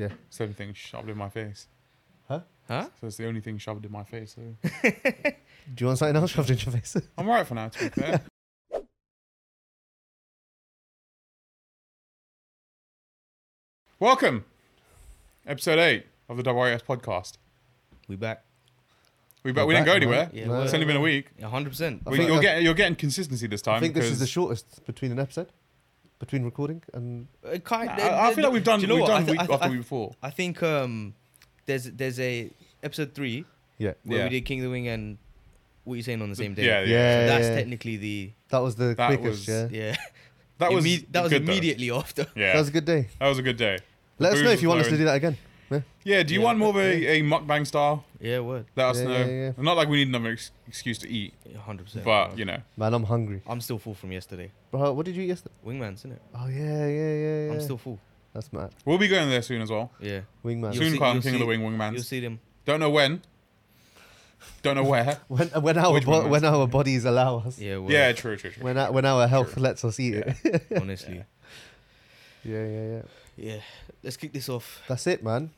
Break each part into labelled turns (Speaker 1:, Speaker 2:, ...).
Speaker 1: Yeah.
Speaker 2: Same thing shoved in my face.
Speaker 1: Huh?
Speaker 2: So it's the only thing shoved in my face. So
Speaker 3: Do you want something else shoved in your face?
Speaker 2: I'm alright for now. To be fair. Welcome, episode eight of the WRS podcast.
Speaker 1: We back.
Speaker 2: We but
Speaker 3: We're
Speaker 2: we didn't go
Speaker 3: back,
Speaker 2: anywhere.
Speaker 3: man.
Speaker 1: Yeah,
Speaker 3: No.
Speaker 2: It's only been a week.
Speaker 1: A hundred percent.
Speaker 3: I
Speaker 2: We,
Speaker 3: think
Speaker 2: you're
Speaker 3: I-
Speaker 2: getting you're getting consistency this time.
Speaker 3: I think this is the
Speaker 2: 'cause
Speaker 3: shortest between an episode, between recording and
Speaker 1: It kind.
Speaker 2: I, I feel like we've done
Speaker 1: do you know
Speaker 2: we've
Speaker 1: what? I
Speaker 2: done
Speaker 1: th-
Speaker 2: week
Speaker 1: I th-
Speaker 2: after
Speaker 1: I,
Speaker 2: week before.
Speaker 1: I think um, there's there's a episode three
Speaker 3: yeah,
Speaker 1: where
Speaker 2: Yeah.
Speaker 1: we did King of the Wing and what you saying on the same day.
Speaker 2: Yeah,
Speaker 3: yeah.
Speaker 2: yeah.
Speaker 1: So that's
Speaker 3: yeah.
Speaker 1: technically the
Speaker 3: that was the
Speaker 2: That was-
Speaker 3: quickest. yeah,
Speaker 1: yeah.
Speaker 2: That was
Speaker 1: Imme- that was
Speaker 2: good, though.
Speaker 1: immediately after.
Speaker 2: Yeah,
Speaker 3: that was a good day.
Speaker 2: a good day.
Speaker 3: Let us
Speaker 2: booze
Speaker 3: know if you
Speaker 2: was
Speaker 3: want us to
Speaker 2: flowing.
Speaker 3: do that again.
Speaker 2: Yeah. Do you
Speaker 1: Yeah.
Speaker 2: want more of a, a mukbang style?
Speaker 1: Yeah, word.
Speaker 2: Let us
Speaker 3: Yeah,
Speaker 2: know.
Speaker 3: yeah, yeah.
Speaker 2: Not like we need another ex- excuse to eat,
Speaker 1: A hundred percent.
Speaker 2: but you know,
Speaker 3: Man, I'm hungry.
Speaker 1: I'm still full from yesterday.
Speaker 3: Bro, what did you eat yesterday?
Speaker 1: Wingman's in it.
Speaker 3: Oh yeah, yeah, yeah, yeah.
Speaker 1: I'm still full.
Speaker 3: That's mad.
Speaker 2: we'll be going there soon as well.
Speaker 1: Yeah.
Speaker 3: Wingman.
Speaker 1: You'll
Speaker 2: soon,
Speaker 1: see-
Speaker 2: come
Speaker 1: you'll
Speaker 2: King of the
Speaker 1: see-
Speaker 2: Wing Wingmans.
Speaker 1: You'll see them.
Speaker 2: Don't know when. Don't know where.
Speaker 3: When when our
Speaker 2: Which
Speaker 3: bo-
Speaker 2: one was
Speaker 3: when our bodies allow us.
Speaker 1: Yeah. Word.
Speaker 2: yeah, true, true, true.
Speaker 3: When our, when our health lets us eat it.
Speaker 1: Honestly.
Speaker 3: yeah, yeah, yeah.
Speaker 1: Yeah. Let's kick this off.
Speaker 3: That's it, man.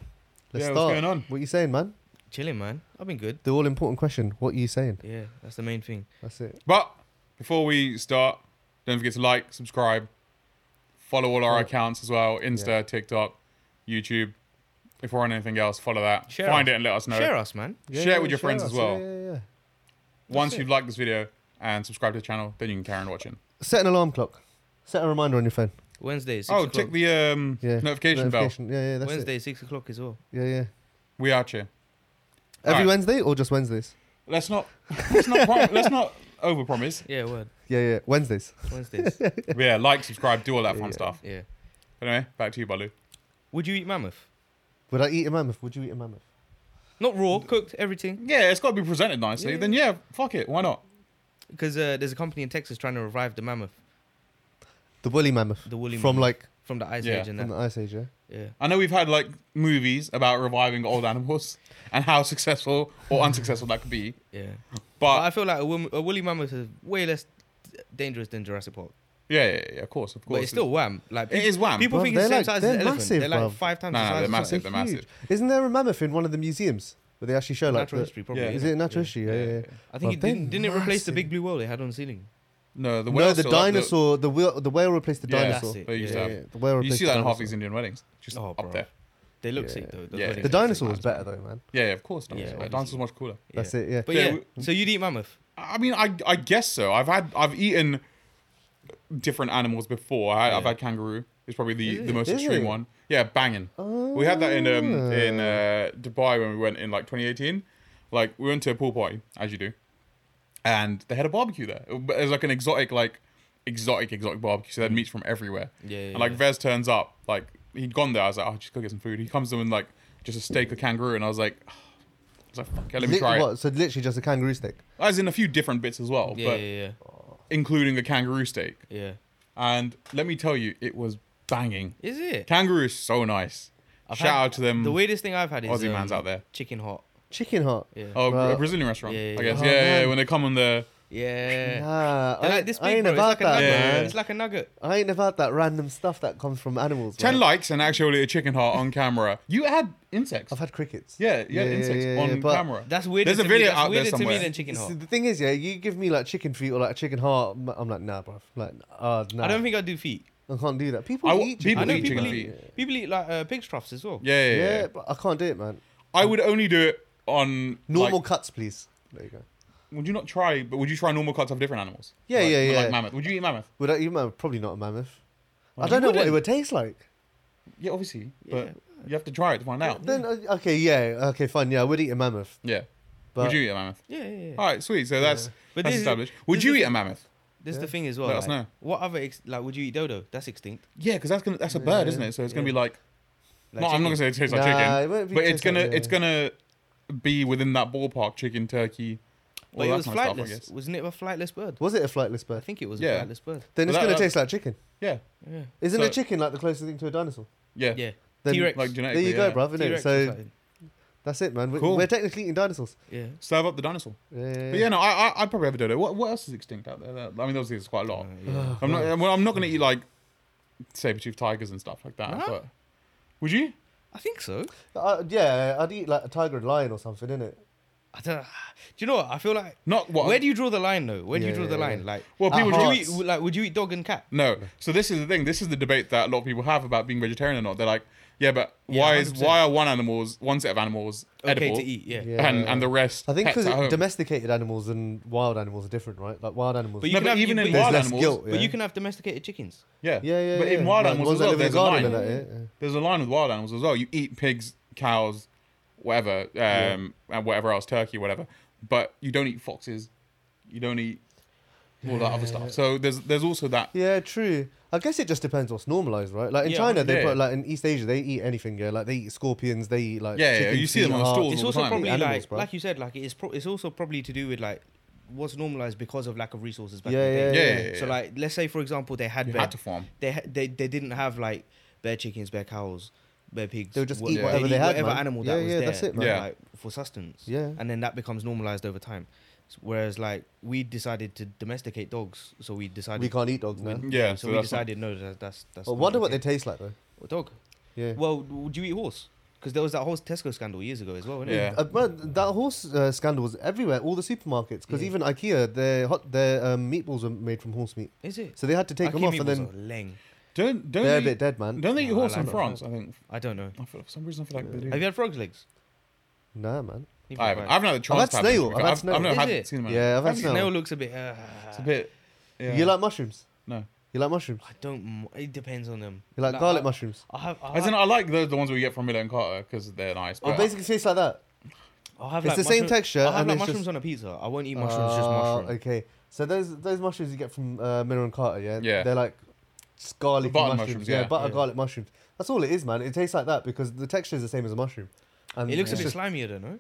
Speaker 3: Let's
Speaker 2: yeah,
Speaker 3: start.
Speaker 2: what's going on?
Speaker 3: What you saying, man?
Speaker 1: Chilling, man. I've been good.
Speaker 3: The all important question. What are you saying?
Speaker 1: Yeah. That's the main thing.
Speaker 3: That's it.
Speaker 2: But before we start, don't forget to like, subscribe, follow all our
Speaker 3: Yeah.
Speaker 2: accounts as well Insta,
Speaker 3: Yeah.
Speaker 2: TikTok, YouTube. If we're on anything else, follow that.
Speaker 1: Share
Speaker 2: Find
Speaker 1: us.
Speaker 2: it and let us know.
Speaker 1: Share us, man.
Speaker 2: Share it with your friends as
Speaker 3: us.
Speaker 2: well.
Speaker 3: Yeah, yeah, yeah.
Speaker 2: Once
Speaker 1: That's
Speaker 2: you've liked this video and subscribed to the channel, then you can carry on watching.
Speaker 3: Set an alarm clock. Set a reminder on your phone.
Speaker 1: Wednesday. Six
Speaker 2: oh,
Speaker 1: o'clock.
Speaker 2: tick the um,
Speaker 3: Yeah.
Speaker 2: notification, bell.
Speaker 3: Notification. Yeah, yeah. That's
Speaker 1: Wednesday, six o'clock as well.
Speaker 3: it. Yeah, yeah.
Speaker 2: We out here.
Speaker 3: Every
Speaker 2: Alright.
Speaker 3: Wednesday or just Wednesdays?
Speaker 2: Let's not. Let's not. prom- let's not overpromise.
Speaker 1: Yeah, word.
Speaker 3: Yeah, yeah. Wednesdays.
Speaker 1: Wednesdays.
Speaker 2: But yeah, like, subscribe, do all that fun
Speaker 3: Yeah.
Speaker 2: stuff.
Speaker 1: yeah.
Speaker 2: Anyway, back to you, Balu.
Speaker 1: Would you eat mammoth?
Speaker 3: Would I eat a mammoth? Would you eat a mammoth?
Speaker 1: Not raw, cooked, everything.
Speaker 2: Yeah, it's got to be presented nicely.
Speaker 1: Yeah.
Speaker 2: Then yeah, fuck it, why not?
Speaker 1: Because uh, there's a company in Texas trying to revive the mammoth
Speaker 3: The woolly mammoth.
Speaker 1: The woolly
Speaker 3: From
Speaker 1: mammoth.
Speaker 3: like
Speaker 1: from the ice
Speaker 2: Yeah,
Speaker 1: age and
Speaker 3: from
Speaker 1: that.
Speaker 3: the ice age. Yeah.
Speaker 1: yeah.
Speaker 2: I know we've had like movies about reviving old animals and how successful or unsuccessful that could be,
Speaker 1: Yeah. But
Speaker 2: but
Speaker 1: I feel like a, wom- a woolly mammoth is way less d- dangerous than Jurassic Park.
Speaker 2: yeah, yeah, yeah, of course, of course,
Speaker 1: But it's still wham. Like
Speaker 2: it
Speaker 1: peop-
Speaker 2: is wham.
Speaker 1: people
Speaker 3: Bruv,
Speaker 1: think it's
Speaker 3: they're like-
Speaker 1: the same size as an
Speaker 3: they're
Speaker 1: elephant.
Speaker 3: massive,
Speaker 1: they're like
Speaker 3: bruv.
Speaker 1: five times
Speaker 2: Nah,
Speaker 1: the
Speaker 2: nah,
Speaker 1: size.
Speaker 2: they're
Speaker 1: of
Speaker 2: massive.
Speaker 1: something.
Speaker 2: They're massive.
Speaker 3: Isn't there a mammoth in one of the museums where they actually show like?
Speaker 1: Natural
Speaker 3: the-
Speaker 1: history, probably.
Speaker 2: Yeah.
Speaker 3: Is it natural
Speaker 1: Yeah.
Speaker 3: history? Yeah,
Speaker 1: Yeah.
Speaker 3: yeah. yeah.
Speaker 1: I think
Speaker 3: Bruv,
Speaker 1: it didn't,
Speaker 3: they're
Speaker 1: didn't it replace the
Speaker 3: massive.
Speaker 1: big blue whale they had on the ceiling.
Speaker 2: no, the
Speaker 3: no,
Speaker 2: whale's
Speaker 3: the
Speaker 2: still up, the-
Speaker 3: dinosaur, the whale, the whale replaced the
Speaker 2: Yeah, that's
Speaker 3: dinosaur.
Speaker 1: it.
Speaker 2: they used
Speaker 1: Yeah,
Speaker 2: to have.
Speaker 3: Yeah, the whale
Speaker 2: You
Speaker 3: replaced
Speaker 2: see
Speaker 3: the
Speaker 2: that in half
Speaker 3: dinosaur.
Speaker 2: these Indian weddings, just
Speaker 1: Oh,
Speaker 2: up
Speaker 1: bruv.
Speaker 2: there.
Speaker 1: They look
Speaker 3: Yeah.
Speaker 1: sick though.
Speaker 2: Yeah.
Speaker 1: wedding
Speaker 2: The
Speaker 3: The
Speaker 1: looks
Speaker 3: dinosaur
Speaker 1: sick.
Speaker 3: was better though, man.
Speaker 2: Yeah, yeah, of course, dinosaurs.
Speaker 1: Yeah,
Speaker 2: but dinosaurs much cooler.
Speaker 1: Yeah.
Speaker 3: That's it. Yeah.
Speaker 1: But
Speaker 2: Yeah,
Speaker 1: yeah,
Speaker 2: we-
Speaker 1: so you'd eat mammoth.
Speaker 2: I mean, I I guess so. I've had I've eaten different animals before. I, I've
Speaker 1: Yeah.
Speaker 2: had kangaroo. It's probably the,
Speaker 1: Is
Speaker 2: the
Speaker 1: it?
Speaker 2: most
Speaker 3: Is
Speaker 2: extreme
Speaker 3: it?
Speaker 2: one. Yeah, banging. We had that in um in
Speaker 3: Ah.
Speaker 2: uh, Dubai when we went in like 2018. Like we went to a pool party as you do, and they had a barbecue there. It was like an exotic like exotic exotic barbecue. So they had meats from everywhere.
Speaker 1: Mm. Yeah, yeah,
Speaker 2: and like
Speaker 1: yeah.
Speaker 2: Vez turns up. Like he'd gone there. I was like, oh, just go get some food. He comes in with like just a steak of kangaroo, and I was like. I was like, fuck, yeah, let me
Speaker 3: Lit-
Speaker 2: try it.
Speaker 3: what, So literally just a kangaroo steak.
Speaker 2: As in a few different bits as well,
Speaker 1: Yeah,
Speaker 2: Oh, but
Speaker 1: yeah,
Speaker 2: including a kangaroo steak.
Speaker 1: yeah, yeah.
Speaker 2: And let me tell you, it was banging.
Speaker 1: Is it?
Speaker 2: Kangaroo is so nice.
Speaker 1: I've
Speaker 2: Shout
Speaker 1: had-
Speaker 2: out to them.
Speaker 1: The weirdest thing I've had is
Speaker 2: Mm.
Speaker 1: um,
Speaker 2: Aussie man's out there.
Speaker 1: Chicken hot.
Speaker 3: Chicken heart.
Speaker 1: Yeah.
Speaker 2: oh,
Speaker 3: Bro.
Speaker 2: a Brazilian restaurant,
Speaker 1: Yeah, yeah,
Speaker 2: I
Speaker 1: yeah.
Speaker 2: guess.
Speaker 3: Oh,
Speaker 2: yeah, yeah,
Speaker 3: man.
Speaker 2: when they come on the.
Speaker 1: Yeah.
Speaker 3: Nah, Ah, I,
Speaker 1: They're like this
Speaker 3: I
Speaker 1: big,
Speaker 3: ain't
Speaker 1: bro. It's
Speaker 3: about
Speaker 1: like, a
Speaker 3: that.
Speaker 1: nugget.
Speaker 2: Yeah, yeah.
Speaker 1: it's like a nugget.
Speaker 3: I ain't about that random stuff that comes from animals.
Speaker 2: 10
Speaker 3: man.
Speaker 2: likes and actually a chicken heart on camera. You had insects.
Speaker 3: I've had crickets.
Speaker 2: yeah, you had
Speaker 3: Yeah, yeah,
Speaker 2: insects
Speaker 3: yeah,
Speaker 2: on
Speaker 3: yeah, but-
Speaker 2: camera.
Speaker 1: That's weird.
Speaker 2: There's a
Speaker 1: to me.
Speaker 2: video
Speaker 1: That's
Speaker 2: out there
Speaker 1: weirder to
Speaker 2: somewhere.
Speaker 1: me than chicken
Speaker 3: See,
Speaker 1: hot.
Speaker 3: the thing is, yeah, you give me like chicken feet or like chicken heart. m- I'm like, nah, bro. Like, oh, nah.
Speaker 1: I don't think I do feet.
Speaker 3: I can't do that. People
Speaker 2: I w-
Speaker 3: eat
Speaker 2: people
Speaker 1: I
Speaker 3: chicken
Speaker 1: know
Speaker 2: eat
Speaker 1: people
Speaker 2: chicken
Speaker 1: eat people eat like uh, pig's troughs as well.
Speaker 2: yeah, yeah, yeah,
Speaker 3: Yeah,
Speaker 2: yeah.
Speaker 3: but I can't do it, man.
Speaker 2: I would only do it on.
Speaker 3: Normal
Speaker 2: Like,
Speaker 3: cuts, please. There you go.
Speaker 2: would you not try, but would you try normal cuts of different animals?
Speaker 3: Yeah,
Speaker 2: Like-
Speaker 3: yeah, yeah.
Speaker 2: Like mammoth. Would you eat mammoth?
Speaker 3: Would I eat mammoth? Probably not a mammoth. I
Speaker 2: you
Speaker 3: don't know what it
Speaker 2: wouldn't.
Speaker 3: would taste like.
Speaker 2: Yeah, obviously. But
Speaker 1: Yeah.
Speaker 2: you have to try it to find out.
Speaker 3: Then uh, okay, yeah, okay, fine, yeah, I would eat a mammoth.
Speaker 2: Yeah.
Speaker 3: But
Speaker 2: would you eat a mammoth?
Speaker 1: Yeah, yeah, yeah.
Speaker 2: All right, sweet. So that's,
Speaker 1: But
Speaker 2: that's
Speaker 1: this-
Speaker 2: established.
Speaker 1: this
Speaker 2: Would
Speaker 1: is
Speaker 2: you
Speaker 1: the
Speaker 2: eat a
Speaker 1: thing.
Speaker 2: mammoth?
Speaker 1: This is the thing as well.
Speaker 2: Let
Speaker 1: like,
Speaker 2: us know.
Speaker 1: What other ex- like would you eat dodo? That's extinct.
Speaker 2: Yeah, because that's gonna that's a
Speaker 3: Yeah.
Speaker 2: bird, isn't it? So it's gonna be like.
Speaker 1: Like
Speaker 2: no, I'm not gonna
Speaker 1: chicken.
Speaker 2: say it tastes
Speaker 3: Nah,
Speaker 2: like
Speaker 3: it
Speaker 2: chicken,
Speaker 3: won't be
Speaker 2: but it's
Speaker 3: taste like-
Speaker 2: gonna
Speaker 3: yeah.
Speaker 2: it's gonna be within that ballpark: chicken, turkey, all
Speaker 1: But it
Speaker 2: that
Speaker 1: was
Speaker 2: kind of stuff. I
Speaker 1: flightless.
Speaker 2: guess.
Speaker 1: Wasn't it a flightless bird?
Speaker 3: was it a flightless
Speaker 1: I
Speaker 3: bird?
Speaker 1: think it was
Speaker 2: Yeah.
Speaker 1: a flightless bird.
Speaker 3: Then it's
Speaker 2: Well,
Speaker 3: gonna
Speaker 2: that-
Speaker 3: taste like chicken.
Speaker 2: Yeah,
Speaker 1: Yeah.
Speaker 3: Isn't
Speaker 2: So-
Speaker 3: a chicken like the closest thing to a dinosaur?
Speaker 2: yeah,
Speaker 1: Yeah.
Speaker 3: Then,
Speaker 1: T-Rex.
Speaker 2: like
Speaker 3: There
Speaker 2: genetically.
Speaker 3: you go,
Speaker 2: yeah.
Speaker 3: bruv. Isn't it?
Speaker 1: T-Rex
Speaker 3: So
Speaker 1: was like-
Speaker 3: that's it, man. We're,
Speaker 2: Cool.
Speaker 3: we're technically eating dinosaurs.
Speaker 1: yeah.
Speaker 2: Serve up the dinosaur.
Speaker 3: Yeah, yeah,
Speaker 2: But yeah, no, I, I I'd probably have a dodo. What what else is extinct out there? That- I mean, obviously there's quite a lot.
Speaker 1: Uh,
Speaker 3: yeah.
Speaker 1: yeah.
Speaker 3: Ugh,
Speaker 2: I'm not
Speaker 3: man.
Speaker 2: well, I'm not gonna eat like saber toothed tigers and stuff like that.
Speaker 1: No?
Speaker 2: But would you?
Speaker 1: I think so.
Speaker 3: Uh, yeah, I'd eat like a tiger and lion or something, innit?
Speaker 1: I don't. Do you know what? I feel like
Speaker 2: Not what.
Speaker 1: where do you draw the line though? Where do
Speaker 3: Yeah,
Speaker 1: you draw the
Speaker 3: yeah,
Speaker 1: line?
Speaker 3: yeah.
Speaker 1: Like,
Speaker 2: well,
Speaker 3: At
Speaker 2: people
Speaker 1: would
Speaker 2: do
Speaker 1: you
Speaker 3: heart.
Speaker 2: eat.
Speaker 1: eat like would you eat dog and cat?
Speaker 2: No. So this is the thing. This is the debate that a lot of people have about being vegetarian or not. They're like, yeah, but
Speaker 1: Yeah,
Speaker 2: why is
Speaker 1: 100%.
Speaker 2: why are one animals one set of animals
Speaker 1: Okay
Speaker 2: edible
Speaker 1: to eat, yeah.
Speaker 3: Yeah.
Speaker 2: and and the rest?
Speaker 3: I think
Speaker 2: pets
Speaker 3: because
Speaker 2: at home?
Speaker 3: domesticated animals and wild animals are different, right? Like wild animals.
Speaker 1: But you
Speaker 2: no,
Speaker 1: can
Speaker 2: but
Speaker 1: have-
Speaker 2: even
Speaker 1: you-
Speaker 2: in
Speaker 1: but-
Speaker 2: wild
Speaker 3: There's less
Speaker 2: animals,
Speaker 3: guilt.
Speaker 1: But
Speaker 3: Yeah.
Speaker 1: you can have domesticated chickens.
Speaker 2: yeah,
Speaker 3: yeah, yeah,
Speaker 2: But
Speaker 3: yeah.
Speaker 2: in wild
Speaker 3: Like,
Speaker 2: animals
Speaker 3: ones
Speaker 2: as
Speaker 3: that
Speaker 2: well,
Speaker 3: live in
Speaker 2: there's
Speaker 3: the
Speaker 2: a
Speaker 3: garden
Speaker 2: line.
Speaker 3: and that, yeah, yeah.
Speaker 2: There's a line with wild animals as well. You eat pigs, cows, whatever, um, and whatever else, turkey, whatever. But you don't eat foxes. You don't eat all that other stuff. So there's there's also that.
Speaker 3: Yeah, true. I guess it just depends what's normalized, right? Like in
Speaker 1: Yeah,
Speaker 3: China, they
Speaker 2: yeah,
Speaker 3: put
Speaker 2: yeah.
Speaker 3: like in East Asia, they eat anything. Yeah, like they eat scorpions, they eat like
Speaker 2: Yeah, yeah,
Speaker 3: chicken
Speaker 2: you see
Speaker 3: feet,
Speaker 2: them on
Speaker 3: hearts.
Speaker 2: stalls. all
Speaker 1: It's
Speaker 2: the
Speaker 1: also
Speaker 2: time.
Speaker 1: probably
Speaker 3: Animals,
Speaker 1: like
Speaker 3: bro.
Speaker 1: like you said, like it's pro- it's also probably to do with like what's normalized because of lack of resources back
Speaker 3: Yeah,
Speaker 1: in the day.
Speaker 2: Yeah, yeah, yeah,
Speaker 1: So
Speaker 2: yeah.
Speaker 1: like let's say for example they had
Speaker 2: You
Speaker 1: bear,
Speaker 2: had to farm.
Speaker 1: they ha- they they didn't have like bear chickens, bear cows, bear pigs.
Speaker 3: They would just
Speaker 1: wha-
Speaker 3: eat
Speaker 1: they'd
Speaker 3: whatever they had,
Speaker 1: whatever
Speaker 3: man.
Speaker 1: animal
Speaker 3: Yeah,
Speaker 1: that was
Speaker 3: yeah,
Speaker 1: there.
Speaker 3: that's it, man.
Speaker 2: Yeah.
Speaker 1: Like for sustenance.
Speaker 3: Yeah.
Speaker 1: And then that becomes normalized over time. S- Whereas like we decided to domesticate dogs, so we decided
Speaker 3: We can't eat dogs now.
Speaker 2: Yeah. So,
Speaker 1: so, we
Speaker 2: that's
Speaker 1: decided no, that, that's that's.
Speaker 3: I
Speaker 1: not
Speaker 3: wonder what
Speaker 1: okay.
Speaker 3: they taste like though.
Speaker 1: A dog.
Speaker 3: Yeah.
Speaker 1: Well, would you eat horse? Because there was that whole Tesco scandal years ago as well, wasn't
Speaker 2: Yeah.
Speaker 1: it?
Speaker 3: Uh, but that horse uh, scandal was everywhere, all the supermarkets. Because
Speaker 1: Yeah.
Speaker 3: even IKEA, their hot, their um, meatballs were made from horse meat,
Speaker 1: Is it?
Speaker 3: so they had to take them
Speaker 1: Hakimi
Speaker 3: off, and
Speaker 1: was
Speaker 3: then
Speaker 1: a leng.
Speaker 2: Don't don't
Speaker 3: they're a
Speaker 2: they-
Speaker 3: bit dead, man.
Speaker 2: Don't they eat
Speaker 1: No, I
Speaker 2: horse
Speaker 1: like
Speaker 2: in
Speaker 1: it.
Speaker 2: France? I think.
Speaker 1: I don't know.
Speaker 2: I feel, for some reason, I feel like they do.
Speaker 1: Have you had frog's legs?
Speaker 3: Nah, man.
Speaker 1: Even
Speaker 2: I haven't.
Speaker 1: if
Speaker 2: I haven't had the chance.
Speaker 3: I've had
Speaker 2: to have them,
Speaker 3: snail,
Speaker 2: to be
Speaker 3: I've
Speaker 2: fair.
Speaker 3: had
Speaker 2: I've
Speaker 3: snail.
Speaker 2: I've not
Speaker 1: Is
Speaker 2: had
Speaker 1: it?
Speaker 2: seen them.
Speaker 3: Yeah, I've had
Speaker 1: Snail
Speaker 3: snail.
Speaker 1: looks a bit. Uh,
Speaker 2: It's a bit. Yeah.
Speaker 3: You like mushrooms?
Speaker 2: No.
Speaker 3: You like mushrooms?
Speaker 1: I don't. m- It depends on them.
Speaker 3: You like garlic
Speaker 1: I,
Speaker 3: mushrooms?
Speaker 1: I have. I
Speaker 2: As in,
Speaker 1: have,
Speaker 2: I like the, the ones we get from Miller and Carter because they're nice.
Speaker 3: Well,
Speaker 2: But
Speaker 3: Oh, basically tastes like that.
Speaker 1: I'll have
Speaker 3: it's
Speaker 1: like
Speaker 3: the same
Speaker 1: mushroom-
Speaker 3: texture
Speaker 1: I'll have
Speaker 3: and
Speaker 1: like
Speaker 3: it's
Speaker 1: mushrooms
Speaker 3: just-
Speaker 1: on a pizza. I won't eat mushrooms. just
Speaker 3: Ah,
Speaker 1: mushroom.
Speaker 3: Okay, so those those mushrooms you get from uh, Miller and Carter, yeah,
Speaker 2: Yeah.
Speaker 3: they're like s- garlic
Speaker 2: Butter
Speaker 3: mushrooms,
Speaker 2: mushrooms,
Speaker 3: yeah,
Speaker 2: yeah.
Speaker 3: butter
Speaker 1: Yeah.
Speaker 3: garlic mushrooms. That's all it is, man. It tastes like that because the texture is the same as a mushroom. And
Speaker 1: It looks a
Speaker 3: it's
Speaker 1: bit
Speaker 3: just-
Speaker 1: slimier, though, no?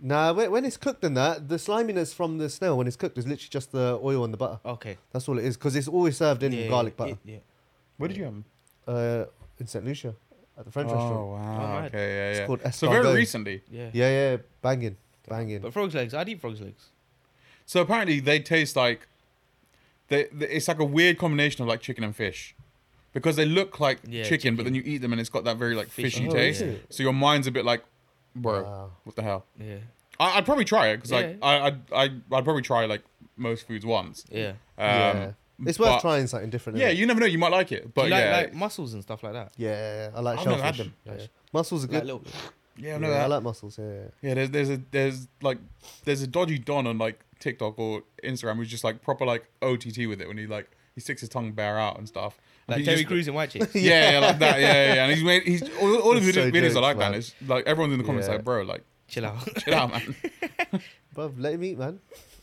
Speaker 3: Nah, when, when it's cooked in that, the sliminess from the snail when it's cooked is literally just the oil and the butter.
Speaker 1: Okay.
Speaker 3: That's all it is because it's always served in
Speaker 1: Yeah,
Speaker 3: garlic
Speaker 1: yeah,
Speaker 3: butter.
Speaker 1: yeah.
Speaker 2: where did you have them?
Speaker 3: Uh, in Saint Lucia, at the French
Speaker 2: Oh
Speaker 3: restaurant.
Speaker 1: Oh,
Speaker 2: wow.
Speaker 1: mad.
Speaker 2: okay. Yeah.
Speaker 3: It's
Speaker 2: yeah.
Speaker 3: called
Speaker 2: So very
Speaker 3: escargot.
Speaker 2: recently.
Speaker 1: Yeah.
Speaker 3: Yeah, yeah, banging, banging.
Speaker 1: But frog's legs. I'd eat frog's legs.
Speaker 2: So apparently they taste like they, they it's like a weird combination of like chicken and fish. Because they look like
Speaker 1: Yeah,
Speaker 2: chicken, but then you eat them and it's got that very like
Speaker 1: Fishy.
Speaker 2: fishy,
Speaker 1: Oh,
Speaker 2: taste.
Speaker 3: yeah.
Speaker 2: So your mind's a bit like, bro,
Speaker 3: Wow.
Speaker 2: what the hell?
Speaker 1: Yeah.
Speaker 2: I, I'd probably try it because
Speaker 1: Yeah.
Speaker 2: like I, I'd, I I'd probably try like most foods once.
Speaker 1: Yeah.
Speaker 2: Um,
Speaker 3: yeah, it's worth
Speaker 2: but-
Speaker 3: trying something different.
Speaker 2: Yeah,
Speaker 3: innit?
Speaker 2: you never know. You might like it, but
Speaker 1: Do you like,
Speaker 2: yeah,
Speaker 1: like mussels and stuff like that?
Speaker 3: yeah, I like
Speaker 2: I've
Speaker 3: shellfish.
Speaker 2: never had them.
Speaker 3: Yeah, yeah. Mussels are
Speaker 1: Like
Speaker 3: good.
Speaker 1: little.
Speaker 2: yeah, I've
Speaker 3: yeah,
Speaker 2: never had-
Speaker 3: I like mussels. Yeah, yeah.
Speaker 2: Yeah, there's there's a there's like there's a dodgy don on like TikTok or Instagram who's just like proper like OTT with it when he like he sticks his tongue bare out and stuff. And
Speaker 1: Like
Speaker 2: he
Speaker 1: Terry
Speaker 2: just-
Speaker 1: Crews in White Chicks.
Speaker 2: Yeah, yeah, like that. Yeah, yeah, yeah. And he's made he's all, all of his
Speaker 3: That's so
Speaker 2: videos are
Speaker 3: jokes,
Speaker 2: like
Speaker 3: man.
Speaker 2: that. It's like everyone's in the comments
Speaker 3: Yeah.
Speaker 2: like, bro, like
Speaker 1: Chill out.
Speaker 2: chill out, man.
Speaker 3: Bruv, let him eat, man.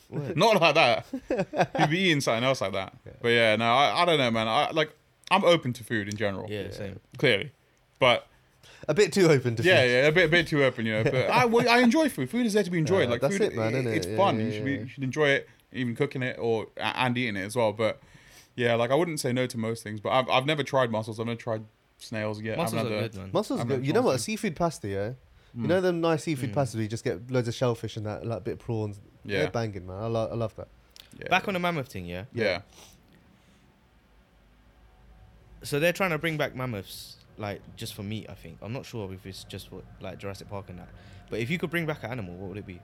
Speaker 2: Not like that. He'd be eating something else like that. But yeah, no, I, I don't know, man. I like I'm open to food in general.
Speaker 1: yeah, same.
Speaker 2: clearly, but
Speaker 3: A bit too open to
Speaker 2: yeah,
Speaker 3: food.
Speaker 2: yeah, a bit, a bit too open, you know. But I, well, I enjoy food. Food is there to be enjoyed.
Speaker 3: Yeah,
Speaker 2: like
Speaker 3: that's
Speaker 2: food,
Speaker 3: it, man,
Speaker 2: i-
Speaker 3: innit?
Speaker 2: It's
Speaker 3: Yeah,
Speaker 2: fun.
Speaker 3: yeah,
Speaker 2: you should be,
Speaker 3: yeah.
Speaker 2: you should enjoy it, even cooking it or a- and eating it as well. But yeah, like I wouldn't say no to most things. But I've, I've never tried mussels. I've never tried snails yet. I haven't
Speaker 1: Mussels are
Speaker 2: had Hmm. the-
Speaker 1: good, man.
Speaker 3: Mussels,
Speaker 2: I'm
Speaker 3: good.
Speaker 2: not
Speaker 3: you know what? A
Speaker 2: fussy.
Speaker 3: seafood pasta, yeah. You know them nice seafood pastas where you just get loads of shellfish and that, like bit of prawns. Yeah,
Speaker 2: Yeah.
Speaker 3: banging, man. I, lo- I love that.
Speaker 2: Yeah.
Speaker 1: Back on the mammoth thing, yeah.
Speaker 2: Mm. yeah.
Speaker 1: So they're trying to bring back mammoths, like just for meat. I think I'm not sure if it's just for like Jurassic Park and that. But if you could bring back an animal, what would it be?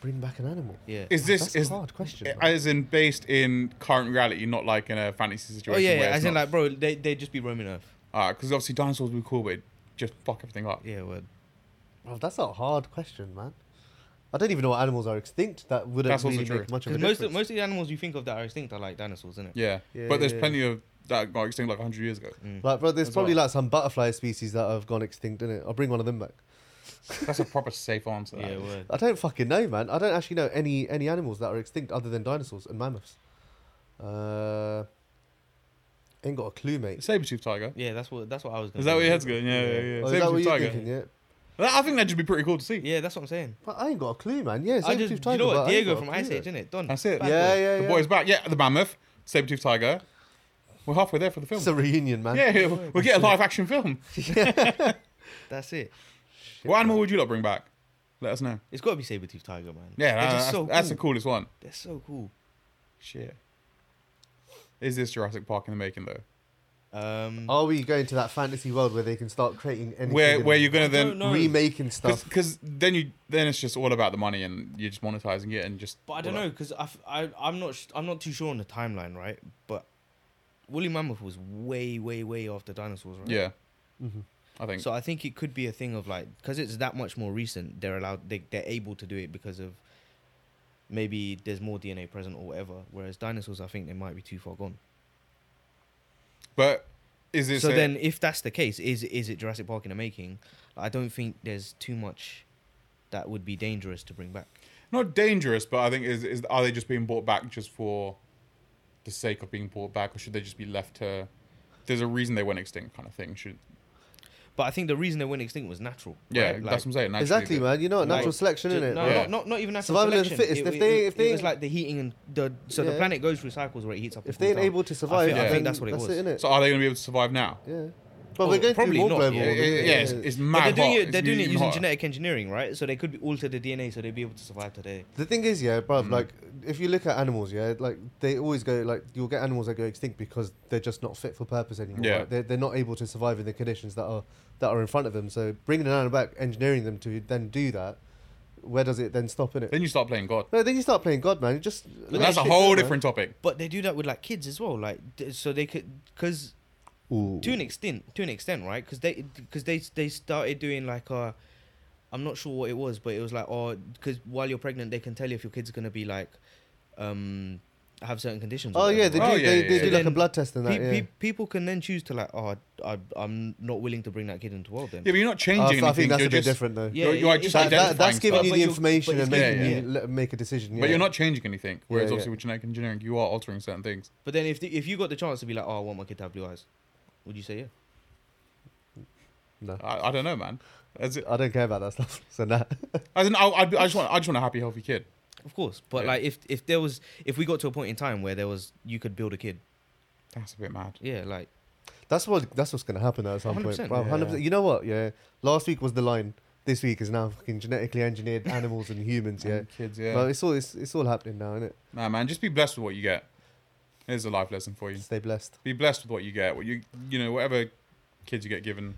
Speaker 3: Bring back an animal.
Speaker 1: Yeah.
Speaker 2: Is this
Speaker 3: That's
Speaker 2: is
Speaker 3: a hard question. man.
Speaker 2: as in based in current reality, not like in a fantasy
Speaker 1: oh
Speaker 2: situation?
Speaker 1: yeah, yeah.
Speaker 2: where
Speaker 1: As in like, bro, they they would just be roaming Earth.
Speaker 2: because obviously dinosaurs would be cool, but it'd just fuck everything up.
Speaker 1: Yeah, word.
Speaker 3: Bruv, Oh, that's a hard question, man. I don't even know what animals are extinct. That wouldn't
Speaker 2: That's also
Speaker 3: really
Speaker 2: true.
Speaker 3: make much of a
Speaker 1: Because
Speaker 3: difference.
Speaker 1: most of, most of the animals you think of that are extinct are like dinosaurs, isn't it?
Speaker 2: Yeah,
Speaker 3: Yeah,
Speaker 2: but there's
Speaker 3: yeah,
Speaker 2: plenty of that got extinct like 100 years ago.
Speaker 1: Mm.
Speaker 3: like, bro, there's
Speaker 2: as
Speaker 3: probably
Speaker 2: well.
Speaker 3: like some butterfly species that have gone extinct, innit? I'll bring one of them back.
Speaker 2: That's a proper safe answer.
Speaker 1: Yeah,
Speaker 2: that.
Speaker 1: word.
Speaker 3: I don't fucking know, man. I don't actually know any any animals that are extinct other than dinosaurs and mammoths. Uh, ain't got a clue, mate.
Speaker 2: saber-toothed tiger.
Speaker 1: Yeah, that's what that's what I was. Gonna
Speaker 2: Is that
Speaker 1: say.
Speaker 2: what your head's going? Yeah, yeah, yeah.
Speaker 3: Oh, is that what
Speaker 2: Saber-toothed
Speaker 3: you're
Speaker 2: tiger.
Speaker 3: thinking? Yeah,
Speaker 2: That- I think that'd just be pretty cool to see.
Speaker 1: Yeah, that's what I'm saying.
Speaker 3: but I ain't got a clue, man. Yeah,
Speaker 1: I
Speaker 3: saber
Speaker 1: just,
Speaker 3: tooth
Speaker 1: do you
Speaker 3: tiger.
Speaker 1: know
Speaker 3: but
Speaker 1: what?
Speaker 3: I ain't
Speaker 1: Diego
Speaker 3: got a
Speaker 1: from
Speaker 3: clue,
Speaker 1: Ice
Speaker 3: mate.
Speaker 1: Age, isn't it? Done.
Speaker 2: That's it.
Speaker 1: Bad
Speaker 3: Yeah,
Speaker 1: boy.
Speaker 3: yeah,
Speaker 2: The
Speaker 3: yeah.
Speaker 2: boy's back. Yeah, the mammoth, saber-toothed tiger. We're halfway there for the film.
Speaker 3: It's a reunion, man.
Speaker 2: yeah, we'll, we'll get a live-action film.
Speaker 1: That's it.
Speaker 2: What animal would you lot bring back? Let us know.
Speaker 1: It's got to be saber tooth tiger, man.
Speaker 2: Yeah,
Speaker 1: they're
Speaker 2: that-
Speaker 1: just
Speaker 2: that's,
Speaker 1: so
Speaker 2: that's
Speaker 1: cool.
Speaker 2: the coolest one.
Speaker 1: They're so cool.
Speaker 2: Shit. Is this Jurassic Park in the making though?
Speaker 1: Um,
Speaker 2: Oh,
Speaker 3: Are we going to that fantasy world where they can start creating anything?
Speaker 2: where
Speaker 3: and
Speaker 2: where you're gonna
Speaker 1: I
Speaker 2: then
Speaker 1: don't know.
Speaker 3: remaking stuff?
Speaker 2: because then you then it's just all about the money and you're just monetizing it and just.
Speaker 1: But I don't know because I, am not sh- I'm not too sure on the timeline, right? But woolly mammoth was way way way after dinosaurs, right?
Speaker 2: Yeah,
Speaker 3: Mm-hmm.
Speaker 2: I think.
Speaker 1: So I think it could be a thing of like because it's that much more recent. They're allowed they they're able to do it because of maybe there's more DNA present or whatever. Whereas dinosaurs, I think they might be too far gone.
Speaker 2: but is this
Speaker 1: So
Speaker 2: a-
Speaker 1: then, if that's the case, is is it Jurassic Park in the making? I don't think there's too much that would be dangerous to bring back.
Speaker 2: not dangerous? But I think is is are they just being brought back just for the sake of being brought back, or should they just be left to? There's a reason they went extinct, kind of thing. Should
Speaker 1: But I think the reason they went extinct was natural.
Speaker 2: yeah,
Speaker 1: right?
Speaker 2: that's what I'm saying. naturally,
Speaker 3: Exactly,
Speaker 2: but-
Speaker 3: man. You know,
Speaker 1: Like,
Speaker 3: natural selection,
Speaker 1: Ju-
Speaker 3: innit?
Speaker 1: No,
Speaker 2: Yeah.
Speaker 1: not, not not even natural
Speaker 3: Survival of the
Speaker 1: selection.
Speaker 3: fittest.
Speaker 1: It-
Speaker 3: If they-
Speaker 1: it-
Speaker 3: if they-
Speaker 1: it was like the heating and the so the
Speaker 3: Yeah.
Speaker 1: planet goes through cycles where it heats up.
Speaker 3: If
Speaker 1: and
Speaker 3: they
Speaker 1: cools
Speaker 3: ain't
Speaker 1: down.
Speaker 3: able to survive,
Speaker 1: I
Speaker 2: Yeah.
Speaker 1: think
Speaker 3: then
Speaker 1: that's what it was.
Speaker 3: it, innit?
Speaker 2: So are they going to be able to survive now?
Speaker 3: yeah. But
Speaker 1: Oh,
Speaker 3: we're going to
Speaker 1: probably
Speaker 3: be more
Speaker 1: not,
Speaker 3: global.
Speaker 1: yeah.
Speaker 2: Yeah,
Speaker 3: warming,
Speaker 2: yeah,
Speaker 3: innit?
Speaker 2: yeah, it's, it's
Speaker 1: But
Speaker 2: mad
Speaker 1: they're doing
Speaker 2: hot.
Speaker 1: it. They're
Speaker 2: It's
Speaker 1: doing it
Speaker 2: even
Speaker 1: using
Speaker 2: hotter.
Speaker 1: genetic engineering, right? So they could alter the DNA so they'd be able to survive today.
Speaker 3: The thing is, yeah, bruv,
Speaker 1: Mm.
Speaker 3: like, if you look at animals, yeah, like, they always go, like, you'll get animals that go extinct because they're just not fit for purpose anymore.
Speaker 2: Yeah.
Speaker 3: right? They're, they're not able to survive in the conditions that are that are in front of them. So bringing an animal back, engineering them to then do that, where does it then stop, innit?
Speaker 2: Then you start playing God.
Speaker 3: No, then you start playing God, man. You just.
Speaker 1: But
Speaker 3: let
Speaker 2: that's a
Speaker 3: shit go,
Speaker 2: whole
Speaker 3: man.
Speaker 2: different topic.
Speaker 1: But they do that with like kids as well, like th- so they could because
Speaker 3: Ooh.
Speaker 1: to an extent, to an extent, right? Because they because they they started doing like uh, I'm not sure what it was, but it was like oh, because while you're pregnant, they can tell you if your kid's gonna be like, um, have certain conditions. or
Speaker 3: Oh yeah,
Speaker 1: whatever,
Speaker 3: they do.
Speaker 1: right?
Speaker 2: Oh, yeah, yeah,
Speaker 3: they they
Speaker 2: yeah.
Speaker 3: do
Speaker 1: So
Speaker 3: like a
Speaker 1: then
Speaker 3: blood test and that.
Speaker 1: Pe-
Speaker 3: yeah.
Speaker 1: pe- people can then choose to like, oh, I, I'm not willing to bring that kid into the world then.
Speaker 2: Yeah, but you're not
Speaker 3: Oh,
Speaker 2: changing
Speaker 3: I, th-
Speaker 2: anything.
Speaker 3: I think that's
Speaker 2: you're
Speaker 3: a bit
Speaker 2: just,
Speaker 3: different though.
Speaker 1: Yeah,
Speaker 2: you're, you're
Speaker 1: it-
Speaker 2: just
Speaker 3: That-
Speaker 1: it's-
Speaker 3: that-
Speaker 2: identifying
Speaker 3: that's giving
Speaker 2: stuff.
Speaker 3: you
Speaker 1: But
Speaker 3: the
Speaker 1: you're-
Speaker 3: information
Speaker 1: but
Speaker 3: and
Speaker 1: it's
Speaker 3: making
Speaker 2: getting-
Speaker 3: you le- make a decision. Yeah.
Speaker 2: But you're not changing anything. Whereas
Speaker 3: Yeah,
Speaker 2: obviously with genetic engineering, you are altering certain things.
Speaker 1: But then if the, if you got the chance to be like, oh, I want my kid to have blue eyes, would you say yeah?
Speaker 3: No,
Speaker 2: I, I don't know, man. As, it,
Speaker 3: I don't care about that stuff. So nah.
Speaker 2: as in, I, I, I just want, I just want a happy, healthy kid.
Speaker 1: Of course. But
Speaker 2: Yeah.
Speaker 1: like if if there was if we got to a point in time where there was you could build a kid,
Speaker 2: That's a bit mad.
Speaker 1: yeah, like
Speaker 3: That's what. That's what's gonna happen at some point.
Speaker 1: 100%,
Speaker 3: Bro,
Speaker 2: yeah.
Speaker 3: 100%. You know what? Yeah. Last week was the line. This week is now fucking genetically engineered animals and humans. Yeah.
Speaker 2: And kids, yeah.
Speaker 3: Bro, it's all it's, it's all happening now, isn't it?
Speaker 2: nah, man, just be blessed with what you get. Here's a life lesson for you.
Speaker 3: Stay blessed.
Speaker 2: Be blessed with what you get. What you, you know, whatever kids you get given.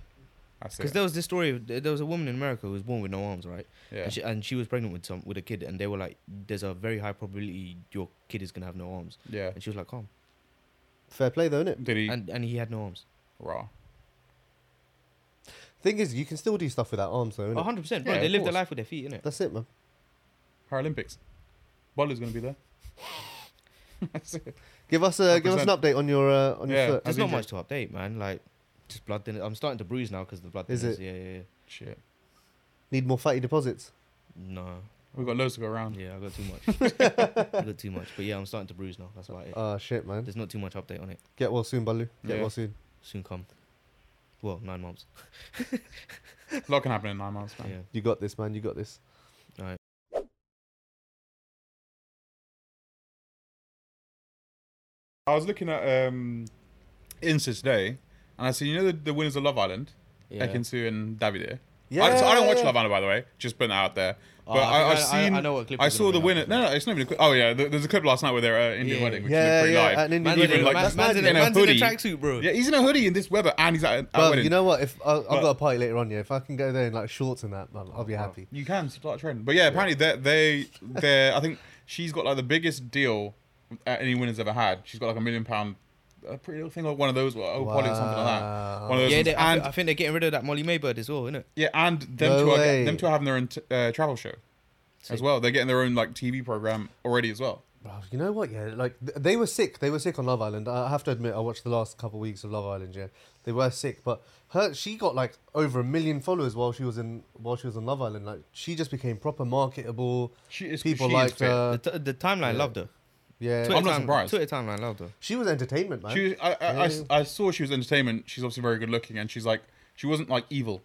Speaker 2: That's
Speaker 1: because
Speaker 2: it.
Speaker 1: there was this story of there was a woman in America who was born with no arms, right?
Speaker 2: Yeah.
Speaker 1: And, she, and she was pregnant with some with a kid, and they were like, "There's a very high probability your kid is gonna have no arms,"
Speaker 2: yeah.
Speaker 1: and she was like, "Calm,"
Speaker 3: Fair play though, innit?
Speaker 2: Did he?
Speaker 1: and and he had no arms.
Speaker 2: raw.
Speaker 3: Thing is, you can still do stuff without arms though,
Speaker 2: Oh,
Speaker 3: innit?
Speaker 1: hundred percent, bro.
Speaker 2: Yeah,
Speaker 1: they
Speaker 2: of
Speaker 1: lived their
Speaker 2: course.
Speaker 1: life with their feet, innit?
Speaker 3: That's it, man.
Speaker 2: Paralympics. Butler's going to be there.
Speaker 3: Give us a give us an
Speaker 2: 100%.
Speaker 3: update on your uh, on your
Speaker 2: Yeah.
Speaker 3: foot.
Speaker 1: There's
Speaker 2: I've
Speaker 1: not
Speaker 2: been
Speaker 1: much to update, man. Like just blood thinners. I'm starting to bruise now because the blood
Speaker 3: Is
Speaker 1: thinners.
Speaker 3: it?
Speaker 1: Yeah, yeah, yeah.
Speaker 2: Shit.
Speaker 3: Need more fatty deposits.
Speaker 1: No,
Speaker 2: We've got loads to go around.
Speaker 1: yeah, I got too much. I got too much, but yeah, I'm starting to bruise now. That's about
Speaker 2: Uh,
Speaker 1: it.
Speaker 3: Ah shit, man.
Speaker 1: There's not too much update on it.
Speaker 3: Get well soon, Balu. Get
Speaker 2: Yeah.
Speaker 3: well soon.
Speaker 1: Soon come. Well, nine months.
Speaker 2: A lot can happen in nine months, man.
Speaker 1: Yeah.
Speaker 3: You got this, man. You got this.
Speaker 1: All right.
Speaker 2: I was looking at um, Insta today, and I see you know the, the winners of Love Island,
Speaker 1: Yeah.
Speaker 2: Ekinsu and Davide. I, so I don't watch Love Island, by the way. Just putting that out there.
Speaker 1: Oh,
Speaker 2: But I,
Speaker 1: think
Speaker 2: I've seen. I,
Speaker 1: know what clip you're
Speaker 2: saw
Speaker 1: gonna
Speaker 2: the
Speaker 1: bring
Speaker 2: winner.
Speaker 1: up.
Speaker 2: No, no, it's not even a clip. Oh yeah, there- there's a clip last night where they're at an Indian
Speaker 1: Yeah.
Speaker 2: wedding, which
Speaker 3: Yeah,
Speaker 2: is pretty
Speaker 3: yeah.
Speaker 2: live.
Speaker 3: An Indian
Speaker 1: Man's,
Speaker 2: Even
Speaker 1: in,
Speaker 3: wedding.
Speaker 1: a-
Speaker 2: like,
Speaker 1: man's,
Speaker 2: that's
Speaker 1: man's,
Speaker 2: mad
Speaker 1: in,
Speaker 2: in
Speaker 1: a,
Speaker 2: a
Speaker 1: man's in a
Speaker 2: hoodie.
Speaker 1: tracksuit, bro.
Speaker 2: yeah, he's in a hoodie in this weather, and he's at a
Speaker 3: But
Speaker 2: wedding.
Speaker 3: you know what? If I, I've
Speaker 2: But- Oh,
Speaker 3: got a party later on, yeah, if I can go there in like shorts and that, I'll, I'll be happy.
Speaker 2: You can start a trend, but yeah, apparently they they they. I think she's got like the biggest deal that any winner's ever had. She's got like a million pound, a pretty little thing, like one of those, or oh, probably something like that.
Speaker 3: Wow.
Speaker 2: One of those
Speaker 1: Yeah,
Speaker 2: ones.
Speaker 1: they, I,
Speaker 2: and
Speaker 1: thi- I think they're getting rid of that Molly Maybird as well, innit?
Speaker 2: Yeah, and them
Speaker 3: No
Speaker 2: two are
Speaker 3: way.
Speaker 2: get, them two are having their own t- uh, travel show as
Speaker 1: Sick.
Speaker 2: well. They're getting their own like TV program already as well.
Speaker 3: Bruv, you know what? Yeah, like th- they were sick. They were sick on Love Island. I have to admit, I watched the last couple of weeks of Love Island. Yeah, they were sick, but her she got like over a million followers while she was in while she was on Love Island. Like she just became proper marketable.
Speaker 2: She is
Speaker 3: People
Speaker 2: she is
Speaker 3: liked
Speaker 2: fit.
Speaker 3: her.
Speaker 1: The, t- the timeline
Speaker 3: Uh, yeah.
Speaker 1: loved her.
Speaker 3: Yeah,
Speaker 1: Twitter
Speaker 2: I'm not
Speaker 1: time-
Speaker 2: surprised.
Speaker 1: Twitter timeline loved her.
Speaker 3: she was entertainment, man.
Speaker 2: She was, I, I- I s-
Speaker 3: Yeah.
Speaker 2: I saw she was entertainment. She's obviously very good looking, and she's like she wasn't like evil,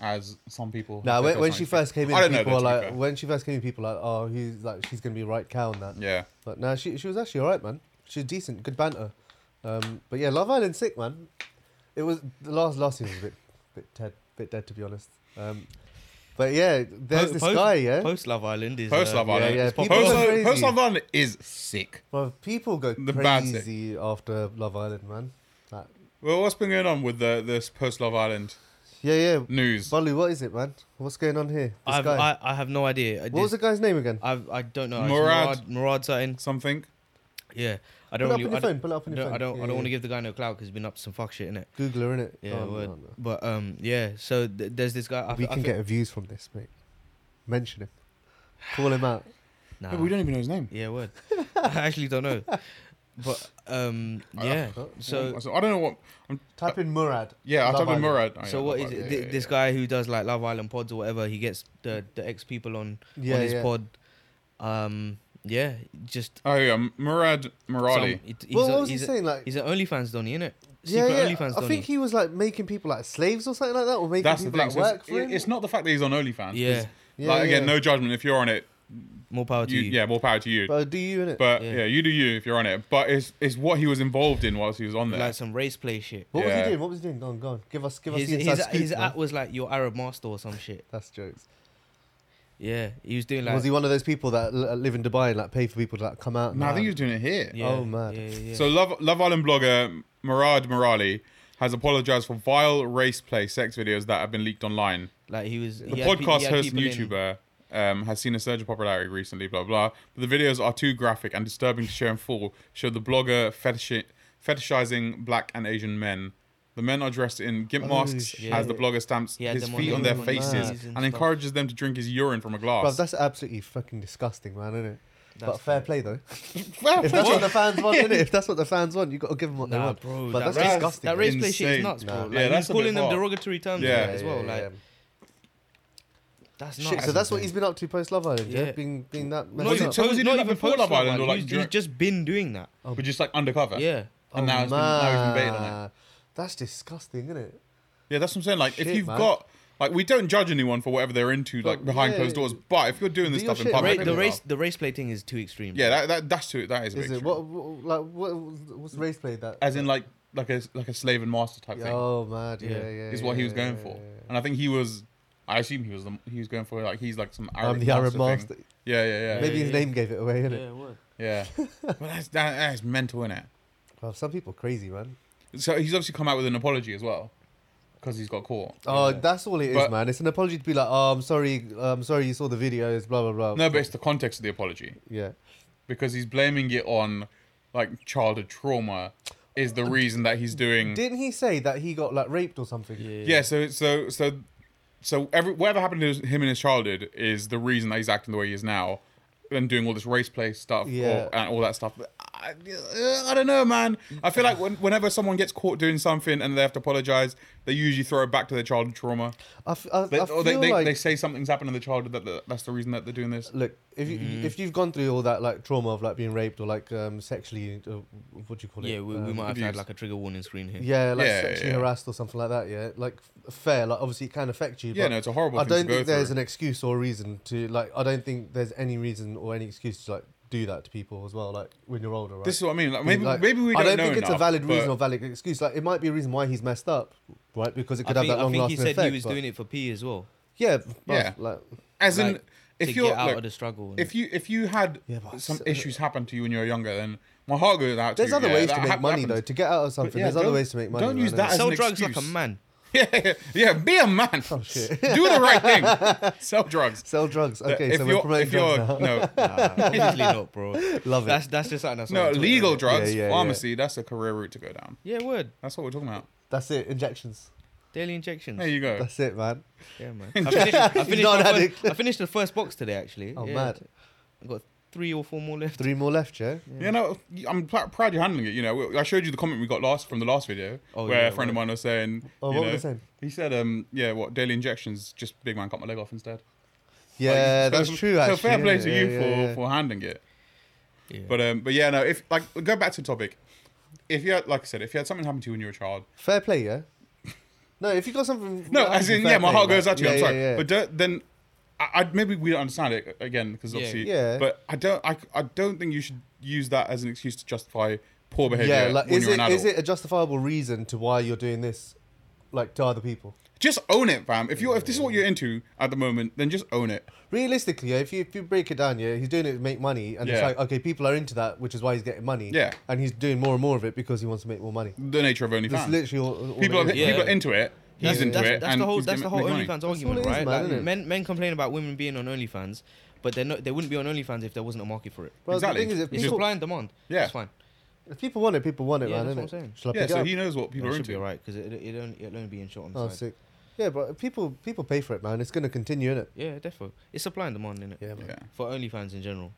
Speaker 2: as some people.
Speaker 3: Now,
Speaker 2: have
Speaker 3: when,
Speaker 2: their
Speaker 3: when she
Speaker 2: personalities.
Speaker 3: first came in,
Speaker 2: I don't know.
Speaker 3: people were
Speaker 2: though, to
Speaker 3: like,
Speaker 2: be
Speaker 3: when she first came in, people were like, oh, he's like, she's gonna be right cow on that.
Speaker 2: fair. yeah,
Speaker 3: But no, she she was actually alright, man. She's decent, good banter. Um, but yeah, Love Island sick, man. It was the last last season was a bit bit dead, bit dead to be honest. Um, but yeah, there's
Speaker 1: Po-
Speaker 3: this
Speaker 1: post,
Speaker 3: guy, yeah.
Speaker 1: Post Love Island is.
Speaker 2: post
Speaker 1: uh,
Speaker 2: Love
Speaker 3: yeah,
Speaker 2: Island.
Speaker 3: yeah,
Speaker 2: is pop-
Speaker 3: people
Speaker 2: Post
Speaker 3: are
Speaker 2: Love-
Speaker 3: crazy.
Speaker 2: Post Love Island is sick.
Speaker 3: Well, people go
Speaker 2: The bad sick.
Speaker 3: crazy after Love Island, man. Like,
Speaker 2: Well, what's been going on with the this post Love Island
Speaker 3: Yeah, yeah.
Speaker 2: news?
Speaker 3: Balu, what is it, man? What's going on here? This
Speaker 1: I've,
Speaker 3: guy.
Speaker 1: I, I have no idea. I
Speaker 3: what was the guy's name again?
Speaker 1: I've, I don't know. It's
Speaker 2: Murad.
Speaker 1: Murad. Murad something.
Speaker 2: Something.
Speaker 1: Yeah. I
Speaker 3: Pull
Speaker 1: don't
Speaker 3: it up on
Speaker 1: really.
Speaker 3: your
Speaker 1: I don't,
Speaker 3: phone. Pull it up on your
Speaker 1: no,
Speaker 3: phone.
Speaker 1: I
Speaker 3: Yeah,
Speaker 1: don't. I don't
Speaker 3: yeah.
Speaker 1: want to give the guy no clout because he's been up to some fuck shit in it.
Speaker 3: Googler, innit?
Speaker 1: Yeah.
Speaker 3: Oh,
Speaker 1: word.
Speaker 3: no, no.
Speaker 1: But um, yeah. So th- there's this guy. I,
Speaker 3: We
Speaker 1: I
Speaker 3: can
Speaker 1: think-
Speaker 3: get views from this, mate. Mention him. Call him out.
Speaker 1: Nah.
Speaker 2: No, we don't even know his name.
Speaker 1: Yeah, word. I actually don't know. But um,
Speaker 2: Uh,
Speaker 1: yeah. So
Speaker 2: So I don't know what. I'm,
Speaker 3: Type in Murad.
Speaker 2: yeah, I
Speaker 3: Love
Speaker 2: typed in
Speaker 3: Island.
Speaker 2: Murad. Oh,
Speaker 1: so
Speaker 2: yeah,
Speaker 1: what
Speaker 2: Love
Speaker 1: is it?
Speaker 2: Island,
Speaker 1: Th-
Speaker 2: yeah,
Speaker 1: this
Speaker 2: yeah,
Speaker 1: guy who does like Love Island pods or whatever, he gets the the ex people on
Speaker 3: Yeah,
Speaker 1: on his
Speaker 3: yeah.
Speaker 1: pod. Um, yeah, just.
Speaker 2: yeah. Oh yeah, Murad Murali.
Speaker 1: some- he- he's
Speaker 3: Well,
Speaker 1: a-
Speaker 3: what was he
Speaker 1: he's a-
Speaker 3: saying? Like,
Speaker 1: He's an OnlyFans Donny, innit?
Speaker 3: yeah,
Speaker 1: Secret
Speaker 3: yeah.
Speaker 1: OnlyFans
Speaker 3: I
Speaker 1: Donny.
Speaker 3: think he was like making people like slaves or something like that, or making
Speaker 2: That's the
Speaker 3: people
Speaker 2: thing.
Speaker 3: like
Speaker 2: So
Speaker 3: work
Speaker 2: it's,
Speaker 3: for him.
Speaker 2: it's not the fact that he's on OnlyFans.
Speaker 1: yeah,
Speaker 3: Yeah,
Speaker 2: like again,
Speaker 3: yeah.
Speaker 2: no judgment. If you're on it,
Speaker 1: more power to
Speaker 2: you,
Speaker 1: you.
Speaker 2: yeah, more power to you. But,
Speaker 3: But do you in it?
Speaker 1: Yeah.
Speaker 2: yeah. you do you if you're on it. But it's it's what he was involved in whilst he was on there.
Speaker 1: Like some race play shit.
Speaker 3: What was
Speaker 2: Yeah.
Speaker 3: he doing? What was he doing? Go on, go on. Give us, give us
Speaker 1: His,
Speaker 3: the
Speaker 1: his,
Speaker 3: inside
Speaker 1: his,
Speaker 3: scoop. man.
Speaker 1: app was like your Arab master or some shit.
Speaker 3: That's jokes.
Speaker 1: Yeah, he was doing like.
Speaker 3: was he one of those people that l- live in Dubai and like pay for people to like come out? and,
Speaker 2: no, I think
Speaker 3: like-
Speaker 2: he was doing it here.
Speaker 1: Yeah,
Speaker 3: Oh, mad.
Speaker 1: Yeah, yeah, yeah.
Speaker 2: So Love Love Island blogger Murad Murali has apologized for vile race play sex videos that have been leaked online.
Speaker 1: like he was.
Speaker 2: The podcast host and YouTuber um, has seen a surge of popularity recently, blah, blah. But the videos are too graphic and disturbing to share in full, show the blogger fetish- fetishizing black and Asian men. The men are dressed in gimp
Speaker 3: Oh,
Speaker 2: masks
Speaker 1: shit.
Speaker 2: as the blogger stamps
Speaker 1: He had
Speaker 2: his
Speaker 1: them on
Speaker 2: feet
Speaker 1: the-
Speaker 2: on their
Speaker 1: on the
Speaker 2: faces and,
Speaker 1: knees and stuff.
Speaker 2: encourages them to drink his urine from a
Speaker 3: Bruv,
Speaker 2: glass.
Speaker 3: that's absolutely fucking disgusting, man, isn't it?
Speaker 1: That's
Speaker 3: but fair
Speaker 1: fair.
Speaker 3: play though.
Speaker 2: Well,
Speaker 3: If that's what the fans want, innit? If that's what the fans want, you got to give them what they
Speaker 1: Nah,
Speaker 3: want.
Speaker 1: bro,
Speaker 3: but
Speaker 1: that
Speaker 3: that's
Speaker 1: race,
Speaker 3: disgusting.
Speaker 1: That race play shit is
Speaker 2: Insane.
Speaker 1: nuts, bro.
Speaker 3: Nah.
Speaker 1: Like,
Speaker 2: Yeah,
Speaker 1: he's
Speaker 2: that's a bit
Speaker 1: calling them
Speaker 2: far.
Speaker 1: derogatory terms
Speaker 2: Yeah.
Speaker 1: yeah, as well.
Speaker 3: yeah,
Speaker 1: like
Speaker 3: yeah.
Speaker 1: that's nuts.
Speaker 3: Shit, so that's what he's been up to post Love Island, yeah?
Speaker 1: Yeah.
Speaker 3: Being, being that
Speaker 1: Not
Speaker 2: Was he
Speaker 3: messed
Speaker 1: even,
Speaker 3: up.
Speaker 2: so was he
Speaker 1: not
Speaker 2: doing that
Speaker 1: even
Speaker 2: before
Speaker 1: post
Speaker 2: Love Island or, like, Oh.
Speaker 1: he's,
Speaker 2: during-
Speaker 1: he's just been doing that.
Speaker 2: but just like undercover.
Speaker 1: Yeah,
Speaker 3: Oh,
Speaker 2: Oh, And now, it's been, now he's been baited on it.
Speaker 3: man. That's disgusting, isn't it?
Speaker 2: Yeah, that's what I'm saying. Like, if
Speaker 3: Shit,
Speaker 2: you've
Speaker 3: man.
Speaker 2: got like, we don't judge anyone for whatever they're into, like
Speaker 3: But,
Speaker 2: behind
Speaker 3: yeah,
Speaker 2: closed doors. But if you're doing this
Speaker 3: do your
Speaker 2: stuff in
Speaker 3: shit.
Speaker 1: the,
Speaker 3: Ra-
Speaker 2: public,
Speaker 1: ra-
Speaker 2: it's
Speaker 1: the
Speaker 2: not.
Speaker 1: race the race play thing is too extreme.
Speaker 2: yeah, that, that that's too that is. A
Speaker 3: Is
Speaker 2: bit
Speaker 3: it what, what like what what's race play that?
Speaker 2: As in, like like a like a slave and master type thing
Speaker 3: oh mad, yeah, yeah,
Speaker 1: Yeah.
Speaker 2: is what he was
Speaker 3: yeah,
Speaker 2: going
Speaker 3: yeah,
Speaker 2: for,
Speaker 3: yeah.
Speaker 2: and I think he was. I assume he was the, he was going for like he's like some Arab
Speaker 3: I'm the Arab
Speaker 2: thing.
Speaker 3: master.
Speaker 2: Yeah, yeah, yeah,
Speaker 3: Maybe his
Speaker 1: yeah.
Speaker 3: name gave it away, innit?
Speaker 1: it was.
Speaker 2: yeah. well, that's that, that's mental, innit?
Speaker 3: Bruv, some people crazy, man.
Speaker 2: So he's obviously come out with an apology as well, because he's got caught.
Speaker 3: Oh, that's all it is,
Speaker 2: But-
Speaker 3: man. It's an apology to be like, oh, I'm sorry, I'm sorry you saw the videos, blah blah blah.
Speaker 2: No, but it's the context of the apology
Speaker 3: yeah.
Speaker 2: because he's blaming it on like childhood trauma is the reason that he's doing.
Speaker 3: Didn't he say that he got like raped or something?
Speaker 1: Yeah,
Speaker 2: Yeah, so so so so every whatever happened to his- him in his childhood is the reason that he's acting the way he is now and doing all this race play stuff
Speaker 3: Yeah.
Speaker 2: or, and all that stuff. I, I don't know, man. I feel like when, whenever someone gets caught doing something and they have to apologize, they usually throw it back to their childhood trauma.
Speaker 3: I, f- I,
Speaker 2: They,
Speaker 3: I
Speaker 2: or
Speaker 3: feel
Speaker 2: they, they,
Speaker 3: like
Speaker 2: they say something's happened in the childhood that that- that's the reason that they're doing this.
Speaker 3: look if you
Speaker 1: Mm-hmm.
Speaker 3: if you've gone through all that like trauma of like being raped or like um sexually uh, what do you call it?
Speaker 1: yeah. We, we
Speaker 3: Um,
Speaker 1: might have had
Speaker 2: abuse.
Speaker 1: like a trigger warning screen here.
Speaker 3: Yeah, like
Speaker 2: Yeah,
Speaker 3: sexually
Speaker 2: yeah.
Speaker 3: harassed or something like that. Yeah, like f- fair. Like obviously it can affect you.
Speaker 2: Yeah,
Speaker 3: but
Speaker 2: no, it's a horrible
Speaker 3: I
Speaker 2: thing
Speaker 3: don't
Speaker 2: to go
Speaker 3: think there's
Speaker 2: through.
Speaker 3: an excuse or a reason to like. I don't think there's any reason or any excuse to like do that to people as well. Like when you're older, right?
Speaker 2: This is what I mean. Like, maybe
Speaker 3: Like,
Speaker 2: maybe we
Speaker 3: I
Speaker 2: don't,
Speaker 3: don't
Speaker 2: know
Speaker 3: think it's a
Speaker 2: enough,
Speaker 3: valid
Speaker 2: but-
Speaker 3: reason or valid excuse. Like it might be a reason why he's messed up, right? Because it
Speaker 1: I
Speaker 3: could
Speaker 1: think,
Speaker 3: have that
Speaker 1: I
Speaker 3: long
Speaker 1: think he
Speaker 3: lasting
Speaker 1: said
Speaker 3: effect.
Speaker 1: he was
Speaker 3: but-
Speaker 1: doing it for P as well.
Speaker 3: yeah, but,
Speaker 2: Yeah.
Speaker 3: Like,
Speaker 2: as in
Speaker 1: like,
Speaker 2: if
Speaker 1: to
Speaker 2: you're
Speaker 1: get out
Speaker 2: look,
Speaker 1: of the struggle. and-
Speaker 2: if you if you had
Speaker 3: Yeah, but
Speaker 2: some
Speaker 3: so-
Speaker 2: issues happen to you when you were younger, then my heart goes out. to
Speaker 3: there's
Speaker 2: you.
Speaker 3: other
Speaker 2: Yeah,
Speaker 3: ways to
Speaker 2: that
Speaker 3: make
Speaker 2: hap-
Speaker 3: money
Speaker 2: happens.
Speaker 3: though. To get out of something,
Speaker 2: yeah,
Speaker 3: there's other
Speaker 2: don't-
Speaker 3: ways to make money.
Speaker 2: don't
Speaker 3: man,
Speaker 2: use
Speaker 3: innit?
Speaker 2: that as
Speaker 1: sell
Speaker 2: an
Speaker 1: drugs like a
Speaker 2: excuse.
Speaker 1: man.
Speaker 2: Yeah, yeah, be a man.
Speaker 3: Oh, shit.
Speaker 2: Do the right thing. Sell drugs.
Speaker 3: Sell drugs. Okay,
Speaker 2: if
Speaker 3: so we're
Speaker 2: you're, if
Speaker 3: promoting
Speaker 2: you're
Speaker 3: drugs now.
Speaker 2: no,
Speaker 1: Nah, obviously not, bro.
Speaker 3: Love it.
Speaker 1: That's that's just something that's
Speaker 2: no
Speaker 1: on Twitter,
Speaker 2: legal
Speaker 1: innit?
Speaker 2: drugs,
Speaker 3: Yeah, yeah, yeah.
Speaker 2: pharmacy. That's a career route to go down.
Speaker 1: Yeah, word.
Speaker 2: That's what we're talking about.
Speaker 3: That's it. Injections.
Speaker 1: Daily injections.
Speaker 2: There you go.
Speaker 3: That's it, man.
Speaker 1: Yeah, man. I finished, I, finished
Speaker 3: not
Speaker 1: my
Speaker 3: an
Speaker 1: first-
Speaker 3: addict.
Speaker 1: I finished the first box today, actually.
Speaker 3: Oh,
Speaker 1: yeah.
Speaker 3: mad.
Speaker 1: I've got three or four more left.
Speaker 3: Three more left, yeah.
Speaker 2: You know, I'm pr- proud you're handling it. You know, I showed you the comment we got last from the last video
Speaker 1: Oh,
Speaker 2: where
Speaker 1: yeah,
Speaker 2: a friend of
Speaker 1: right.
Speaker 2: mine was saying,
Speaker 3: Oh,
Speaker 2: you
Speaker 3: what were
Speaker 2: know,
Speaker 3: they saying?
Speaker 2: he said, um, yeah, what daily injections? Just big man cut my leg off instead.
Speaker 3: Yeah,
Speaker 2: Like, so-
Speaker 3: that's true.
Speaker 2: So
Speaker 3: Actually,
Speaker 2: fair play
Speaker 3: innit?
Speaker 2: to
Speaker 3: Yeah,
Speaker 2: you
Speaker 3: yeah,
Speaker 2: for
Speaker 3: yeah.
Speaker 2: for handling it.
Speaker 1: Yeah.
Speaker 2: But um, but yeah, no. If like go back to the topic, if you had, like I said, if you had something happen to you when you were a child,
Speaker 3: fair play, yeah. No, if you got something.
Speaker 2: no,
Speaker 3: that
Speaker 2: as
Speaker 3: happens,
Speaker 2: in
Speaker 3: fair
Speaker 2: yeah, my
Speaker 3: play,
Speaker 2: heart
Speaker 3: man.
Speaker 2: goes out to you.
Speaker 3: Yeah,
Speaker 2: I'm
Speaker 3: yeah,
Speaker 2: sorry,
Speaker 3: yeah.
Speaker 2: but don't, then I, I maybe we don't understand it again because
Speaker 1: Yeah.
Speaker 2: obviously,
Speaker 3: Yeah.
Speaker 2: But I don't, I, I don't think you should use that as an excuse to justify poor behavior
Speaker 3: yeah, like
Speaker 2: when
Speaker 3: is
Speaker 2: you're an
Speaker 3: it
Speaker 2: adult.
Speaker 3: is it a justifiable reason to why you're doing this like to other people.
Speaker 2: Just own it, fam. If you if this is what you're into at the moment, then just own it.
Speaker 3: Realistically, yeah, if you if you break it down, yeah, he's doing it to make money, and it's
Speaker 2: Yeah.
Speaker 3: like okay, people are into that, which is why he's getting money.
Speaker 2: Yeah.
Speaker 3: and he's doing more and more of it because he wants to make more money.
Speaker 2: The nature of OnlyFans.
Speaker 3: That's literally all. all
Speaker 2: people,
Speaker 3: it
Speaker 2: are,
Speaker 3: is.
Speaker 1: Yeah.
Speaker 2: people are into it. He's
Speaker 1: that's,
Speaker 2: into
Speaker 1: that's,
Speaker 2: it.
Speaker 1: That's
Speaker 2: and
Speaker 1: the whole.
Speaker 2: he's
Speaker 1: That's
Speaker 2: gonna
Speaker 1: the whole
Speaker 2: make money.
Speaker 1: OnlyFans
Speaker 3: all
Speaker 1: argument,
Speaker 3: it is,
Speaker 1: right?
Speaker 3: man,
Speaker 1: Like,
Speaker 3: isn't it?
Speaker 1: men men complain about women being on OnlyFans, but they're not. They wouldn't be on OnlyFans if there wasn't a market for it.
Speaker 3: Well,
Speaker 2: Exactly.
Speaker 3: The thing is, if
Speaker 1: It's
Speaker 3: people,
Speaker 1: supply and demand.
Speaker 2: Yeah.
Speaker 1: it's fine.
Speaker 3: if people want it, people want it,
Speaker 1: Yeah,
Speaker 3: man.
Speaker 1: that's
Speaker 3: innit?
Speaker 1: what I'm saying.
Speaker 3: Shall I
Speaker 2: Yeah,
Speaker 3: pick
Speaker 2: so
Speaker 3: it up?
Speaker 2: he knows what people
Speaker 1: People
Speaker 2: are
Speaker 1: should be
Speaker 2: into.
Speaker 1: alright because it it only it'll only be in short on the
Speaker 3: Oh,
Speaker 1: side.
Speaker 3: sick. Yeah, but people people pay for it, man. It's gonna continue, innit?
Speaker 1: Yeah, defo. It's supply and demand, innit?
Speaker 3: Yeah, man.
Speaker 2: Yeah.
Speaker 1: For OnlyFans in general.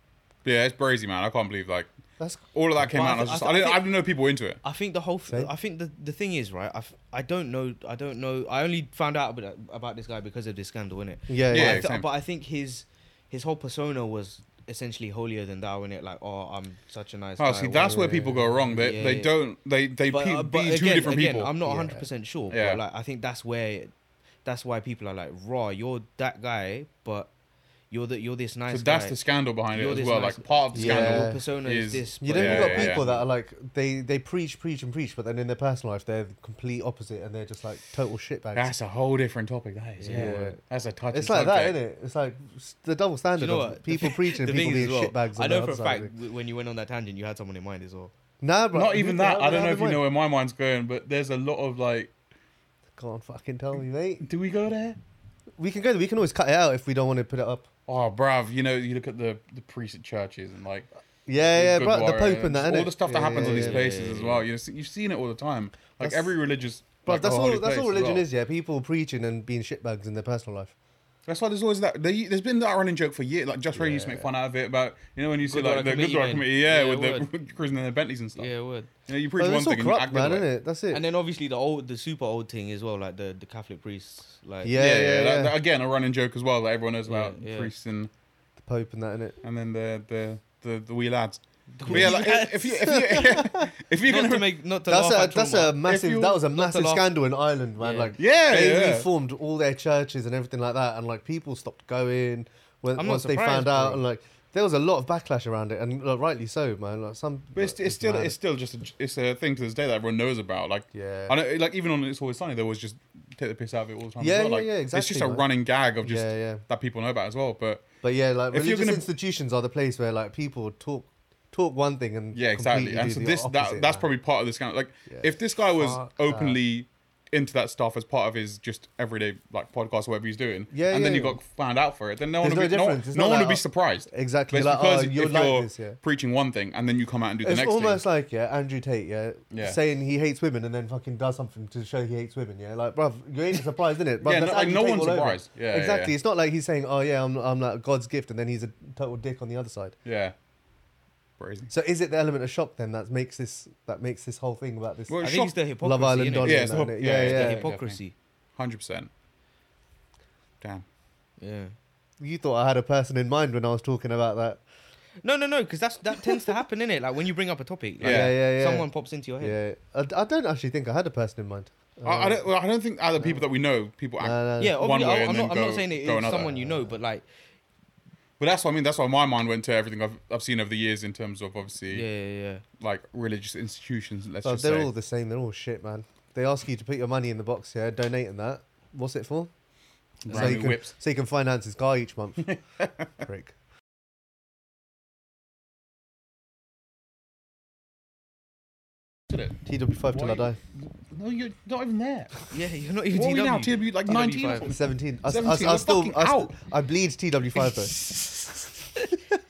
Speaker 2: yeah, it's brazy, man. I can't believe like
Speaker 3: That's
Speaker 2: all of that came
Speaker 1: Well, I
Speaker 2: out. And I was just,
Speaker 1: thi- I
Speaker 2: I,
Speaker 1: thi-
Speaker 2: didn't,
Speaker 1: I
Speaker 2: I didn't know people were into it.
Speaker 1: I think the whole. F-
Speaker 3: Same.
Speaker 1: I think the the thing is right. I, f- I don't know. I don't know. I only found out about, about this guy because of this scandal, innit?
Speaker 3: yeah,
Speaker 1: But,
Speaker 3: yeah.
Speaker 1: I
Speaker 2: Yeah,
Speaker 1: th-
Speaker 2: same.
Speaker 1: but I think his his whole persona was essentially holier than thou, innit? Like, oh, I'm such a nice.
Speaker 2: Oh,
Speaker 1: guy,
Speaker 2: see, that's where
Speaker 3: yeah,
Speaker 2: people go wrong. They
Speaker 1: yeah,
Speaker 2: they
Speaker 1: yeah.
Speaker 2: don't they they
Speaker 1: but,
Speaker 2: pe-
Speaker 1: uh,
Speaker 2: be
Speaker 1: but
Speaker 2: two
Speaker 1: again,
Speaker 2: different
Speaker 1: again,
Speaker 2: people.
Speaker 1: I'm not
Speaker 3: Yeah.
Speaker 1: 100 percent sure.
Speaker 2: Yeah.
Speaker 1: But like I think that's where that's why people are like, raw. You're that guy, but you're the you're this nice
Speaker 2: so that's
Speaker 1: guy.
Speaker 2: the scandal behind
Speaker 1: You're
Speaker 2: it as
Speaker 1: this
Speaker 2: well.
Speaker 1: nice-
Speaker 2: like part of the
Speaker 3: Yeah.
Speaker 2: scandal.
Speaker 1: Your persona
Speaker 2: is-
Speaker 1: is, this.
Speaker 3: You
Speaker 1: but-
Speaker 3: know,
Speaker 2: Yeah,
Speaker 3: you've got
Speaker 2: yeah, yeah.
Speaker 3: people that are like they they preach, preach, and preach, but then in their personal life they're the complete opposite, and they're just like total shitbags.
Speaker 2: That's a whole different topic. That is. Yeah.
Speaker 3: Yeah.
Speaker 2: That's a touchy
Speaker 3: it's like that,
Speaker 2: subject.
Speaker 3: isn't it? It's like s- the double standard
Speaker 1: Do you know
Speaker 3: of
Speaker 1: what?
Speaker 3: people preaching,
Speaker 1: The
Speaker 3: and people
Speaker 1: thing is
Speaker 3: being
Speaker 1: as well,
Speaker 3: shitbags.
Speaker 1: I
Speaker 3: on
Speaker 1: know
Speaker 3: the
Speaker 1: for a
Speaker 3: other
Speaker 1: fact
Speaker 3: side.
Speaker 1: w- when you went on that tangent, you had someone in mind as well.
Speaker 3: Nah, bro.
Speaker 2: Not even that. I don't know if you know
Speaker 3: it.
Speaker 2: where my mind's going, but there's a lot of like,
Speaker 3: Can't fucking tell me, mate.
Speaker 2: do we go there?
Speaker 3: We can go. We can always cut it out if we don't want to put it up.
Speaker 2: Oh, bruv, you know, you look at the the priests at churches and like
Speaker 3: Yeah, yeah,
Speaker 2: good
Speaker 3: bro. The
Speaker 2: warrior
Speaker 3: Pope and that.
Speaker 2: all
Speaker 3: innit?
Speaker 2: the stuff that
Speaker 3: Yeah,
Speaker 2: happens
Speaker 3: yeah,
Speaker 2: in these
Speaker 3: yeah.
Speaker 2: places
Speaker 1: yeah,
Speaker 2: as
Speaker 1: yeah.
Speaker 2: well. You know, see- you've seen it all the time. Like
Speaker 3: That's-
Speaker 2: every religious,
Speaker 3: But
Speaker 2: like,
Speaker 3: that's all.
Speaker 2: holy
Speaker 3: That's
Speaker 2: place
Speaker 3: all
Speaker 2: as
Speaker 3: religion
Speaker 2: well.
Speaker 3: is. Yeah, people preaching and being shitbags in their personal life.
Speaker 2: That's why there's always that. There, there's been that running joke for years. Like Just Ray used to
Speaker 3: Yeah.
Speaker 2: make fun out of it about you know when you see
Speaker 1: Good
Speaker 2: like
Speaker 1: Warrior
Speaker 2: the Good
Speaker 1: Committee
Speaker 2: Drive
Speaker 1: men.
Speaker 2: Committee, yeah,
Speaker 1: Yeah,
Speaker 2: with the cruising in their Bentleys and stuff.
Speaker 1: Yeah, word.
Speaker 2: You know, you preach
Speaker 3: But
Speaker 2: one
Speaker 3: it's all
Speaker 2: thing and you
Speaker 3: corrupt,
Speaker 2: act
Speaker 3: man,
Speaker 2: like
Speaker 3: isn't it? That's it.
Speaker 1: And then obviously the old, the super old thing as well, like the the Catholic priests, like
Speaker 3: Yeah.
Speaker 2: Yeah, yeah, yeah. That,
Speaker 3: yeah.
Speaker 2: that- again, a running joke as well that everyone knows about
Speaker 1: Yeah, yeah.
Speaker 2: priests and
Speaker 3: the Pope and that. Innit?
Speaker 2: and then the the the, the wee lads.
Speaker 1: The
Speaker 2: But yeah, like,
Speaker 1: lads.
Speaker 2: if you if you if you're
Speaker 1: not to
Speaker 2: gonna
Speaker 1: make not to laugh
Speaker 3: That's
Speaker 1: at
Speaker 3: a that's
Speaker 1: trauma.
Speaker 3: a massive.
Speaker 2: you-
Speaker 3: that was a
Speaker 1: not to
Speaker 3: massive
Speaker 1: laugh-
Speaker 3: scandal in Ireland, man.
Speaker 1: Yeah.
Speaker 3: Like
Speaker 2: yeah,
Speaker 3: they
Speaker 2: yeah.
Speaker 3: reformed all their churches and everything like that, and like people stopped going when,
Speaker 1: I'm not
Speaker 3: once they
Speaker 1: surprised,
Speaker 3: found out,
Speaker 1: bro.
Speaker 3: and like there was a lot of backlash around it, and like, rightly so, man. Like some,
Speaker 2: But it's,
Speaker 3: like,
Speaker 2: it's still
Speaker 3: mad.
Speaker 2: it's still just a, it's a thing to this day that everyone knows about. Like
Speaker 3: Yeah.
Speaker 2: I know like even on It's Always Sunny, they always just take the piss out of it all the time. as
Speaker 3: Yeah,
Speaker 2: well.
Speaker 3: yeah,
Speaker 2: Like,
Speaker 3: yeah,
Speaker 2: It's just
Speaker 3: exactly,
Speaker 2: a
Speaker 3: man.
Speaker 2: running gag of just
Speaker 3: Yeah, yeah.
Speaker 2: that people know about as well. But
Speaker 3: but yeah, like
Speaker 2: if you're
Speaker 3: religious
Speaker 2: gonna-
Speaker 3: institutions are the place where like people talk talk one thing and
Speaker 2: yeah, exactly.
Speaker 3: completely
Speaker 2: And
Speaker 3: do
Speaker 2: so
Speaker 3: the
Speaker 2: this
Speaker 3: opposite,
Speaker 2: that that's
Speaker 3: man.
Speaker 2: probably part of this kind of like
Speaker 3: Yeah.
Speaker 2: if this guy was
Speaker 3: Fuck that.
Speaker 2: openly into that stuff as part of his just everyday like podcast or whatever he's doing,
Speaker 3: Yeah,
Speaker 2: and then
Speaker 3: yeah.
Speaker 2: you got found out for it, then no one
Speaker 3: There's
Speaker 2: would be
Speaker 3: no
Speaker 2: no, one-
Speaker 3: difference. It's
Speaker 2: no
Speaker 3: not
Speaker 2: one
Speaker 3: like,
Speaker 2: would be
Speaker 3: oh,
Speaker 2: surprised. But
Speaker 3: exactly
Speaker 2: it's
Speaker 3: like oh,
Speaker 2: because
Speaker 3: you're
Speaker 2: if
Speaker 3: like
Speaker 2: you're
Speaker 3: this, yeah.
Speaker 2: preaching one thing and then you come out and do the
Speaker 3: It's
Speaker 2: next thing,
Speaker 3: almost like yeah, Andrew Tate, yeah,
Speaker 2: Yeah.
Speaker 3: saying he hates women and then fucking does something to show he hates women, yeah. Like, bruv, you ain't surprised, innit? Bruv,
Speaker 2: Yeah,
Speaker 3: that's
Speaker 2: no- like,
Speaker 3: Andrew
Speaker 2: no
Speaker 3: Tate
Speaker 2: one's
Speaker 3: all over.
Speaker 2: surprised. Yeah, yeah,
Speaker 3: exactly.
Speaker 2: yeah.
Speaker 3: It's not like he's saying, "Oh yeah, I'm I'm like God's gift," and then he's a total dick on the other side.
Speaker 2: yeah, crazy.
Speaker 3: So is it the element of shock then that makes this that makes this whole thing about this
Speaker 2: Well,
Speaker 1: I
Speaker 2: Shock-
Speaker 1: think it's the hypocrisy.
Speaker 3: Love Island
Speaker 1: innit?
Speaker 3: Don?
Speaker 2: Yeah,
Speaker 3: and
Speaker 2: it's
Speaker 3: that,
Speaker 2: hop-
Speaker 3: innit?
Speaker 2: yeah,
Speaker 3: yeah,
Speaker 2: it's
Speaker 1: the
Speaker 3: yeah.
Speaker 1: hypocrisy.
Speaker 2: Hundred percent. Damn.
Speaker 1: Yeah.
Speaker 3: You thought I had a person in mind when I was talking about that.
Speaker 1: No, no, no, because that's that tends to happen, innit? Like when you bring up a topic,
Speaker 2: Yeah.
Speaker 1: like,
Speaker 3: Yeah, yeah, yeah.
Speaker 1: someone pops into your head.
Speaker 3: Yeah, I, I don't actually think I had a person in mind.
Speaker 2: I, I
Speaker 3: Uh,
Speaker 2: don't. Well, I don't think other people that we know people act.
Speaker 3: no, no, no.
Speaker 1: Yeah,
Speaker 2: One
Speaker 1: obviously,
Speaker 2: way
Speaker 1: I-
Speaker 2: and
Speaker 1: I'm,
Speaker 2: then
Speaker 1: not, I'm
Speaker 2: go-
Speaker 1: not saying that
Speaker 2: go
Speaker 1: it's
Speaker 2: another.
Speaker 1: someone you know, but like,
Speaker 2: But that's what I mean. That's why my mind went to everything I've, I've seen over the years in terms of
Speaker 1: yeah,
Speaker 2: obviously
Speaker 1: yeah, yeah.
Speaker 2: like religious institutions. Let's
Speaker 3: Oh,
Speaker 2: just
Speaker 3: they're
Speaker 2: say.
Speaker 3: all the same. They're all shit, man. They ask you to put your money in the box here, donate and that. What's it for? So
Speaker 2: Grimy
Speaker 3: you, can,
Speaker 2: whips.
Speaker 3: so you can finance his car each month. Prick. TW5 till I
Speaker 2: Why-
Speaker 3: die.
Speaker 2: No, you're not even there.
Speaker 1: Yeah, you're not even
Speaker 2: What are we now?
Speaker 1: TW.
Speaker 2: TW like
Speaker 1: TW5.
Speaker 2: 19 or something?
Speaker 3: 17. I, I-
Speaker 2: 17,
Speaker 3: I,
Speaker 2: I'm
Speaker 3: still,
Speaker 2: fucking
Speaker 3: I,
Speaker 2: out.
Speaker 3: st- I bleed TW5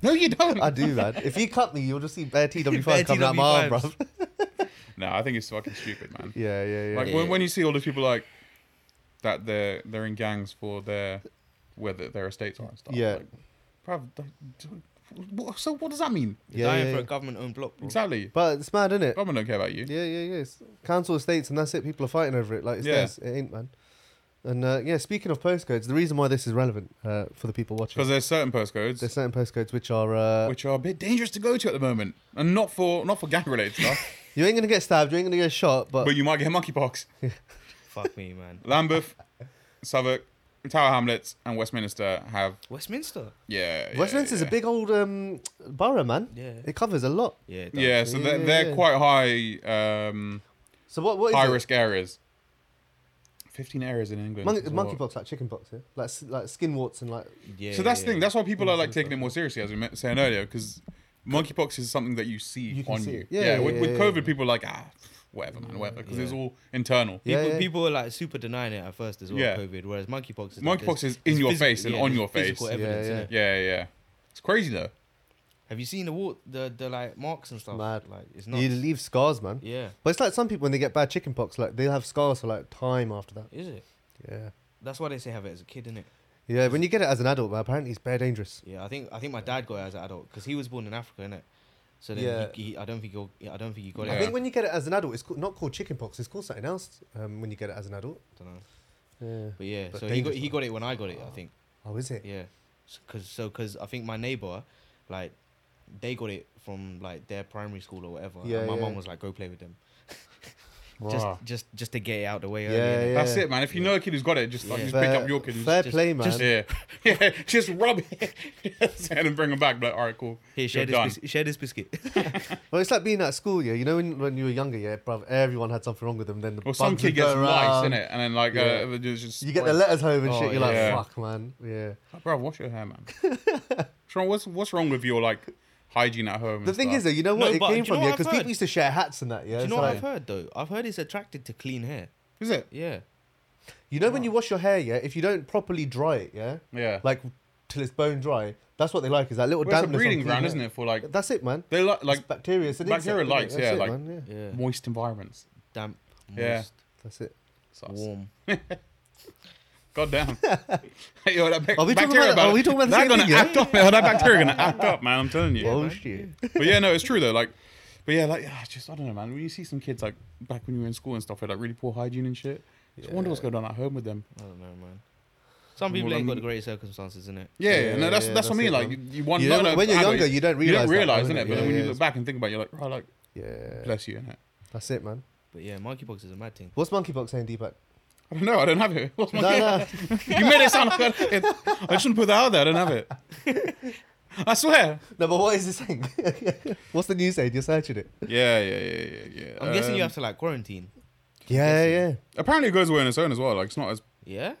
Speaker 2: No, you don't.
Speaker 3: though. I do, man. If you cut me, you'll just see bare TW5
Speaker 1: Bare
Speaker 3: coming out my arm,
Speaker 1: TW5s.
Speaker 3: bruv.
Speaker 2: No, I think it's fucking stupid, man.
Speaker 3: yeah, yeah, yeah.
Speaker 2: Like
Speaker 1: Yeah.
Speaker 2: when, when you see all those people like that, they're they're in gangs for their where their, their estates are and stuff.
Speaker 3: Yeah.
Speaker 2: Like, bruv, th- th- what- so what does that mean?
Speaker 1: You're
Speaker 3: yeah,
Speaker 1: dying
Speaker 3: yeah,
Speaker 1: for a
Speaker 3: yeah.
Speaker 1: government-owned block, bro.
Speaker 2: Exactly.
Speaker 3: But it's mad, isn't it?
Speaker 2: Government don't care about you.
Speaker 3: Yeah, yeah, yeah. It's council estates, and that's it. People are fighting over it. Like it's
Speaker 2: Yeah.
Speaker 3: theirs. it ain't, man. And uh, yeah, speaking of postcodes, the reason why this is relevant uh, for the people watching,
Speaker 2: Because there's certain postcodes
Speaker 3: there's certain postcodes which are uh,
Speaker 2: which are a bit dangerous to go to at the moment, and not for not for gang related stuff,
Speaker 3: you ain't gonna get stabbed, you ain't gonna get shot, but,
Speaker 2: but you might get monkeypox.
Speaker 1: Fuck me, man.
Speaker 2: Lambeth, Southwark, Tower Hamlets, and Westminster have
Speaker 1: Westminster.
Speaker 2: yeah. yeah,
Speaker 3: Westminster's
Speaker 2: yeah.
Speaker 3: a big old um, borough, man.
Speaker 1: Yeah.
Speaker 3: It covers a lot.
Speaker 1: Yeah. it does.
Speaker 2: Yeah, so
Speaker 3: Yeah,
Speaker 2: they're,
Speaker 3: yeah,
Speaker 2: they're
Speaker 3: yeah.
Speaker 2: quite high. Um,
Speaker 3: So what? What is
Speaker 2: High
Speaker 3: it?
Speaker 2: risk areas. Fifteen areas in England.
Speaker 3: Monkey,
Speaker 2: is what-
Speaker 3: monkeypox, like chickenpox, yeah, like s- like skin warts and like
Speaker 1: Yeah.
Speaker 2: So that's the
Speaker 1: yeah,
Speaker 2: thing.
Speaker 1: yeah.
Speaker 2: That's why people are like taking it more seriously, as we were saying earlier, because monkeypox is something that you see
Speaker 3: You can
Speaker 2: on
Speaker 3: see
Speaker 2: you.
Speaker 3: it.
Speaker 2: Yeah,
Speaker 3: Yeah, yeah,
Speaker 2: with,
Speaker 3: yeah,
Speaker 2: with
Speaker 3: yeah,
Speaker 2: COVID,
Speaker 3: yeah.
Speaker 2: people are like, ah, whatever, man, whatever, because it's
Speaker 1: Yeah.
Speaker 2: all internal.
Speaker 3: Yeah,
Speaker 1: people,
Speaker 3: yeah.
Speaker 1: people are like super denying it at first as well.
Speaker 2: Yeah.
Speaker 1: COVID, whereas monkeypox is like,
Speaker 2: Monkeypox
Speaker 1: there's-
Speaker 2: is in
Speaker 1: there's
Speaker 2: your
Speaker 1: physi-
Speaker 2: face and
Speaker 1: yeah,
Speaker 2: on
Speaker 1: there's
Speaker 2: your face.
Speaker 1: physical
Speaker 2: Yeah,
Speaker 1: evidence,
Speaker 3: yeah.
Speaker 1: innit?
Speaker 2: Yeah, yeah. It's crazy though.
Speaker 1: Have you seen the wart, the the like marks and stuff?
Speaker 3: Mad.
Speaker 1: Like it's not.
Speaker 3: you leave scars, man.
Speaker 1: Yeah.
Speaker 3: But it's like some people when they get bad chickenpox, like they'll have scars for like time after that.
Speaker 1: Is it?
Speaker 3: Yeah,
Speaker 1: That's why they say have it as a kid, innit?
Speaker 3: yeah. When you get it as an adult, man, apparently it's bare dangerous.
Speaker 1: Yeah, I think I think my dad got it as an adult because he was born in Africa, innit? So then
Speaker 3: Yeah.
Speaker 1: he, he, I don't think he got, I don't think he got it.
Speaker 2: Yeah.
Speaker 3: I think when you get it as an adult, it's ca- not called chickenpox. It's called something else. Um, when you get it as an adult.
Speaker 1: I dunno.
Speaker 3: Yeah.
Speaker 1: But yeah,
Speaker 3: But
Speaker 1: so he got
Speaker 3: dangerous
Speaker 1: he
Speaker 3: one.
Speaker 1: got it when I got it. I think.
Speaker 3: Oh, is it?
Speaker 1: Yeah. Because so because I think my neighbor, like, they got it from like their primary school or whatever.
Speaker 3: Yeah,
Speaker 1: and my
Speaker 3: yeah.
Speaker 1: mom was like, go play with them.
Speaker 2: Wow.
Speaker 1: Just just just to get it out the way.
Speaker 3: Yeah,
Speaker 1: Early, innit?
Speaker 3: yeah.
Speaker 2: That's it, man. If you know a kid who's got it, just like
Speaker 1: Yeah.
Speaker 2: just
Speaker 3: Fair,
Speaker 2: pick up your kid. And
Speaker 3: fair
Speaker 1: just-
Speaker 3: play, man.
Speaker 1: just-
Speaker 2: yeah, yeah, just rub it and then bring him back. But all right, cool.
Speaker 1: Here, share
Speaker 2: You're
Speaker 1: this,
Speaker 2: done.
Speaker 1: bis- share this biscuit.
Speaker 3: Well, it's like being at school, yeah. You know, when, when you were younger, yeah, bruv, everyone had something wrong with them. Then the
Speaker 2: Or some
Speaker 3: bugs
Speaker 2: kid
Speaker 3: would go
Speaker 2: gets lice
Speaker 3: around.
Speaker 2: in it, and then like
Speaker 3: Yeah.
Speaker 2: uh, just, just
Speaker 3: You get the
Speaker 2: spreads.
Speaker 3: letters home and
Speaker 1: Oh,
Speaker 3: shit. You're
Speaker 2: yeah.
Speaker 3: like, fuck, man. Yeah.
Speaker 2: Like, bro, wash your hair, man. What's wrong- what's what's wrong with your like hygiene at home?
Speaker 3: The
Speaker 2: and
Speaker 3: thing
Speaker 2: stuff?
Speaker 3: is, though, you know
Speaker 1: No,
Speaker 3: what it
Speaker 1: but
Speaker 3: came
Speaker 1: do you
Speaker 3: from,
Speaker 1: know
Speaker 3: yeah,
Speaker 1: what I've
Speaker 3: because people
Speaker 1: heard?
Speaker 3: used to share hats and that, yeah.
Speaker 1: Do you
Speaker 3: It's
Speaker 1: know what
Speaker 3: like-
Speaker 1: I've heard though? I've heard it's attracted to clean hair.
Speaker 2: is it?
Speaker 1: Yeah.
Speaker 3: you know, when you wash your hair, yeah, if you don't properly dry it, yeah,
Speaker 2: Yeah,
Speaker 3: like till it's bone dry, that's what they like is that little
Speaker 2: well, it's a
Speaker 3: dampness. on
Speaker 2: breeding
Speaker 3: clean
Speaker 2: ground,
Speaker 3: hair.
Speaker 2: isn't it? For like
Speaker 3: That's it, man.
Speaker 2: they like
Speaker 3: Like
Speaker 2: like
Speaker 3: bacteria, it's an
Speaker 2: bacteria
Speaker 3: insect, innit?
Speaker 2: likes,
Speaker 3: That's
Speaker 2: yeah,
Speaker 3: it,
Speaker 2: like-
Speaker 3: man, yeah.
Speaker 1: Yeah.
Speaker 2: moist environments.
Speaker 1: Damp. Moist.
Speaker 2: Yeah.
Speaker 3: That's it.
Speaker 2: Sus.
Speaker 1: Warm.
Speaker 2: God damn. Yo, that bac-
Speaker 3: Are we talking
Speaker 2: bacteria,
Speaker 3: about- are
Speaker 2: man,
Speaker 3: we talking about the
Speaker 2: they're
Speaker 3: same
Speaker 2: gonna
Speaker 3: thing, yeah?
Speaker 2: act up, man. That bacteria gonna act up, man. I'm telling you.
Speaker 3: oh
Speaker 1: man.
Speaker 3: shit.
Speaker 2: but yeah, no, it's true though. Like, but yeah, like ah, just I don't know, man. When you see some kids like back when you were in school and stuff, with like really poor hygiene and shit. Just wonder what's going on at home with them.
Speaker 1: I don't know, man. Some
Speaker 2: Well,
Speaker 1: people
Speaker 2: I
Speaker 1: ain't got the
Speaker 2: mean-
Speaker 1: greatest circumstances, innit?
Speaker 2: Yeah,
Speaker 3: Yeah,
Speaker 2: yeah, no, that's
Speaker 3: yeah,
Speaker 2: that's, what I mean.
Speaker 3: that's it,
Speaker 2: Like, you,
Speaker 3: man.
Speaker 2: you want
Speaker 3: You
Speaker 2: no,
Speaker 3: don't-
Speaker 2: no,
Speaker 3: when you're
Speaker 2: I know,
Speaker 3: younger, you don't
Speaker 2: you
Speaker 3: realize.
Speaker 2: don't realize, innit? But
Speaker 3: yeah,
Speaker 2: then when
Speaker 3: yeah,
Speaker 2: you look
Speaker 3: it's-
Speaker 2: back and think about, it, you're like, right, like
Speaker 3: yeah,
Speaker 2: bless you, innit?
Speaker 3: that's it, man.
Speaker 1: But yeah, monkeypox is a mad thing.
Speaker 3: What's monkeypox saying, Deepak?
Speaker 2: I don't know. I don't have it. What's my
Speaker 3: No, no.
Speaker 2: you made it sound like I, I shouldn't put that out there. I don't have it. I swear.
Speaker 3: No, but what is this thing? What's the news aid? You're searching it.
Speaker 2: Yeah, yeah, yeah, yeah, yeah.
Speaker 1: I'm guessing you
Speaker 2: Um,
Speaker 1: have to like quarantine.
Speaker 3: Yeah, yeah.
Speaker 2: Apparently, it goes away on its own as well. Like, it's not as
Speaker 1: Yeah.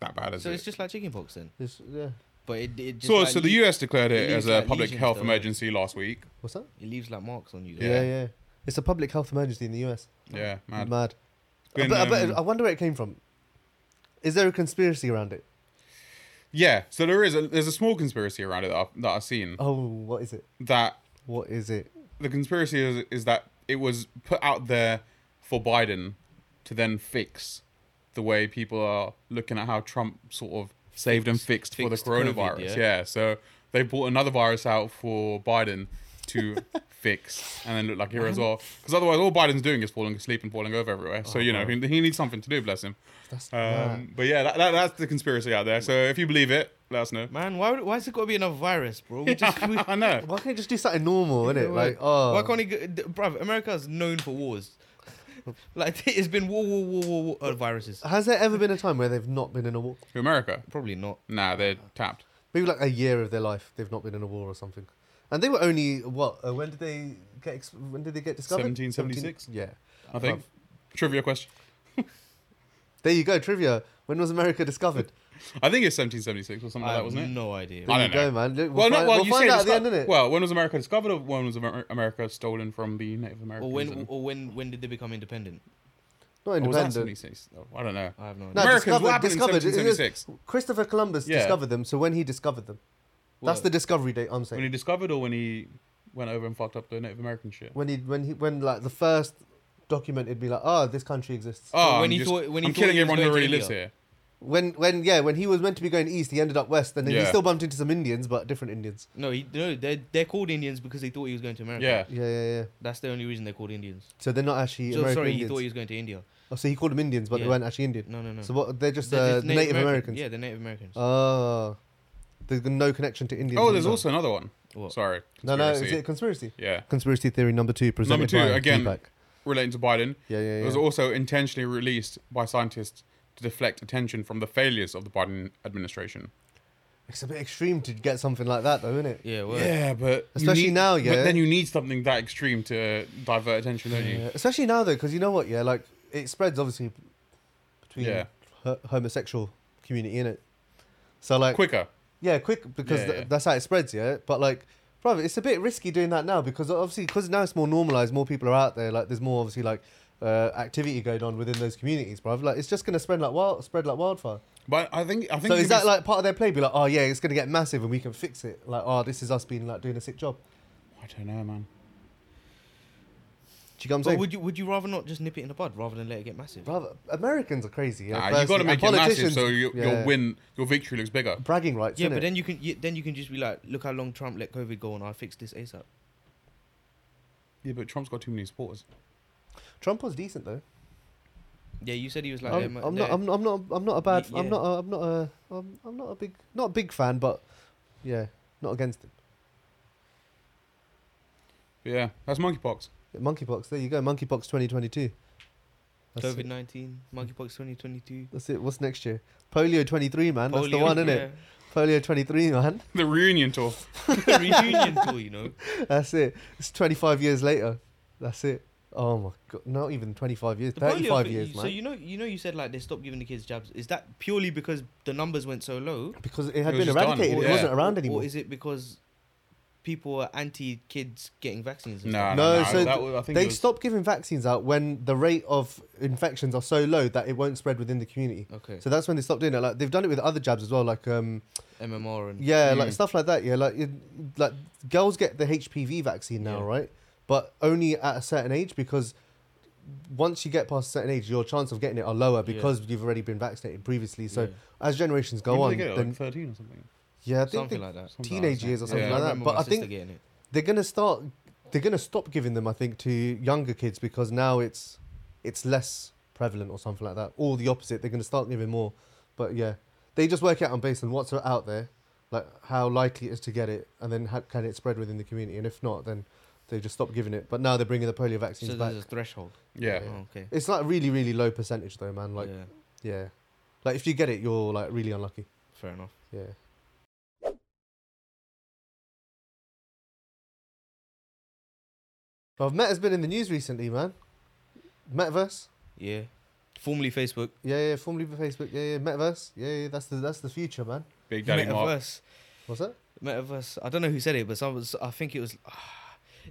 Speaker 2: that bad as
Speaker 1: So
Speaker 2: it.
Speaker 1: it's just like chickenpox then.
Speaker 3: It's- yeah.
Speaker 1: But it, it just
Speaker 2: so,
Speaker 1: like,
Speaker 2: so the
Speaker 1: lea-
Speaker 2: US declared it
Speaker 1: it
Speaker 2: as
Speaker 1: leaves,
Speaker 2: a
Speaker 1: like,
Speaker 2: public
Speaker 1: lesions,
Speaker 2: health
Speaker 1: though, innit?
Speaker 2: emergency last week.
Speaker 3: What's that?
Speaker 1: it leaves like marks on you.
Speaker 2: Yeah.
Speaker 3: Yeah. yeah, It's a public health emergency in the US.
Speaker 2: Yeah, mad.
Speaker 3: Mad.
Speaker 2: Been,
Speaker 3: but, but
Speaker 2: um,
Speaker 3: I wonder where it came from. Is there a conspiracy around it?
Speaker 2: Yeah, so there is a, there's a small conspiracy around it that I've, that I've seen
Speaker 3: Oh, what is it?
Speaker 2: that
Speaker 3: What is it?
Speaker 2: the conspiracy is, is that it was put out there for Biden to then fix the way people are looking at how Trump sort of saved and fixed, for the
Speaker 1: fixed COVID,
Speaker 2: coronavirus.
Speaker 1: yeah.
Speaker 2: yeah. so they brought another virus out for Biden to fix and then look like hero as well. Because otherwise, all Biden's doing is falling asleep and falling over everywhere. So, you know, he, he needs something to do, bless him.
Speaker 3: That's mad.
Speaker 2: Um, but yeah, that, that, that's the conspiracy out there. So if you believe it, let us know.
Speaker 1: Man, why would- why's it got to be another virus, bro? We just we,
Speaker 2: I know.
Speaker 3: Why can't you just do something normal, innit?
Speaker 1: Yeah,
Speaker 3: Like,
Speaker 1: why-
Speaker 3: oh,
Speaker 1: Why can't he, go- d- bruv? America's known for wars. like it's been war, war, war, war, war uh, viruses.
Speaker 3: has there ever been a time where they've not been in a war?
Speaker 2: To America?
Speaker 1: Probably not.
Speaker 2: Nah, they're tapped.
Speaker 3: Maybe like a year of their life they've not been in a war or something. And they were only what? Uh, when did they get? Ex- when did they get discovered?
Speaker 2: 1776?
Speaker 3: Seventeen- Yeah.
Speaker 2: I think. Trivia question.
Speaker 3: There you go, trivia. When was America discovered?
Speaker 2: I think it's 1776 or something
Speaker 1: I
Speaker 2: like that,
Speaker 1: have
Speaker 2: wasn't it?
Speaker 1: no idea.
Speaker 2: I
Speaker 3: There
Speaker 2: don't
Speaker 3: you
Speaker 2: know.
Speaker 3: go, man. Look, We'll
Speaker 2: Well,
Speaker 3: find,
Speaker 2: no, well,
Speaker 3: we'll
Speaker 2: you
Speaker 3: find
Speaker 2: say
Speaker 3: out at the end,
Speaker 2: disco-
Speaker 3: innit?
Speaker 2: Well, when was America discovered, or when was Amer- America stolen from the Native Americans?
Speaker 1: Or when,
Speaker 2: and-
Speaker 1: or when, when did they become independent?
Speaker 3: not
Speaker 2: or was that
Speaker 3: independent.
Speaker 2: 1776? Oh, I don't know.
Speaker 1: I have no idea.
Speaker 3: No,
Speaker 2: Americans
Speaker 3: discovered-
Speaker 2: were happening in
Speaker 3: discovered, it- it was-
Speaker 2: 1776.
Speaker 3: Christopher Columbus
Speaker 2: Yeah.
Speaker 3: discovered them. So when he discovered them, that's
Speaker 1: Well,
Speaker 3: the discovery date. I'm
Speaker 2: When he
Speaker 3: saying
Speaker 2: discovered, or when he went over and fucked up the Native American shit.
Speaker 3: when he when he when like the first document, it'd be like, oh, this country exists.
Speaker 2: Oh,
Speaker 1: when
Speaker 2: I'm
Speaker 1: he
Speaker 2: just-
Speaker 1: thought- when he
Speaker 2: I'm
Speaker 1: thought
Speaker 2: killing
Speaker 1: he was
Speaker 2: everyone who
Speaker 1: going to
Speaker 2: already lives
Speaker 1: India.
Speaker 2: here.
Speaker 3: When when yeah, when he was meant to be going east, he ended up west, and then he
Speaker 2: Yeah.
Speaker 3: still bumped into some Indians, but different Indians.
Speaker 1: No, he, no, they're they're called Indians because they thought he was going to America.
Speaker 2: Yeah.
Speaker 3: Yeah, yeah, yeah.
Speaker 1: that's the only reason they're called Indians.
Speaker 3: So they're not actually
Speaker 1: So,
Speaker 3: American
Speaker 1: sorry, he
Speaker 3: Indians.
Speaker 1: thought he was going to India.
Speaker 3: oh, so he called them Indians, but
Speaker 1: Yeah.
Speaker 3: they weren't actually Indian.
Speaker 1: No, no, no.
Speaker 3: So what? They're just
Speaker 1: They're
Speaker 3: uh,
Speaker 1: just
Speaker 3: Native, Americans.
Speaker 1: Yeah, they're Native Americans.
Speaker 3: Oh, there's no connection to Indians.
Speaker 2: Oh, there's
Speaker 3: either.
Speaker 2: also another one.
Speaker 1: What?
Speaker 2: Sorry.
Speaker 3: no, no. Is
Speaker 2: Conspiracy.
Speaker 3: it a conspiracy?
Speaker 2: Yeah.
Speaker 3: Conspiracy theory number two. Presented
Speaker 2: Number two,
Speaker 3: by
Speaker 2: again.
Speaker 3: Deepak.
Speaker 2: Relating to Biden.
Speaker 3: Yeah, yeah,
Speaker 2: It was
Speaker 3: yeah.
Speaker 2: also intentionally released by scientists to deflect attention from the failures of the Biden administration.
Speaker 3: It's a bit extreme to get something like that, though, isn't it?
Speaker 1: Yeah, well,
Speaker 2: Yeah, but you
Speaker 3: Especially
Speaker 2: need-
Speaker 3: now, yeah.
Speaker 2: But then you need something that extreme to divert attention, don't you?
Speaker 3: Yeah, Especially now, though, because you know what? Yeah, like it spreads obviously between
Speaker 2: Yeah.
Speaker 3: ho- homosexual community in it. So like,
Speaker 2: Quicker.
Speaker 3: yeah, quick because
Speaker 2: Yeah,
Speaker 3: th-
Speaker 2: yeah.
Speaker 3: that's how it spreads. Yeah, but like, brother, it's a bit risky doing that now because obviously because now it's more normalized, more people are out there. Like, there's more obviously like uh, activity going on within those communities, brother. Like, it's just gonna spread like wild, spread like wildfire.
Speaker 2: But I think I think
Speaker 3: So
Speaker 2: if
Speaker 3: is
Speaker 2: you
Speaker 3: that like part of their play? Be like, oh yeah, it's gonna get massive and we can fix it. Like, oh, this is us being like doing a sick job.
Speaker 2: I don't know, man.
Speaker 3: Do you get what I'm
Speaker 1: But
Speaker 3: saying?
Speaker 1: would you would you rather not just nip it in the bud rather than let it get massive?
Speaker 3: Brother, Americans are crazy. Yeah,
Speaker 2: nah, Ah, you got to
Speaker 3: firstly.
Speaker 2: make
Speaker 3: And
Speaker 2: it massive
Speaker 3: politicians-
Speaker 2: so you,
Speaker 3: yeah.
Speaker 2: your win, your victory looks bigger.
Speaker 3: bragging rights.
Speaker 1: yeah,
Speaker 3: innit?
Speaker 1: but then you can you, then you can just be like, look how long Trump let COVID go on. I fixed this ASAP.
Speaker 2: Yeah, but Trump's got too many supporters.
Speaker 3: Trump was decent though.
Speaker 1: Yeah, you said he was like,
Speaker 3: I'm,
Speaker 1: um,
Speaker 3: I'm
Speaker 1: there.
Speaker 3: not. I'm, I'm not. I'm not a bad.
Speaker 1: Y- yeah.
Speaker 3: I'm not. A, I'm not a. I'm, I'm not a big. Not a big fan, but yeah, not against him.
Speaker 2: But yeah, that's monkeypox.
Speaker 3: Monkeypox. There you go. Monkeypox 2022. That's
Speaker 1: COVID
Speaker 3: it.
Speaker 1: nineteen, monkeypox twenty twenty two.
Speaker 3: That's it. What's next year? Polio 23, man. That's the one, isn't it? Polio 23, man.
Speaker 2: The reunion tour.
Speaker 1: it? Reunion tour, you know.
Speaker 3: That's it. It's 25 years later. That's it. Oh my god. Not even 25 years.
Speaker 1: The polio
Speaker 3: 35
Speaker 1: thing,
Speaker 3: years,
Speaker 1: So
Speaker 3: man.
Speaker 1: you know, you know, you said like they stopped giving the kids jabs. Is that purely because the numbers went so low?
Speaker 3: because it had
Speaker 2: It was just
Speaker 3: been
Speaker 2: done.
Speaker 3: eradicated. It
Speaker 2: Yeah.
Speaker 3: wasn't around
Speaker 1: Or-
Speaker 3: anymore.
Speaker 1: Or is it because people were anti kids getting vaccines? and
Speaker 2: Nah,
Speaker 1: stuff?
Speaker 3: No,
Speaker 2: nah,
Speaker 3: so
Speaker 2: that was, I think it
Speaker 3: They
Speaker 2: was-
Speaker 3: stopped giving vaccines out when the rate of infections are so low that it won't spread within the community.
Speaker 1: Okay.
Speaker 3: So that's when they stopped doing it. Like they've done it with other jabs as well, like um,
Speaker 1: MMR and
Speaker 3: yeah, like
Speaker 2: Mm.
Speaker 3: stuff like that. Yeah, like it, like girls get the HPV vaccine now,
Speaker 1: Yeah.
Speaker 3: right? But only at a certain age because once you get past a certain age, your chance of getting it are lower
Speaker 1: Yeah.
Speaker 3: because you've already been vaccinated previously. So
Speaker 1: Yeah.
Speaker 3: as generations
Speaker 2: When
Speaker 3: go
Speaker 2: did
Speaker 3: on,
Speaker 2: they get it,
Speaker 3: then
Speaker 2: like 13 or something.
Speaker 3: yeah, I think
Speaker 1: something
Speaker 3: they-
Speaker 1: like that.
Speaker 2: Something like
Speaker 3: teenage
Speaker 2: that.
Speaker 3: years or something
Speaker 2: Yeah.
Speaker 1: I
Speaker 3: like that.
Speaker 1: remember
Speaker 3: But
Speaker 1: my
Speaker 3: I
Speaker 1: sister
Speaker 3: think
Speaker 1: getting it.
Speaker 3: they're gonna start they're gonna stop giving them. I think to younger kids because now it's it's less prevalent or something like that, or the opposite. They're gonna start giving more, but yeah, they just work out on based on what's out there, like how likely it is to get it, and then how can it spread within the community, and if not, then they just stop giving it. But now they're bringing the polio
Speaker 1: So
Speaker 3: vaccines
Speaker 1: there's
Speaker 3: back.
Speaker 1: a threshold.
Speaker 2: Yeah.
Speaker 1: Oh, okay.
Speaker 3: It's like really really low percentage though, man. Like
Speaker 1: yeah,
Speaker 3: yeah. like if you get it, you're like really unlucky.
Speaker 1: fair enough.
Speaker 3: Yeah. Well, Meta's been in the news recently, man. Metaverse,
Speaker 1: Yeah, formerly Facebook.
Speaker 3: yeah, yeah, formerly Facebook, yeah, yeah, Metaverse, yeah, yeah, that's the that's the future, man.
Speaker 2: Big Daddy Mark.
Speaker 1: Metaverse.
Speaker 3: What's that?
Speaker 1: Metaverse. I don't know who said it, but some was, I think it was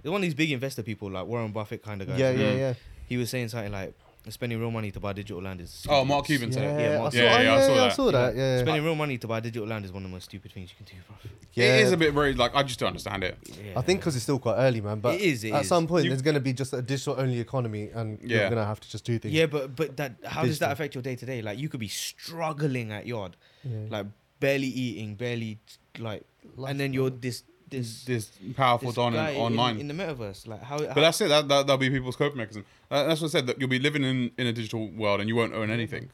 Speaker 1: the one of these big investor people, like Warren Buffett kind of guy.
Speaker 3: Yeah, yeah,
Speaker 2: Mm.
Speaker 3: yeah.
Speaker 1: He was saying something like, "Spending real money to buy digital land is."
Speaker 2: Oh, Mark
Speaker 1: stupid."
Speaker 2: Cuban said it.
Speaker 1: Yeah,
Speaker 3: I
Speaker 1: Mark-
Speaker 3: saw,
Speaker 2: Yeah, yeah, I saw
Speaker 3: I
Speaker 2: that.
Speaker 3: saw that. Yeah, yeah.
Speaker 1: Spending real money to buy digital land is one of the most stupid things you can do, bro.
Speaker 3: Yeah.
Speaker 2: It is a bit very, like, I just don't understand it.
Speaker 1: Yeah.
Speaker 3: I think because it's still quite early, man. But
Speaker 1: It is, it
Speaker 3: at
Speaker 1: is.
Speaker 3: some point,
Speaker 2: You-
Speaker 3: there's going to be just a digital only economy, and you're
Speaker 2: Yeah.
Speaker 3: going to have to just do things.
Speaker 1: Yeah, but but that how does
Speaker 3: Digital.
Speaker 1: that affect your day to day? Like you could be struggling at yard,
Speaker 3: Yeah.
Speaker 1: like barely eating, barely like, and then you're this this
Speaker 2: This powerful
Speaker 1: this
Speaker 2: Don
Speaker 1: guy in-
Speaker 2: online.
Speaker 1: in, the metaverse. Like how?
Speaker 2: But that's it. That, that that'll be people's coping mechanism. Uh, that's what I said. That you'll be living in, in a digital world and you won't own anything.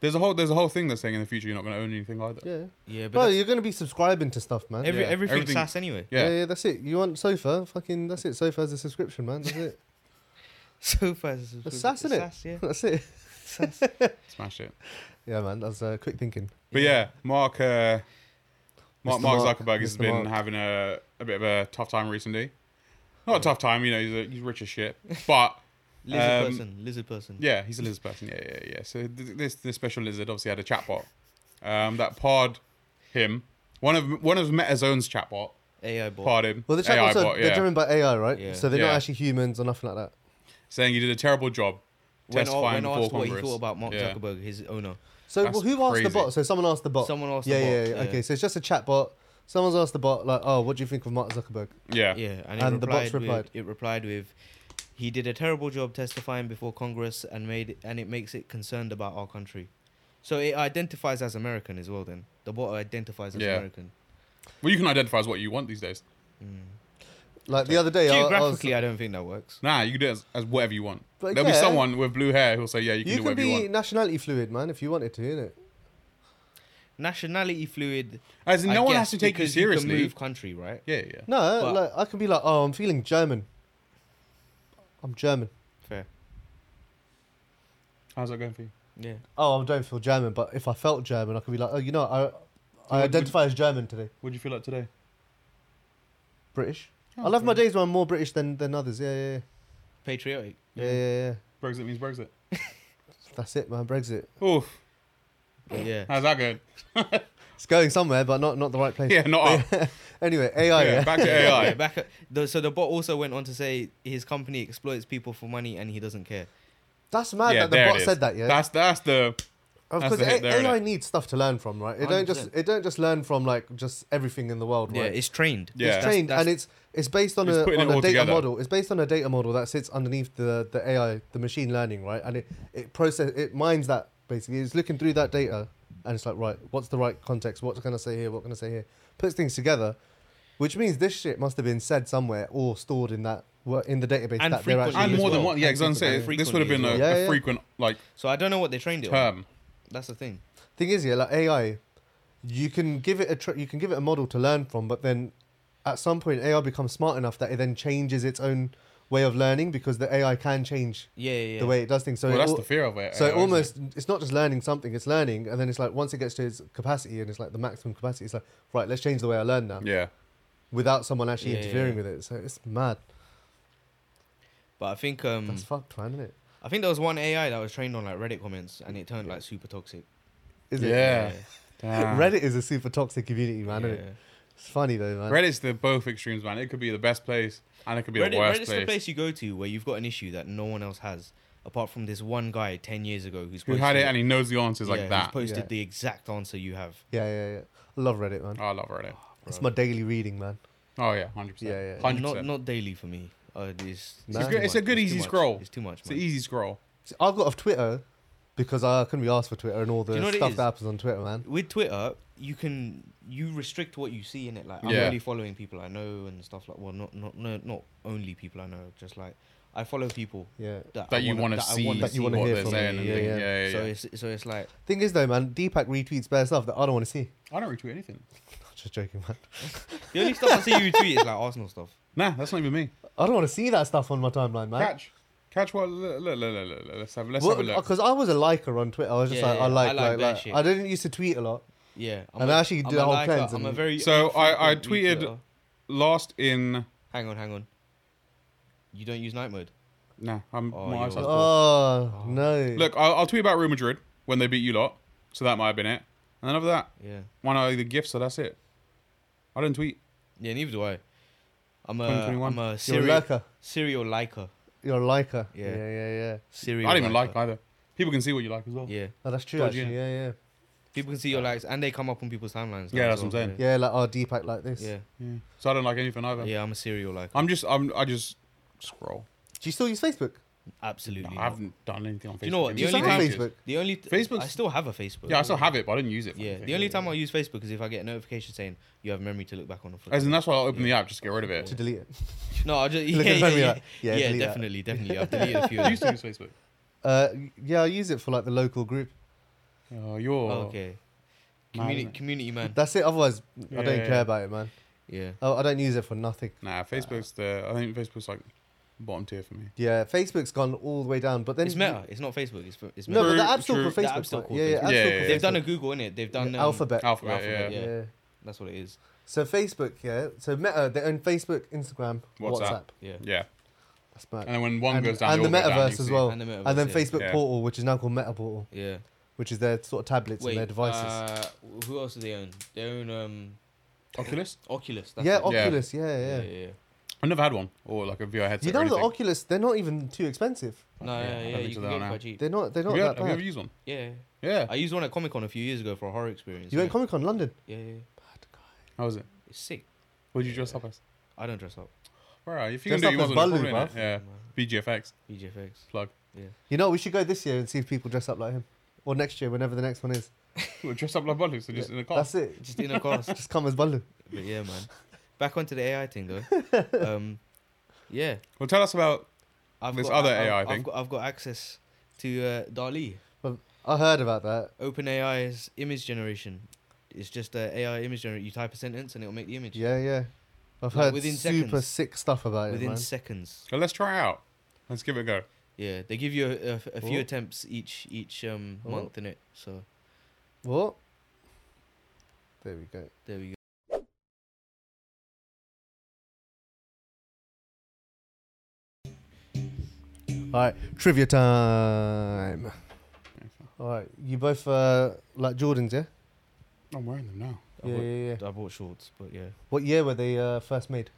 Speaker 2: There's a whole there's a whole thing that's saying in the future you're not going to own anything either.
Speaker 3: yeah.
Speaker 1: yeah,
Speaker 3: Bro,
Speaker 1: but
Speaker 3: you're going to be subscribing to stuff, man.
Speaker 1: that's, every,
Speaker 2: Oh, yeah,
Speaker 1: everything's
Speaker 2: everything-
Speaker 1: SaaS anyway.
Speaker 2: Yeah.
Speaker 3: yeah, yeah, that's it. You want sofa? Fucking, that's it. Sofa has a subscription, man. That's it.
Speaker 1: So fast.
Speaker 3: It's SaaS, innit?
Speaker 1: SaaS, yeah.
Speaker 3: that's it.
Speaker 1: SaaS.
Speaker 2: Smash it.
Speaker 3: Yeah, man. That's uh, quick thinking.
Speaker 2: But yeah, Mark uh, Mark, Mark
Speaker 3: Mr. Mark,
Speaker 2: Zuckerberg has
Speaker 3: Mr.
Speaker 2: been
Speaker 3: Mark.
Speaker 2: having a, a bit of a tough time recently. Not a tough time, you know. He's a, he's rich as shit, but
Speaker 1: Lizard
Speaker 2: Um,
Speaker 1: person. Lizard person.
Speaker 2: yeah, he's a lizard person. Yeah, yeah, yeah. So th- this this special lizard obviously had a chatbot um, that pod him. One of one of Meta's own chatbot
Speaker 1: AI bot.
Speaker 2: pod him.
Speaker 3: Well, the
Speaker 2: AI
Speaker 3: chatbots are
Speaker 2: bot,
Speaker 3: they're driven by AI, right?
Speaker 1: Yeah.
Speaker 3: So they're not
Speaker 2: Yeah.
Speaker 3: actually humans or nothing like that.
Speaker 2: saying he did a terrible job
Speaker 1: When, a-
Speaker 2: testifying
Speaker 1: when
Speaker 2: before
Speaker 1: asked what
Speaker 2: Congress.
Speaker 1: he thought about Mark
Speaker 2: Yeah.
Speaker 1: Zuckerberg, his owner,
Speaker 3: So
Speaker 2: That's
Speaker 3: well, who asked the
Speaker 2: crazy.
Speaker 3: bot? So someone asked the bot.
Speaker 1: someone asked.
Speaker 3: yeah,
Speaker 1: the bot,
Speaker 3: yeah, yeah. Okay, so it's just a chat bot. Someone's asked the bot like, "Oh, what do you think of Mark Zuckerberg?"
Speaker 2: Yeah.
Speaker 1: Yeah, and, it
Speaker 3: And the
Speaker 1: replied
Speaker 3: box replied.
Speaker 1: With, it replied with, "He did a terrible job testifying before Congress, and made and it makes it concerned about our country." So it identifies as American as well. Then the bot identifies as
Speaker 2: Yeah.
Speaker 1: American.
Speaker 2: Well, you can identify as what you want these days.
Speaker 3: Like the other day, I- I was-
Speaker 1: Geographically, I, don't think that works.
Speaker 2: Nah, you can do it as, as whatever you want.
Speaker 3: But
Speaker 2: There'll
Speaker 3: yeah.
Speaker 2: be someone with blue hair who'll say, "Yeah, you can
Speaker 3: you
Speaker 2: do
Speaker 3: can
Speaker 2: whatever you
Speaker 3: be
Speaker 2: want."
Speaker 3: nationality fluid, man, if you wanted to, innit?
Speaker 1: Nationality fluid.
Speaker 2: As in,
Speaker 1: I
Speaker 2: no one
Speaker 1: guess,
Speaker 2: has to take you
Speaker 1: because
Speaker 2: seriously.
Speaker 1: You can move country, right?
Speaker 2: yeah, yeah.
Speaker 3: No,
Speaker 1: But-
Speaker 3: like I can be like, "Oh, I'm feeling German. I'm German.
Speaker 1: Fair.
Speaker 2: How's that going for you?
Speaker 1: Yeah.
Speaker 3: Oh, I don't feel German, but if I felt German, I could be like, oh, you know, I I
Speaker 2: would-
Speaker 3: identify as German today.
Speaker 2: What do you feel like today?
Speaker 3: British. I love my days when I'm more British than, than others. Yeah, yeah,
Speaker 1: Patriotic.
Speaker 3: yeah, yeah, yeah, yeah.
Speaker 2: Brexit means Brexit.
Speaker 3: That's it, man. Brexit.
Speaker 2: Oof,
Speaker 1: Yeah.
Speaker 2: how's that going?
Speaker 3: It's going somewhere, but not not the right place.
Speaker 2: Yeah, not up.
Speaker 3: Anyway, AI.
Speaker 2: yeah,
Speaker 3: Oh, Yeah.
Speaker 2: back to
Speaker 1: Yeah,
Speaker 2: AI.
Speaker 1: back the, so the bot also went on to say his company exploits people for money and he doesn't care.
Speaker 3: That's mad
Speaker 2: Yeah,
Speaker 3: that the
Speaker 2: there it
Speaker 3: bot
Speaker 2: is.
Speaker 3: said that. Yeah.
Speaker 2: That's that's the that's
Speaker 3: because
Speaker 2: the hit there,
Speaker 3: AI
Speaker 2: innit?
Speaker 3: needs stuff to learn from, right? It don't just
Speaker 1: 100%.
Speaker 3: it don't just learn from like just everything in the world,
Speaker 1: Yeah,
Speaker 3: right?
Speaker 1: it's trained.
Speaker 2: Yeah.
Speaker 3: It's trained
Speaker 1: That's-
Speaker 3: and it's it's based on
Speaker 2: It's
Speaker 3: a
Speaker 2: putting
Speaker 3: on
Speaker 2: it
Speaker 3: a
Speaker 2: all
Speaker 3: data
Speaker 2: together.
Speaker 3: model. It's based on a data model that sits underneath the the AI, the machine learning, right? And it it process it mines that basically. It's looking through that data and it's like, right, what's the right context? What can I say here? What can I say here? Puts things together, which means this shit must have been said somewhere or stored in that wo- in the database
Speaker 1: And
Speaker 3: that they're
Speaker 1: frequently
Speaker 3: actually
Speaker 2: and
Speaker 1: as
Speaker 2: more than
Speaker 1: well.
Speaker 2: one. Yeah,
Speaker 1: And
Speaker 2: exactly.
Speaker 1: frequently as well.
Speaker 2: this would have been a,
Speaker 3: Yeah,
Speaker 2: a
Speaker 3: yeah.
Speaker 2: frequent like
Speaker 1: So I don't know what they trained it on.
Speaker 2: term.
Speaker 1: That's the thing.
Speaker 3: thing is, yeah, like AI, you can give it a tr- you can give it a model to learn from, but then at some point AI becomes smart enough that it then changes its own way of learning because the AI can change
Speaker 1: Yeah, yeah. yeah.
Speaker 3: the way it does things. So
Speaker 2: Well,
Speaker 3: it
Speaker 2: that's
Speaker 3: al-
Speaker 2: the fear of it.
Speaker 3: so
Speaker 2: AI,
Speaker 3: it
Speaker 2: isn't
Speaker 3: almost it's not just learning something; it's learning, and then it's like once it gets to its capacity and it's like the maximum capacity, it's like right, let's change the way I learn now
Speaker 2: Yeah.
Speaker 3: without someone actually
Speaker 1: Yeah, yeah,
Speaker 3: interfering
Speaker 1: yeah.
Speaker 3: with it. So it's mad.
Speaker 1: But I think
Speaker 2: Mm.
Speaker 1: um
Speaker 3: That's fucked, man, isn't it?
Speaker 1: I think there was one AI that was trained on like Reddit comments and it turned like super toxic.
Speaker 3: Is it?
Speaker 2: yeah.
Speaker 3: Reddit is a super toxic community, man. Isn't
Speaker 1: Yeah.
Speaker 3: it? It's funny though, man.
Speaker 2: Reddit's the both extremes, man. It could be the best place and it could be
Speaker 1: Reddit,
Speaker 2: the worst
Speaker 1: Reddit's
Speaker 2: place.
Speaker 1: the place you go to where you've got an issue that no one else has, apart from this one guy ten years ago who's
Speaker 2: Who
Speaker 1: posted,
Speaker 2: had it and he knows the answers
Speaker 1: yeah,
Speaker 2: like that.
Speaker 1: Who's posted
Speaker 3: Yeah.
Speaker 1: the exact answer you have.
Speaker 3: Yeah, yeah, yeah. I love Reddit, man.
Speaker 2: Oh, I love Reddit.
Speaker 3: It's my daily reading, man.
Speaker 2: Oh yeah, hundred percent.
Speaker 3: Yeah, yeah.
Speaker 2: hundred
Speaker 1: Not
Speaker 2: percent.
Speaker 1: not daily for me. Uh, it's,
Speaker 3: Nah.
Speaker 1: too
Speaker 3: It's a good-
Speaker 2: it's a
Speaker 1: much.
Speaker 2: good
Speaker 1: too
Speaker 2: easy
Speaker 1: much.
Speaker 2: scroll.
Speaker 1: It's too much.
Speaker 2: It's
Speaker 1: man.
Speaker 2: an easy scroll.
Speaker 3: See, I got off Twitter because I couldn't be asked for Twitter and all the
Speaker 1: you know what it
Speaker 3: stuff
Speaker 1: is?
Speaker 3: that happens on Twitter, man.
Speaker 1: with Twitter, you can you restrict what you see in it. Like I'm
Speaker 2: Yeah.
Speaker 1: only following people I know and stuff like. Well, not not no not only people I know. Just like I follow people
Speaker 3: Yeah.
Speaker 1: that
Speaker 2: That
Speaker 1: I
Speaker 2: you
Speaker 1: wanna-
Speaker 2: want to
Speaker 1: that I
Speaker 2: see
Speaker 1: wanna
Speaker 3: That you
Speaker 1: see
Speaker 3: wanna
Speaker 2: what
Speaker 1: what
Speaker 3: hear
Speaker 2: they're
Speaker 3: from.
Speaker 1: they say.
Speaker 2: saying. and
Speaker 3: Yeah,
Speaker 2: think,
Speaker 3: yeah.
Speaker 2: Yeah, yeah, yeah.
Speaker 1: So it's so it's like
Speaker 3: Thing is, though, man, Deepak retweets bare stuff that I don't want to see.
Speaker 2: I don't retweet anything.
Speaker 3: Just joking, man.
Speaker 1: the only stuff I see you tweet is like Arsenal stuff.
Speaker 2: Nah, that's not even me.
Speaker 3: I don't want to see that stuff on my timeline, man.
Speaker 2: Catch, catch what? Look, look, look, look, look. Let's have, let's have a look.
Speaker 3: Because I was a liker on Twitter. I was just
Speaker 1: Yeah,
Speaker 3: like,
Speaker 1: yeah,
Speaker 3: I
Speaker 1: yeah.
Speaker 3: like,
Speaker 1: I like
Speaker 3: like,
Speaker 1: bare
Speaker 3: like-
Speaker 1: shit.
Speaker 3: I didn't used to tweet a lot.
Speaker 1: Yeah, I'm
Speaker 3: And
Speaker 1: a-
Speaker 3: I actually
Speaker 1: I'm
Speaker 3: did a whole
Speaker 1: liker,
Speaker 3: cleanse
Speaker 1: I'm a
Speaker 3: and-
Speaker 1: very
Speaker 2: So I, I
Speaker 1: infrequent
Speaker 2: tweeted
Speaker 1: retweeter.
Speaker 2: last in.
Speaker 1: Hang on, hang on. You don't use night mode.
Speaker 2: Nah, I'm.
Speaker 1: Oh,
Speaker 2: my
Speaker 1: you're-
Speaker 2: eyesight's
Speaker 1: That's
Speaker 3: Oh,
Speaker 1: cool. Oh.
Speaker 2: poor.
Speaker 3: no.
Speaker 2: Look, I'll, I'll tweet about Real Madrid when they beat you lot. So that might have been it. And then after that,
Speaker 1: Yeah,
Speaker 2: one of the gifts. So that's it. I didn't tweet.
Speaker 1: yeah. Neither do I. I'm a
Speaker 2: 2021.
Speaker 1: am a
Speaker 3: you're a
Speaker 1: serial
Speaker 3: liker.
Speaker 1: serial liker.
Speaker 3: You're a liker.
Speaker 1: Yeah.
Speaker 3: Yeah, yeah, yeah.
Speaker 1: Serial.
Speaker 2: I don't even like either. People can see what you like as well.
Speaker 1: Yeah.
Speaker 3: Oh, that's true,
Speaker 2: Dodgy,
Speaker 3: actually. Yeah, yeah.
Speaker 1: People can see your likes and they come up on people's timelines. now
Speaker 2: Yeah,
Speaker 1: as
Speaker 2: that's what
Speaker 1: well.
Speaker 2: I'm saying.
Speaker 3: Yeah, like, oh, Deepak like this.
Speaker 1: Yeah.
Speaker 2: Yeah. So I don't like anything
Speaker 1: Yeah.
Speaker 2: either.
Speaker 1: yeah, I'm a serial liker.
Speaker 2: I'm just. I'm. I just scroll.
Speaker 3: Do you still use Facebook?
Speaker 1: Absolutely.
Speaker 2: I
Speaker 1: not.
Speaker 2: haven't done anything on Facebook.
Speaker 1: Do you know what?
Speaker 2: in
Speaker 1: The
Speaker 3: Do you
Speaker 2: ages.
Speaker 1: only
Speaker 3: still have
Speaker 1: time-
Speaker 3: Facebook?
Speaker 1: The only
Speaker 2: Facebook's-
Speaker 1: I still have a Facebook.
Speaker 2: Yeah, I still have it, but I didn't use it. For
Speaker 1: Yeah,
Speaker 2: anything.
Speaker 1: the only time I use Facebook is if I get a notification saying you have memory to look back on. and flick
Speaker 2: As in,
Speaker 1: through."
Speaker 2: that's why I open the app just to get rid of
Speaker 3: To
Speaker 2: it.
Speaker 3: delete it.
Speaker 1: No, I just yeah,
Speaker 3: Look at
Speaker 1: yeah,
Speaker 3: the memory,
Speaker 1: yeah,
Speaker 3: like, yeah,
Speaker 1: Yeah,
Speaker 3: delete that.
Speaker 1: definitely, definitely. I've deleted a few.
Speaker 2: I
Speaker 1: Of
Speaker 2: used
Speaker 1: them.
Speaker 2: to use Facebook.
Speaker 3: Uh, yeah, I use it for like the local group.
Speaker 2: Oh, you're
Speaker 1: okay,
Speaker 2: Man,
Speaker 1: community
Speaker 2: innit?
Speaker 1: community man.
Speaker 3: That's it. Otherwise, I don't
Speaker 2: Yeah.
Speaker 3: care about it, man.
Speaker 1: Yeah,
Speaker 3: I, I don't use it for nothing.
Speaker 2: Nah, Facebook's the. I think Facebook's like bottom tier for me.
Speaker 3: Yeah, Facebook's gone all the way down, but then
Speaker 1: it's Meta. It's not Facebook. It's it's Meta.
Speaker 3: No, but
Speaker 2: True,
Speaker 3: the app store
Speaker 2: true.
Speaker 3: for
Speaker 1: The
Speaker 3: Facebook.
Speaker 1: app store called
Speaker 3: yeah, yeah, app
Speaker 1: Facebook.
Speaker 2: Yeah,
Speaker 3: store
Speaker 2: yeah,
Speaker 3: for
Speaker 2: yeah.
Speaker 1: They've done a
Speaker 3: Facebook.
Speaker 1: Google in it. They've done
Speaker 3: Yeah,
Speaker 1: um,
Speaker 3: Alphabet.
Speaker 2: Alphabet,
Speaker 1: Alphabet,
Speaker 2: yeah.
Speaker 1: yeah.
Speaker 3: yeah.
Speaker 1: That's what it is.
Speaker 3: So Facebook, yeah. So Meta, they own Facebook, Instagram,
Speaker 2: WhatsApp.
Speaker 3: WhatsApp.
Speaker 1: Yeah,
Speaker 2: Yeah.
Speaker 3: That's mad.
Speaker 2: And then when one
Speaker 3: And-
Speaker 2: goes down,
Speaker 3: and
Speaker 2: they
Speaker 3: the
Speaker 2: all go down,
Speaker 3: metaverse
Speaker 2: you
Speaker 3: as
Speaker 2: see.
Speaker 3: well.
Speaker 1: And the metaverse,
Speaker 3: And then
Speaker 1: yeah.
Speaker 3: Facebook
Speaker 2: Yeah.
Speaker 3: Portal, which is now called Meta Portal,
Speaker 1: yeah.
Speaker 3: which is their sort of tablets
Speaker 1: Wait,
Speaker 3: and their devices.
Speaker 1: Uh, who else do they own? They own um,
Speaker 2: Oculus.
Speaker 1: Oculus. That's
Speaker 3: yeah,
Speaker 1: it.
Speaker 2: Yeah.
Speaker 3: Oculus. Yeah, yeah.
Speaker 1: yeah, yeah.
Speaker 2: I've never had one or like a VR headset.
Speaker 3: You
Speaker 2: or
Speaker 3: know the
Speaker 2: anything.
Speaker 3: Oculus, they're not even too expensive.
Speaker 1: No,
Speaker 2: Yeah, I
Speaker 1: yeah,
Speaker 2: don't
Speaker 1: yeah.
Speaker 2: think
Speaker 1: You
Speaker 2: so,
Speaker 1: can
Speaker 2: they
Speaker 1: get
Speaker 2: don't
Speaker 1: it
Speaker 2: know.
Speaker 1: quite cheap.
Speaker 3: They're not. They're not
Speaker 2: Have you, had-
Speaker 3: that
Speaker 2: have you
Speaker 3: bad.
Speaker 2: ever used one?
Speaker 1: Yeah,
Speaker 2: Yeah.
Speaker 1: I used one at Comic Con a few years ago for a horror experience.
Speaker 3: You
Speaker 1: yeah.
Speaker 3: went Comic Con London.
Speaker 1: yeah, yeah, yeah.
Speaker 2: How was it?
Speaker 1: It's sick.
Speaker 2: What did you dress up as?
Speaker 1: I don't dress up.
Speaker 2: Bro, if you
Speaker 3: Dress
Speaker 2: can do it,
Speaker 3: up
Speaker 2: you
Speaker 3: as
Speaker 2: wasn't
Speaker 3: Baloo, bruv.
Speaker 2: Yeah. VGFX
Speaker 1: BJFX.
Speaker 2: plug.
Speaker 3: You know, we should go this year and see if people dress up like him, or next year, whenever the next one is.
Speaker 2: Well, dress up like Baloo, so just in a car.
Speaker 3: That's it.
Speaker 1: Just in a cost.
Speaker 3: Just come as Balu.
Speaker 1: But yeah, man. Back onto the AI thing though. Um, yeah.
Speaker 2: Well, tell us about.
Speaker 1: I've
Speaker 2: This other
Speaker 1: I've-
Speaker 2: AI
Speaker 1: I've,
Speaker 2: thing.
Speaker 1: got, I've got access to uh, Dali.
Speaker 3: I heard about that.
Speaker 1: OpenAI's image generation. It's just uh, AI image generation. You type a sentence and it'll make the image
Speaker 3: Yeah, yeah. I've
Speaker 1: Like,
Speaker 3: heard
Speaker 1: within
Speaker 3: super
Speaker 1: seconds.
Speaker 3: sick stuff about
Speaker 1: within
Speaker 3: it, man.
Speaker 1: seconds.
Speaker 2: Well, let's try it out. Let's give it a go.
Speaker 1: Yeah, they give you a, a, a few
Speaker 3: Oh.
Speaker 1: attempts each each um,
Speaker 3: Oh.
Speaker 1: month in it. So
Speaker 3: What? There we go.
Speaker 1: There we go.
Speaker 3: All right, trivia time. All right, you both uh, like Jordans, yeah?
Speaker 2: I'm wearing them now.
Speaker 1: I,
Speaker 3: Yeah,
Speaker 1: bought,
Speaker 3: yeah, yeah.
Speaker 1: I bought shorts, but yeah,
Speaker 3: What year were they uh, first made?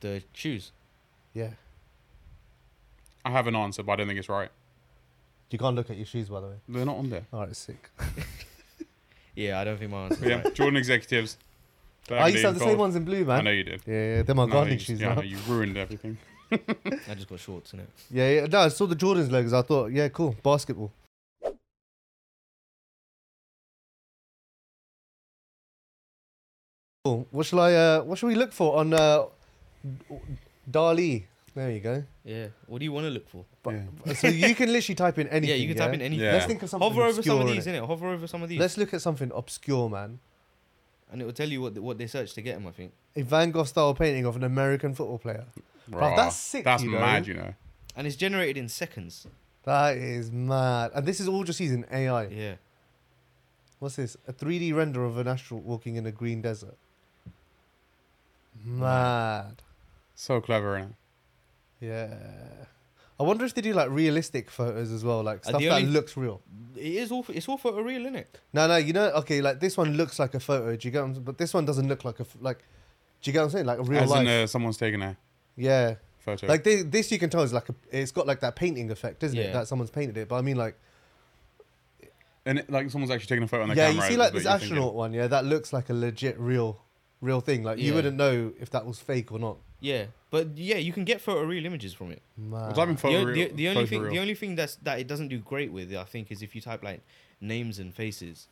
Speaker 1: the shoes.
Speaker 3: Yeah.
Speaker 2: I have an answer, but I don't think it's right.
Speaker 3: You can't look at your shoes, by the way.
Speaker 2: They're not on there.
Speaker 3: All right, sick.
Speaker 1: Yeah, I don't think my answer.
Speaker 2: But yeah, Jordan executives.
Speaker 3: I used to have Oh, the same
Speaker 2: Gold.
Speaker 3: ones in blue,
Speaker 2: I
Speaker 3: man. Oh,
Speaker 2: know you did.
Speaker 3: Yeah, yeah, they're my
Speaker 2: No,
Speaker 3: gardening
Speaker 2: you-
Speaker 3: shoes
Speaker 2: yeah, I
Speaker 3: now.
Speaker 2: know, you ruined everything.
Speaker 1: I just got shorts in it.
Speaker 3: Yeah, yeah. No, I saw the Jordans logos. I thought, yeah, cool, basketball. Cool. What shall I? Uh, what shall we look for on uh, Dali? There you go.
Speaker 1: Yeah. What do you want to look for?
Speaker 3: But-
Speaker 2: Yeah.
Speaker 3: So you can literally type in anything.
Speaker 1: yeah, you can type in anything.
Speaker 2: Yeah.
Speaker 3: Let's think of something
Speaker 1: Hover over
Speaker 3: obscure.
Speaker 1: some of these,
Speaker 3: innit?
Speaker 1: innit? Hover over some of these,
Speaker 3: Let's look at something obscure, man.
Speaker 1: and it will tell you what the, what they searched to get them. I think.
Speaker 3: A Van Gogh style painting of an American football player. Bruv,
Speaker 2: Bruh,
Speaker 3: that's sick,
Speaker 2: That's
Speaker 3: you know.
Speaker 2: mad, you know.
Speaker 1: And it's generated in seconds.
Speaker 3: That is mad. And this is all just using AI.
Speaker 1: Yeah.
Speaker 3: What's this? A 3D render of an astronaut walking in a green desert. Mad.
Speaker 2: So clever, innit?
Speaker 3: Yeah. I wonder if they do like realistic photos as well, like
Speaker 1: Uh,
Speaker 3: stuff
Speaker 1: the
Speaker 3: that
Speaker 1: only-
Speaker 3: looks real.
Speaker 1: It is all. It's all photoreal, isn't it?
Speaker 3: No, no, you know, okay, like this one looks like a photo. Do you get? What I'm, s- but this one doesn't look like a f- like. Do you get what I'm saying? Like a real
Speaker 2: As
Speaker 3: life.
Speaker 2: in, uh, someone's taking a
Speaker 3: yeah.
Speaker 2: photo.
Speaker 3: Like this, this you can tell is like a. It's got like that painting effect, isn't it?
Speaker 1: Yeah.
Speaker 3: That someone's painted it. But I mean, like,
Speaker 2: and it, like someone's actually taking a photo on the
Speaker 3: yeah,
Speaker 2: camera.
Speaker 3: you see,
Speaker 2: is
Speaker 3: like
Speaker 2: what
Speaker 3: this
Speaker 2: you're thinking.
Speaker 3: astronaut one. Yeah, that looks like a legit real, real thing. Like you
Speaker 1: Yeah.
Speaker 3: wouldn't know if that was fake or not.
Speaker 1: Yeah. But yeah, you can get photoreal images from it.
Speaker 3: Man.
Speaker 2: Well, typing
Speaker 1: The,
Speaker 2: photo
Speaker 1: o- the, the only thing.
Speaker 2: real.
Speaker 1: The only thing that's that it doesn't do great with, I think, is if you type like names and faces.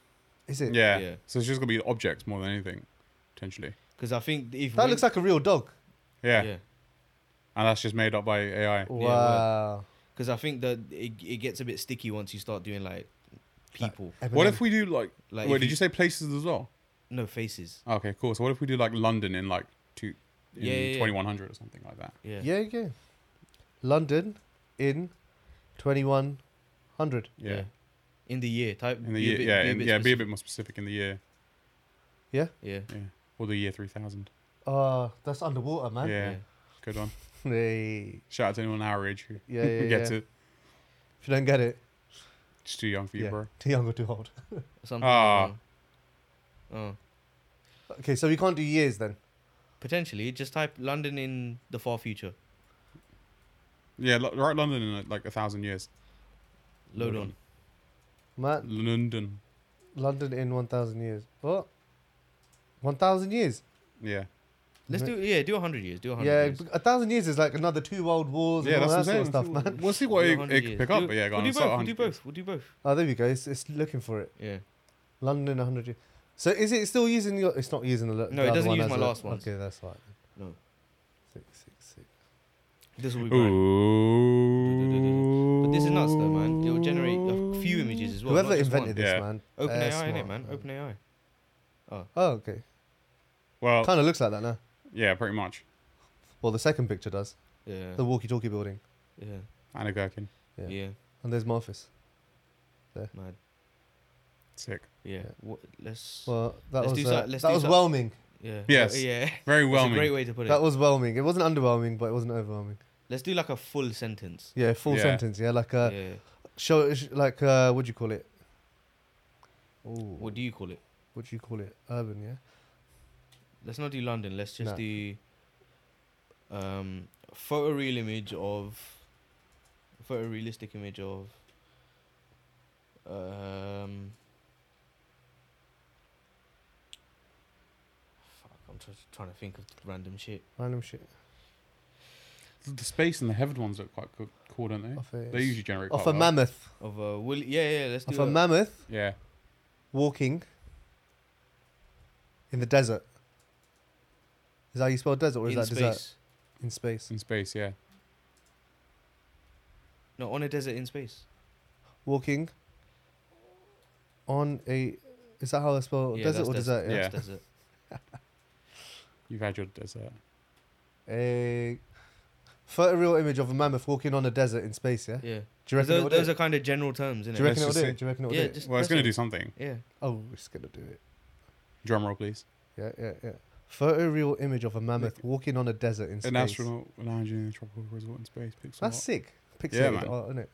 Speaker 3: Is it?
Speaker 2: yeah.
Speaker 1: Yeah.
Speaker 2: So it's just gonna be objects more than anything, potentially.
Speaker 1: Because I think if
Speaker 3: That
Speaker 1: when-
Speaker 3: looks like a real dog.
Speaker 2: Yeah.
Speaker 1: yeah.
Speaker 2: And that's just made up by AI.
Speaker 3: Oh,
Speaker 1: well-
Speaker 3: Wow.
Speaker 1: Because I think that it, it gets a bit sticky once you start doing like people,
Speaker 2: What if we do like?
Speaker 1: Like,
Speaker 2: wait,
Speaker 1: if
Speaker 2: did
Speaker 1: you-
Speaker 2: you say places as well?
Speaker 1: no faces.
Speaker 2: Okay, cool. So what if we do like London in like two, in
Speaker 1: Yeah, yeah, yeah.
Speaker 2: 2100 or something like that?
Speaker 1: Yeah.
Speaker 3: Yeah, yeah. London in 2100.
Speaker 2: Yeah.
Speaker 1: Yeah. In the year type.
Speaker 2: In the
Speaker 1: be a
Speaker 2: year,
Speaker 1: bit-
Speaker 2: yeah,
Speaker 1: be a
Speaker 2: in,
Speaker 1: bit
Speaker 2: yeah, be a
Speaker 1: specific.
Speaker 2: bit more specific in the year,
Speaker 1: Yeah.
Speaker 2: yeah, or the year 3000.
Speaker 3: Uh, that's underwater, man.
Speaker 2: Yeah.
Speaker 1: Yeah.
Speaker 2: Good one.
Speaker 3: Hey.
Speaker 2: Shout out to anyone our age who
Speaker 3: Yeah, yeah,
Speaker 2: gets
Speaker 3: yeah.
Speaker 2: it.
Speaker 3: If you don't get it,
Speaker 2: It's too young for you,
Speaker 3: yeah,
Speaker 2: bro.
Speaker 3: too young or too old.
Speaker 1: Something.
Speaker 2: Ah.
Speaker 1: like that. Oh.
Speaker 3: Okay, so we can't do years then.
Speaker 1: Potentially, just type London in the far future.
Speaker 2: Yeah, lo- right. London in like, like a thousand years.
Speaker 1: Load
Speaker 2: Load
Speaker 1: on.
Speaker 3: Man,
Speaker 2: London.
Speaker 3: London in 1,000 years. What? 1,000 years?
Speaker 2: Yeah.
Speaker 1: Let's do yeah, do hundred years. Do hundred.
Speaker 3: Yeah,
Speaker 1: years.
Speaker 3: a thousand years is like another two world wars
Speaker 2: Yeah,
Speaker 3: and
Speaker 2: that's
Speaker 3: all
Speaker 2: what I'm
Speaker 3: that sort
Speaker 2: saying.
Speaker 3: of stuff, man.
Speaker 2: We'll see
Speaker 1: Do
Speaker 2: what it,
Speaker 1: 100
Speaker 2: it
Speaker 1: years.
Speaker 2: can pick up.
Speaker 1: Do-
Speaker 2: but yeah, go
Speaker 1: we'll
Speaker 2: on.
Speaker 1: do
Speaker 2: start
Speaker 1: both. We'll
Speaker 2: 100
Speaker 1: do
Speaker 2: years.
Speaker 1: both. We'll do both.
Speaker 3: Oh, there we go. It's, it's looking for it.
Speaker 1: Yeah.
Speaker 3: London in 100 years. So is it still using your? It's not using the. lo-
Speaker 1: No,
Speaker 3: the
Speaker 1: it
Speaker 3: other
Speaker 1: doesn't
Speaker 3: one
Speaker 1: use
Speaker 3: as
Speaker 1: my
Speaker 3: a-
Speaker 1: last ones.
Speaker 3: Okay, that's right.
Speaker 1: No.
Speaker 3: Six, six, six.
Speaker 1: This will be bad.
Speaker 2: Ooh.
Speaker 1: But this is nuts though, man. It will generate a few images as well.
Speaker 3: Whoever
Speaker 1: not just
Speaker 3: invented
Speaker 1: one.
Speaker 3: this,
Speaker 2: Yeah.
Speaker 3: man.
Speaker 1: Open
Speaker 3: uh,
Speaker 1: AI,
Speaker 3: smart,
Speaker 1: innit,
Speaker 3: man.
Speaker 1: man? Open AI.
Speaker 3: Oh, okay.
Speaker 1: Oh.
Speaker 2: Well,
Speaker 3: Kind of looks like that now.
Speaker 2: yeah, pretty much.
Speaker 3: Well, the second picture does.
Speaker 1: Yeah.
Speaker 3: The walkie-talkie building,
Speaker 1: Yeah.
Speaker 2: Anna Gherkin.
Speaker 1: Yeah.
Speaker 3: Yeah.
Speaker 1: Yeah.
Speaker 3: and there's my office.
Speaker 1: Mad.
Speaker 2: Sick.
Speaker 1: Yeah.
Speaker 3: Yeah.
Speaker 1: What, let's.
Speaker 3: Well, that
Speaker 1: Let's
Speaker 3: was
Speaker 1: do
Speaker 3: uh,
Speaker 1: so- let's
Speaker 3: that
Speaker 1: do
Speaker 3: was
Speaker 1: so-
Speaker 3: whelming.
Speaker 1: yeah.
Speaker 2: Yes.
Speaker 1: Yeah.
Speaker 2: Very
Speaker 1: That's a
Speaker 2: whelming.
Speaker 1: great way to put it.
Speaker 3: That was whelming. It wasn't underwhelming, but it wasn't overwhelming.
Speaker 1: Let's do like a full sentence.
Speaker 3: Yeah, full
Speaker 2: Yeah.
Speaker 3: sentence. Yeah, like uh,
Speaker 1: yeah.
Speaker 3: show sh- like uh, what do you call it? Ooh,
Speaker 1: What do you call it?
Speaker 3: what do you call it? Urban, yeah.
Speaker 1: Let's not do London. Let's just
Speaker 3: No.
Speaker 1: do um photoreal image of photorealistic image of um fuck, I'm just trying to think of random shit.
Speaker 3: Random shit.
Speaker 2: The space and the heaven ones look quite cool, cool don't
Speaker 1: Hmm?
Speaker 2: they?
Speaker 3: Off a,
Speaker 2: They usually generate
Speaker 3: off a
Speaker 2: quite well.
Speaker 3: mammoth.
Speaker 1: Of a will yeah, yeah, let's do
Speaker 3: Off a
Speaker 1: that.
Speaker 3: mammoth
Speaker 2: Yeah.
Speaker 3: walking in the desert. Is that how you spell desert or is
Speaker 1: in
Speaker 3: that
Speaker 1: space. Mm.
Speaker 3: desert? In space.
Speaker 2: In space, yeah.
Speaker 1: No, on a desert in space.
Speaker 3: Walking on a. Is that how I spell
Speaker 1: Yeah,
Speaker 3: Oh, desert
Speaker 1: that's
Speaker 3: or
Speaker 1: desert.
Speaker 3: desert?
Speaker 1: That's
Speaker 2: Yeah.
Speaker 1: desert.
Speaker 2: You've had your dessert.
Speaker 3: A photoreal image of a mammoth walking on a desert in space, yeah?
Speaker 1: Yeah.
Speaker 3: Do you reckon
Speaker 1: those
Speaker 3: it'll
Speaker 1: those
Speaker 3: do
Speaker 1: are
Speaker 3: it?
Speaker 1: kind of general terms,
Speaker 3: Do
Speaker 1: innit?
Speaker 3: you reckon
Speaker 2: Let's
Speaker 3: it'll do
Speaker 2: just
Speaker 3: it? Do you reckon it'll
Speaker 1: Yeah,
Speaker 3: do it?
Speaker 1: just
Speaker 2: Well, it's
Speaker 1: press
Speaker 2: going to
Speaker 1: it.
Speaker 2: do something.
Speaker 1: Yeah.
Speaker 3: Oh, it's going to do it.
Speaker 2: Drum roll, please.
Speaker 3: Yeah, yeah, yeah. Photoreal image of a mammoth walking on a desert in space.
Speaker 2: An astronaut lounging in a tropical resort in space. Pixel
Speaker 3: That's
Speaker 2: art.
Speaker 3: sick. Pixelated
Speaker 2: Yeah, man.
Speaker 3: art, isn't it?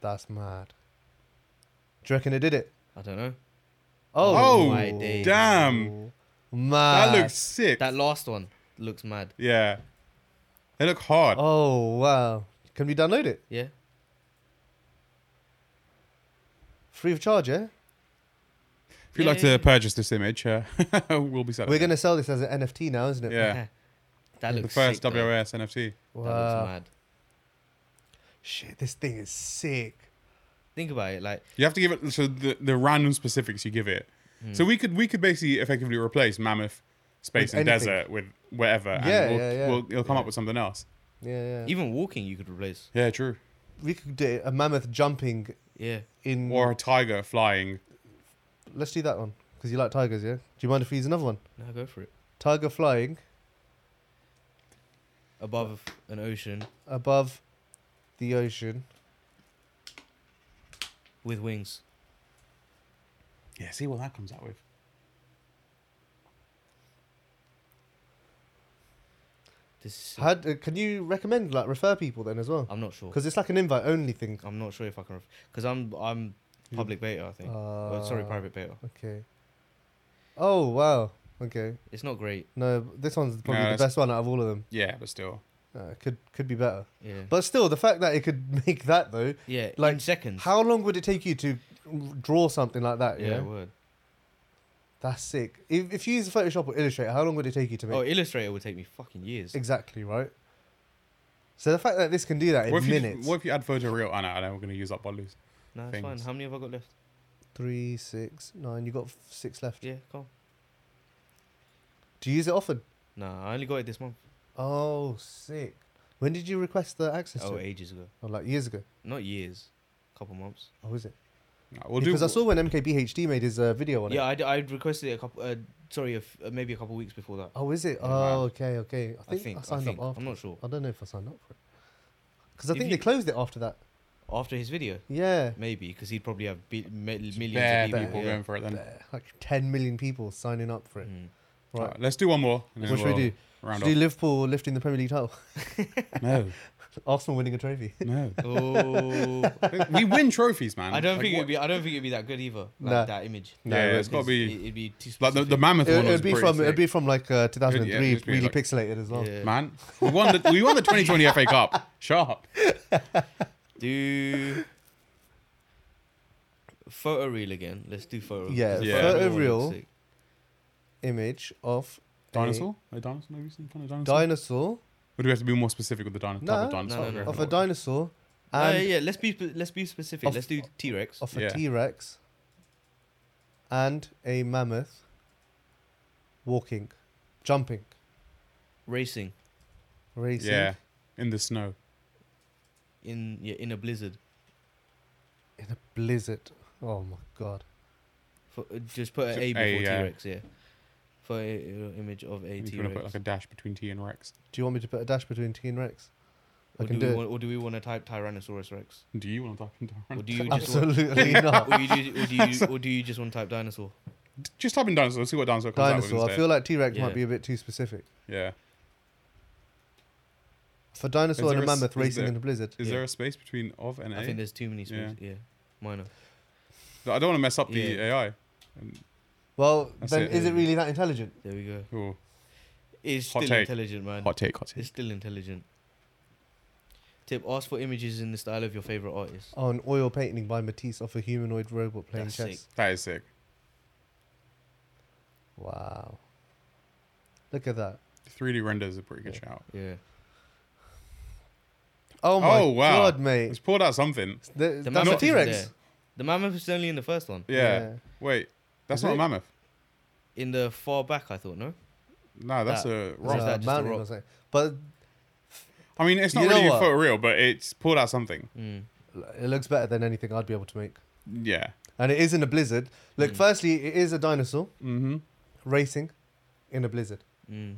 Speaker 3: That's mad. Do you reckon they did it?
Speaker 1: I don't know.
Speaker 3: Oh,
Speaker 1: Oh, my days.
Speaker 2: damn.
Speaker 3: mad.
Speaker 2: That looks sick.
Speaker 1: That last one looks mad.
Speaker 2: yeah. They look hard.
Speaker 3: Oh wow! Can we download it
Speaker 1: Yeah.
Speaker 3: free of charge? Yeah,
Speaker 2: if you'd like
Speaker 1: yeah, yeah.
Speaker 2: to purchase this image, uh, we'll be selling
Speaker 3: we're
Speaker 2: it.
Speaker 3: gonna sell this as an NFT now, isn't it?
Speaker 2: Yeah.
Speaker 1: that
Speaker 2: The
Speaker 1: looks
Speaker 2: first
Speaker 1: sick, though.
Speaker 2: WOS NFT.
Speaker 1: That
Speaker 3: Wow.
Speaker 1: looks mad.
Speaker 3: Shit, this thing is sick.
Speaker 1: Think about it. Like
Speaker 2: You have to give it so the, the random specifics you give it.
Speaker 3: Hmm.
Speaker 2: So we could we could basically effectively replace mammoth, space,
Speaker 3: With
Speaker 2: and
Speaker 3: anything.
Speaker 2: desert with whatever, and
Speaker 3: Yeah,
Speaker 2: we'll,
Speaker 3: yeah, yeah.
Speaker 2: we'll it'll come up with something else.
Speaker 3: Yeah, yeah.
Speaker 1: even walking, you could replace.
Speaker 2: Yeah, true.
Speaker 3: we could do a mammoth jumping
Speaker 1: Yeah.
Speaker 3: in.
Speaker 2: Or a tiger flying.
Speaker 3: Let's do that one because you like tigers, yeah. Do you mind if we use another one?
Speaker 1: Now go for it.
Speaker 3: Tiger flying
Speaker 1: Above an ocean
Speaker 3: above the ocean.
Speaker 1: with wings.
Speaker 2: Yeah, see what that comes out with.
Speaker 1: This is sick.
Speaker 3: How, d- uh, can you recommend like refer people then as well?
Speaker 1: I'm not sure.
Speaker 3: Because it's like an invite only thing.
Speaker 1: I'm not sure if I can. Because I'm I'm public beta. I think. Oh, sorry,
Speaker 3: Ah,
Speaker 1: private beta.
Speaker 3: Okay. Oh wow. Okay.
Speaker 1: It's not great.
Speaker 3: No, this one's probably the
Speaker 2: that's-
Speaker 3: best one out of all of them.
Speaker 2: Yeah, but still.
Speaker 3: Uh, could could be better.
Speaker 1: Yeah.
Speaker 3: But still, the fact that it could make that though,
Speaker 1: yeah. Like in
Speaker 3: like,
Speaker 1: seconds.
Speaker 3: how long would it take you to draw something like that?
Speaker 1: Hmm. Yeah.
Speaker 3: Yeah,
Speaker 1: Word.
Speaker 3: that's sick. If, if you use Photoshop or Illustrator, how long would it take you to make
Speaker 1: Oh, Illustrator would take me fucking years.
Speaker 3: exactly right? So the fact that this can do that in
Speaker 2: What if, you,
Speaker 3: minutes,
Speaker 2: what if you add photo real? Ah, I know, I know we're going to use up Bodloose.
Speaker 1: No, it's fine.
Speaker 2: things.
Speaker 1: How many have I got left?
Speaker 3: three, six, nine. You got f- six left.
Speaker 1: Yeah, come.
Speaker 3: Do you use it often?
Speaker 1: Nah, I only got it this month.
Speaker 3: Oh, sick. When did you request the access
Speaker 1: Oh,
Speaker 3: to? It?
Speaker 1: ages ago.
Speaker 3: Oh, like years ago.
Speaker 1: Not years. Couple months.
Speaker 3: Oh, is it?
Speaker 2: No, we'll
Speaker 3: because
Speaker 2: do.
Speaker 3: I saw when MKBHD made his uh, video on it.
Speaker 1: yeah, I d- I requested it a couple. Uh, sorry, a f- uh, maybe a couple weeks before that.
Speaker 3: Oh, is it?
Speaker 2: Yeah,
Speaker 3: Oh,
Speaker 2: man.
Speaker 3: okay, okay. I think I,
Speaker 1: I think. I,
Speaker 3: signed
Speaker 1: think.
Speaker 3: up after.
Speaker 1: I'm not sure.
Speaker 3: I don't know if I signed up for it. Because I
Speaker 1: If
Speaker 3: think
Speaker 1: you-
Speaker 3: they closed it after that.
Speaker 1: After his video,
Speaker 3: Yeah.
Speaker 1: maybe because he'd probably have be- mi- millions
Speaker 2: Bare
Speaker 1: of people.
Speaker 2: people
Speaker 1: yeah.
Speaker 2: going for it then.
Speaker 3: There, Like 10 million people signing up for it.
Speaker 1: Mm.
Speaker 2: All
Speaker 3: Right.
Speaker 2: right, let's do one more. and then
Speaker 3: What should we
Speaker 2: we'll
Speaker 3: do?
Speaker 2: Round
Speaker 3: Should we do Liverpool lifting the Premier League title?
Speaker 2: off. No,
Speaker 3: Arsenal winning a trophy?
Speaker 2: no.
Speaker 1: Oh,
Speaker 2: we win trophies, man.
Speaker 1: I don't
Speaker 2: Mm. Like,
Speaker 1: think
Speaker 2: what-
Speaker 1: it'd be. I don't think it'd be that good either. Like
Speaker 3: Nah.
Speaker 1: that image.
Speaker 3: No,
Speaker 2: yeah,
Speaker 3: it
Speaker 2: it's got to be.
Speaker 1: It- It'd be too
Speaker 2: Like the,
Speaker 1: specific.
Speaker 2: the mammoth
Speaker 3: It,
Speaker 2: one.
Speaker 3: it
Speaker 2: was
Speaker 3: would be
Speaker 2: pretty
Speaker 3: from
Speaker 2: sick.
Speaker 3: it'd be from like uh, 2003,
Speaker 2: it'd be
Speaker 3: really
Speaker 2: like-
Speaker 3: pixelated as well.
Speaker 1: Yeah.
Speaker 2: man. We won the we won the 2020 FA Cup. Sharp.
Speaker 1: Do photo reel again. Let's do photo.
Speaker 3: Yeah,
Speaker 1: because
Speaker 2: Yeah.
Speaker 1: photo
Speaker 3: photo
Speaker 1: one
Speaker 3: reel.
Speaker 1: looks sick.
Speaker 3: Image of a
Speaker 2: Dinosaur? A dinosaur? Maybe some kind of dinosaur.
Speaker 3: dinosaur
Speaker 2: or do we have to be more specific with the dino- type
Speaker 3: No,
Speaker 2: of dinosaur?
Speaker 1: no,
Speaker 2: we're
Speaker 1: no.
Speaker 2: referring
Speaker 3: of a
Speaker 2: to?
Speaker 3: dinosaur
Speaker 1: Uh,
Speaker 3: and
Speaker 1: yeah, let's be spe- let's be specific.
Speaker 3: Of-
Speaker 1: let's do T Rex.
Speaker 3: of a
Speaker 2: Yeah.
Speaker 3: T-Rex and a mammoth walking, jumping,
Speaker 1: Racing
Speaker 3: racing.
Speaker 2: Yeah, in the snow.
Speaker 1: in yeah in a blizzard.
Speaker 3: in a blizzard. Oh my god.
Speaker 1: For, uh, just put an
Speaker 2: So
Speaker 1: A
Speaker 2: A,
Speaker 1: before T
Speaker 2: yeah.
Speaker 1: Rex. Yeah. For a, uh, image of a
Speaker 2: If
Speaker 1: T
Speaker 2: you want to put like
Speaker 1: Rex.
Speaker 2: a dash between T and Rex.
Speaker 3: Do you want me to put a dash between T and Rex? I
Speaker 1: Or,
Speaker 3: can
Speaker 1: do
Speaker 3: do
Speaker 1: we
Speaker 3: it.
Speaker 1: want- or do we want to type Tyrannosaurus Rex?
Speaker 2: Do you want to type in dinosaur?
Speaker 1: Or do you just want,
Speaker 3: Absolutely not.
Speaker 1: or, you do, or, do you, or do you just want to type dinosaur?
Speaker 2: Just type in dinosaur. See what dinosaur comes out
Speaker 3: Dinosaur.
Speaker 2: with
Speaker 3: I
Speaker 2: instead.
Speaker 3: feel like T Rex
Speaker 1: Yeah.
Speaker 3: might be a bit too specific.
Speaker 2: yeah.
Speaker 3: For dinosaur and
Speaker 2: there
Speaker 3: a
Speaker 2: a s-
Speaker 3: mammoth
Speaker 2: is
Speaker 3: racing
Speaker 2: there-
Speaker 3: in a blizzard.
Speaker 2: Is
Speaker 1: Yeah.
Speaker 2: there a space between of and a?
Speaker 1: I
Speaker 2: I,
Speaker 1: think there's too many spaces. Yeah. Minor.
Speaker 2: I don't want to mess up the
Speaker 1: Yeah.
Speaker 2: AI. And,
Speaker 3: Well,
Speaker 2: That's
Speaker 3: then
Speaker 2: it.
Speaker 3: is it really that intelligent?
Speaker 1: There we go.
Speaker 2: ooh,
Speaker 1: It's
Speaker 2: Hot
Speaker 1: still
Speaker 2: take.
Speaker 1: intelligent, man.
Speaker 2: hot take, hot
Speaker 1: It's
Speaker 2: take.
Speaker 1: still intelligent. Tip: Ask for images in the style of your favorite artist.
Speaker 3: Oh, an oil painting by Matisse of a humanoid robot playing
Speaker 1: That's
Speaker 3: chess.
Speaker 1: sick.
Speaker 2: That is sick.
Speaker 3: Wow. Look at that.
Speaker 2: 3D renders are a pretty good shout.
Speaker 1: Yeah.
Speaker 3: Oh my
Speaker 2: Oh, wow.
Speaker 3: god,
Speaker 2: It's
Speaker 3: mate.
Speaker 2: pulled out something.
Speaker 3: Th-
Speaker 1: The
Speaker 3: that's a
Speaker 1: mammoth
Speaker 3: T
Speaker 1: isn't
Speaker 3: Rex.
Speaker 1: there. The mammoth is only in the first one.
Speaker 2: Yeah. Wait, that's
Speaker 3: Is
Speaker 2: not
Speaker 3: it?
Speaker 2: a mammoth.
Speaker 1: In the far back, I thought no.
Speaker 2: No, that's a
Speaker 3: It's
Speaker 1: Or is
Speaker 2: rock.
Speaker 1: that
Speaker 3: a
Speaker 1: just a
Speaker 3: mountain or
Speaker 1: rock?
Speaker 3: something. But
Speaker 2: I mean, it's not
Speaker 3: You know
Speaker 2: really
Speaker 3: what?
Speaker 2: photoreal, but it's pulled out something.
Speaker 1: Mm.
Speaker 3: it looks better than anything I'd be able to make.
Speaker 2: Yeah.
Speaker 3: And it is in a blizzard. Look,
Speaker 1: Mm.
Speaker 3: firstly, it is a dinosaur
Speaker 2: Mm-hmm.
Speaker 3: racing in a blizzard.
Speaker 1: Mm.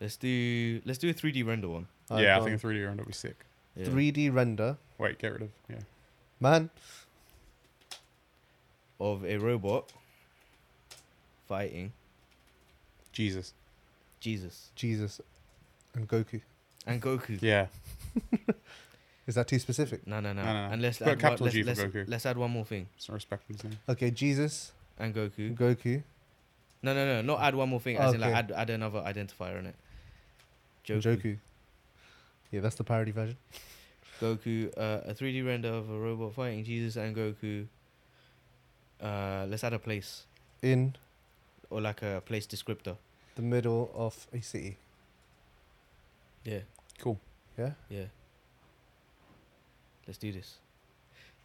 Speaker 1: Let's do let's do a three D render one.
Speaker 3: I've
Speaker 2: yeah, I
Speaker 3: gone
Speaker 2: think a 3D render would be sick.
Speaker 1: Yeah.
Speaker 3: 3D render.
Speaker 2: Wait, get rid of. Yeah.
Speaker 3: Man,
Speaker 1: of a robot fighting
Speaker 2: Jesus.
Speaker 1: Jesus
Speaker 3: Jesus and Goku.
Speaker 1: and Goku.
Speaker 2: Yeah.
Speaker 3: Is that too specific?
Speaker 1: No, no, no.
Speaker 2: No, no, no.
Speaker 1: And let's
Speaker 2: Put a
Speaker 1: add one,
Speaker 2: capital
Speaker 1: let's,
Speaker 2: G for
Speaker 1: let's,
Speaker 2: Goku.
Speaker 1: let's add one more thing.
Speaker 2: It's not respecting his name.
Speaker 3: Okay, Jesus,
Speaker 1: And Goku.
Speaker 3: Goku,
Speaker 1: No, no, no. Not add one more thing. As in, like,
Speaker 3: Okay.
Speaker 1: add, add another identifier on it.
Speaker 3: and
Speaker 1: Joku.
Speaker 3: Joku. Yeah, that's the parody version.
Speaker 1: Goku, uh, a 3D render of a robot fighting Jesus and Goku. Uh, let's add a place
Speaker 3: In
Speaker 1: or like a place descriptor.
Speaker 3: the middle of a city.
Speaker 1: Yeah,
Speaker 2: Cool.
Speaker 3: Yeah.
Speaker 1: yeah. Let's do this.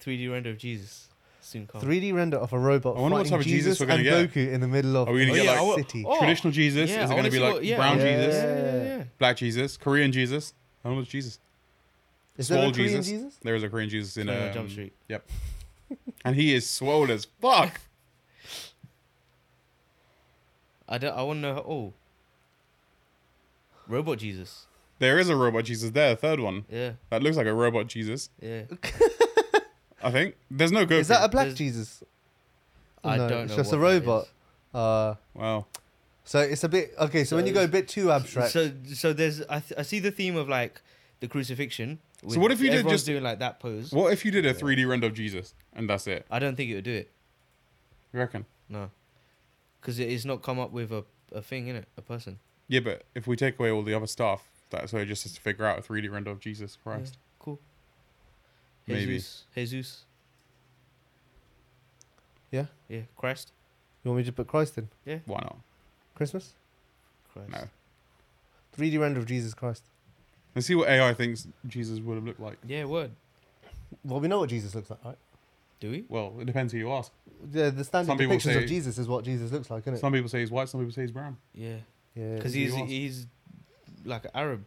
Speaker 1: 3D render of Jesus soon come.
Speaker 3: 3D render of a robot
Speaker 2: I wonder what
Speaker 3: fighting
Speaker 2: type of Jesus
Speaker 3: Jesus,
Speaker 2: we're
Speaker 3: and
Speaker 2: gonna get.
Speaker 3: Goku in the middle of
Speaker 2: Are we gonna
Speaker 3: a
Speaker 2: get,
Speaker 1: yeah,
Speaker 2: like,
Speaker 1: I wa-
Speaker 3: city.
Speaker 1: oh,
Speaker 2: Traditional Jesus.
Speaker 1: yeah,
Speaker 2: is
Speaker 1: I
Speaker 2: it going
Speaker 1: wanna
Speaker 2: to be
Speaker 1: see
Speaker 2: like
Speaker 1: what- yeah.
Speaker 2: brown
Speaker 1: yeah,
Speaker 3: Yeah.
Speaker 2: Jesus,
Speaker 1: Yeah, yeah, yeah.
Speaker 2: black Jesus, Korean Jesus? I don't know what's Jesus.
Speaker 3: Is there a
Speaker 2: Small
Speaker 3: Korean
Speaker 2: Jesus.
Speaker 3: Jesus?
Speaker 2: There is a Korean Jesus in
Speaker 1: Sorry,
Speaker 2: um,
Speaker 1: no, Jump Street.
Speaker 2: Yep. and he is swole as fuck.
Speaker 1: I don't. I want to know. how- Oh, robot Jesus.
Speaker 2: There is a robot Jesus there, a third one.
Speaker 1: Yeah,
Speaker 2: That looks like a robot Jesus,
Speaker 1: yeah.
Speaker 2: I think. There's no Goku.
Speaker 3: Is that a black
Speaker 1: There's-
Speaker 3: Jesus? Oh,
Speaker 1: I
Speaker 3: No,
Speaker 1: don't know.
Speaker 3: It's just a
Speaker 1: what that
Speaker 3: robot. Uh,
Speaker 2: Wow.
Speaker 3: so it's a bit okay. So, when
Speaker 1: So
Speaker 3: you go a
Speaker 1: it's-
Speaker 3: bit too
Speaker 1: is.
Speaker 3: abstract,
Speaker 1: So, so there's. I, th- I see the theme of like the crucifixion. with
Speaker 2: what if you did
Speaker 1: everyone's
Speaker 2: just-
Speaker 1: doing like that pose?
Speaker 2: What if you did a 3D render of Jesus and that's it?
Speaker 1: I don't think it would do it.
Speaker 2: You reckon?
Speaker 1: No, because it's not come up with a, a thing in it, a person.
Speaker 2: Yeah, but if we take away all the other stuff, that's why it just has to figure out a 3D render of Jesus
Speaker 1: Yeah,
Speaker 2: Christ.
Speaker 1: cool.
Speaker 2: Maybe.
Speaker 1: Jesus, Jesus.
Speaker 3: Yeah?
Speaker 1: Yeah. Christ.
Speaker 3: you want me to put Christ in
Speaker 2: Why not?
Speaker 3: Christmas?
Speaker 1: Christ.
Speaker 2: No.
Speaker 3: 3D render of Jesus Christ.
Speaker 2: Let's see what AI thinks Jesus would have looked like.
Speaker 1: Yeah. Word.
Speaker 3: Well, we know what Jesus looks like, right?
Speaker 1: Do we?
Speaker 2: Well, it depends who you ask.
Speaker 3: The, the standard
Speaker 2: Some people
Speaker 3: depictions
Speaker 2: say-
Speaker 3: of Jesus is what Jesus looks like, isn't it?
Speaker 2: Some people say he's white, some people say he's brown.
Speaker 1: Yeah.
Speaker 3: Yeah.
Speaker 1: Because
Speaker 2: who
Speaker 1: he's
Speaker 2: you ask.
Speaker 1: he's like Arab.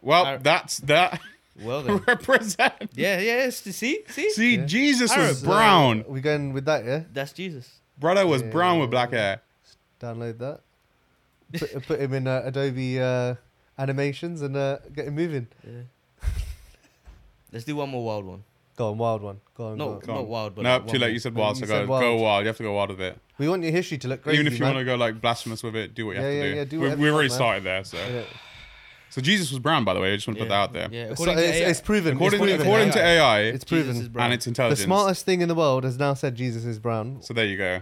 Speaker 2: Well,
Speaker 1: Ar-
Speaker 2: that's that
Speaker 1: Well then.
Speaker 2: represent.
Speaker 1: yeah. Yeah. it's- See. See.
Speaker 2: See,
Speaker 3: Yeah.
Speaker 2: Jesus was
Speaker 3: So,
Speaker 2: brown.
Speaker 3: uh, we going with that, yeah?
Speaker 1: That's Jesus.
Speaker 2: Brother was
Speaker 3: Yeah.
Speaker 2: brown with black hair.
Speaker 3: Download that. Put, put him in uh, Adobe uh, animations and uh, get him moving.
Speaker 1: Yeah. Let's do one more wild one.
Speaker 3: Go on, wild one. Go on.
Speaker 1: Not
Speaker 3: go on.
Speaker 2: Go
Speaker 1: not
Speaker 2: on.
Speaker 1: wild, but
Speaker 2: no,
Speaker 1: like one
Speaker 2: too late.
Speaker 1: more.
Speaker 2: You said wild, so
Speaker 3: You
Speaker 2: go,
Speaker 3: said
Speaker 2: go
Speaker 3: wild.
Speaker 2: wild. You have to go wild with it.
Speaker 3: We want your history to look crazy.
Speaker 2: Even if you
Speaker 3: man.
Speaker 2: want to go like blasphemous with it, do what you
Speaker 3: Yeah,
Speaker 2: have to
Speaker 3: yeah,
Speaker 2: do.
Speaker 3: yeah, do
Speaker 2: we,
Speaker 3: whatever
Speaker 2: we
Speaker 3: you
Speaker 2: already
Speaker 3: want, man.
Speaker 2: started there. So,
Speaker 3: Yeah.
Speaker 2: so Jesus was brown, by the way. I just want to put that out there.
Speaker 1: Yeah.
Speaker 3: It's,
Speaker 1: According to
Speaker 3: it's-
Speaker 1: AI,
Speaker 3: it's proven.
Speaker 2: According,
Speaker 3: it's proven.
Speaker 2: according to AI,
Speaker 3: It's
Speaker 1: Jesus
Speaker 3: proven.
Speaker 1: is brown.
Speaker 2: and its
Speaker 3: the
Speaker 2: intelligence.
Speaker 3: smartest thing in the world has now said Jesus is brown.
Speaker 2: so there you go.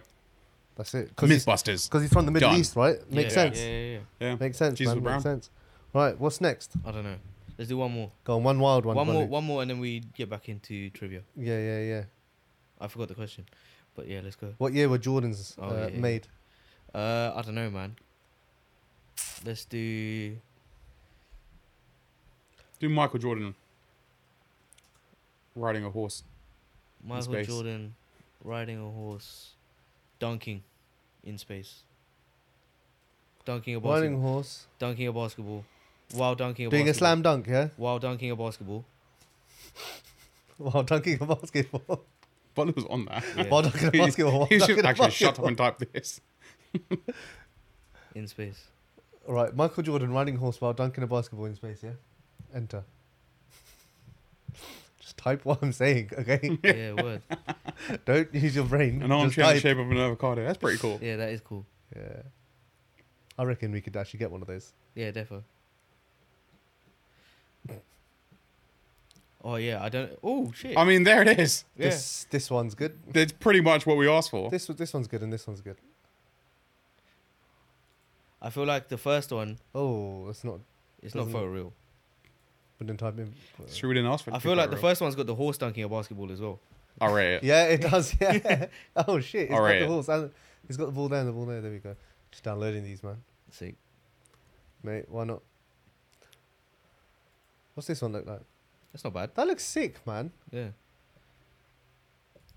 Speaker 3: That's it. Because he's,
Speaker 2: Mythbusters.
Speaker 3: 'cause he's from the Middle
Speaker 2: Done.
Speaker 3: East, right?
Speaker 1: Yeah,
Speaker 3: Makes
Speaker 1: yeah,
Speaker 3: sense.
Speaker 1: Yeah, yeah,
Speaker 2: Yeah.
Speaker 3: Makes sense,
Speaker 2: Jesus
Speaker 3: man.
Speaker 2: brown.
Speaker 3: Makes sense. Right, what's next?
Speaker 1: yeah. I don't know. Let's do one more.
Speaker 3: Go on, one wild one.
Speaker 1: One more.
Speaker 3: Bolu.
Speaker 1: One more, and then we get back into trivia.
Speaker 3: Yeah, yeah, yeah.
Speaker 1: I forgot the question, but yeah, let's go.
Speaker 3: What year were Jordans
Speaker 1: Oh,
Speaker 3: uh,
Speaker 1: yeah, yeah.
Speaker 3: made?
Speaker 1: Uh, I don't know, man. Let's do.
Speaker 2: Do Michael Jordan riding a horse?
Speaker 1: Michael
Speaker 2: space.
Speaker 1: Jordan riding a horse, dunking in space, dunking a basketball,
Speaker 3: Riding horse.
Speaker 1: dunking a basketball, while dunking a
Speaker 3: Doing a
Speaker 1: basketball,
Speaker 3: slam dunk, yeah?
Speaker 1: while dunking a basketball.
Speaker 3: While dunking a basketball.
Speaker 2: Butler was on that.
Speaker 1: Yeah,
Speaker 3: While dunking a basketball. While
Speaker 2: He
Speaker 3: dunking
Speaker 2: should
Speaker 3: a
Speaker 2: actually shut up
Speaker 3: basketball.
Speaker 2: and type this.
Speaker 1: in space.
Speaker 3: Right, Michael Jordan riding horse while dunking a basketball in space, yeah? Enter. Just type what I'm saying, okay?
Speaker 1: Yeah, word.
Speaker 3: Don't use your brain.
Speaker 2: An arm
Speaker 3: Just
Speaker 2: chair in the
Speaker 3: type.
Speaker 2: shape of an avocado. That's pretty cool.
Speaker 1: Yeah, that is cool.
Speaker 3: Yeah. I reckon we could actually get one of those.
Speaker 1: Yeah, defo. Oh yeah, I don't. Oh shit.
Speaker 2: I mean, there it is.
Speaker 1: yeah.
Speaker 3: This this one's good.
Speaker 2: That's pretty much what we asked for.
Speaker 3: This this one's good and this one's good.
Speaker 1: I feel like the first one
Speaker 3: Oh, that's not
Speaker 1: is not
Speaker 3: Doesn't-
Speaker 1: for real.
Speaker 3: wouldn't type in. uh,
Speaker 2: Sure, we didn't ask for. it
Speaker 1: I
Speaker 2: to
Speaker 1: feel
Speaker 2: be
Speaker 1: like the
Speaker 2: real.
Speaker 1: first one's got the horse dunking a basketball as well.
Speaker 2: I'll rate it.
Speaker 3: Yeah, it does. Yeah. oh shit! It's got
Speaker 2: Alright.
Speaker 3: the horse. And it's got the ball down. The ball there. There we go. Just downloading these, man.
Speaker 1: See,
Speaker 3: Mate, why not? What's this one look like?
Speaker 1: that's not bad.
Speaker 3: That looks sick, man.
Speaker 1: Yeah.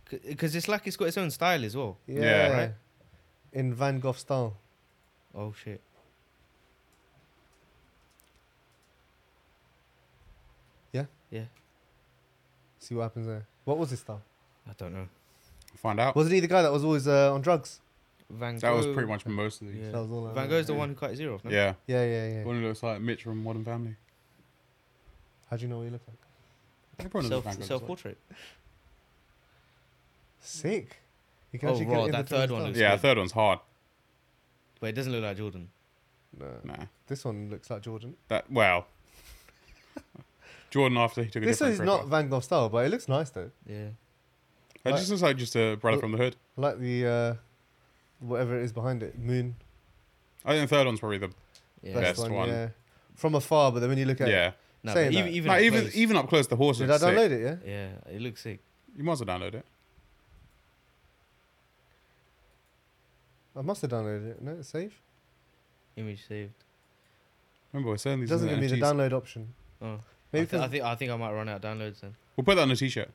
Speaker 1: Because it's like it's got its own style as well.
Speaker 3: Yeah.
Speaker 2: Yeah.
Speaker 1: Right?
Speaker 3: In Van Gogh style.
Speaker 1: Oh shit.
Speaker 3: Yeah?
Speaker 1: Yeah.
Speaker 3: See what happens there. What was his style?
Speaker 1: I don't know.
Speaker 2: Find
Speaker 1: Oh.
Speaker 2: out.
Speaker 3: Wasn't he the guy that was always uh, on drugs?
Speaker 1: Van Gogh.
Speaker 2: That was pretty much most of these.
Speaker 1: Yeah.
Speaker 3: That was all I
Speaker 1: Van
Speaker 3: know.
Speaker 1: Gogh's the one who cut his ear off. No?
Speaker 2: Yeah.
Speaker 3: Yeah, yeah, yeah.
Speaker 2: One who looks like Mitch from Modern Family.
Speaker 3: How do you know what he looked like?
Speaker 2: Everyone knows what Van Gogh
Speaker 1: Self
Speaker 2: looks
Speaker 1: self
Speaker 2: like.
Speaker 1: portrait.
Speaker 3: Sick. You can
Speaker 1: Oh,
Speaker 3: actually
Speaker 1: right,
Speaker 3: get in
Speaker 1: that
Speaker 3: between
Speaker 1: third
Speaker 3: the
Speaker 1: one
Speaker 3: stars.
Speaker 1: looks-
Speaker 2: Yeah,
Speaker 1: good.
Speaker 2: third one's hard.
Speaker 1: But it doesn't look like Jordan.
Speaker 3: No.
Speaker 2: Nah,
Speaker 3: This one looks like Jordan.
Speaker 2: that well, Jordan after he took a
Speaker 3: This
Speaker 2: different
Speaker 3: is not
Speaker 2: trip
Speaker 3: Van Gogh style, but it looks nice though.
Speaker 1: Yeah.
Speaker 2: off. It just looks like just a brother from the hood.
Speaker 3: I like the uh, whatever it is behind it, moon.
Speaker 2: I think the third one's probably the
Speaker 1: Yeah.
Speaker 2: Best one.
Speaker 3: Yeah. From afar, but then when you look at it,
Speaker 2: yeah.
Speaker 1: No,
Speaker 3: Saying
Speaker 1: but even,
Speaker 3: that.
Speaker 2: Even,
Speaker 1: even, up
Speaker 2: even
Speaker 1: close-
Speaker 2: even up close, the horse
Speaker 3: did I
Speaker 2: looks sick.
Speaker 3: download it? Yeah.
Speaker 1: yeah, it looks sick.
Speaker 2: You might as well download it.
Speaker 3: I must have downloaded it. No, it's safe.
Speaker 1: Image saved.
Speaker 2: Remember, we're selling
Speaker 3: It
Speaker 2: these.
Speaker 3: doesn't give me the
Speaker 2: NFTs.
Speaker 3: download option.
Speaker 1: Oh.
Speaker 3: Maybe
Speaker 1: I, thi- I
Speaker 3: because
Speaker 1: think I think I might run out of downloads then.
Speaker 2: We'll put that on a t-shirt.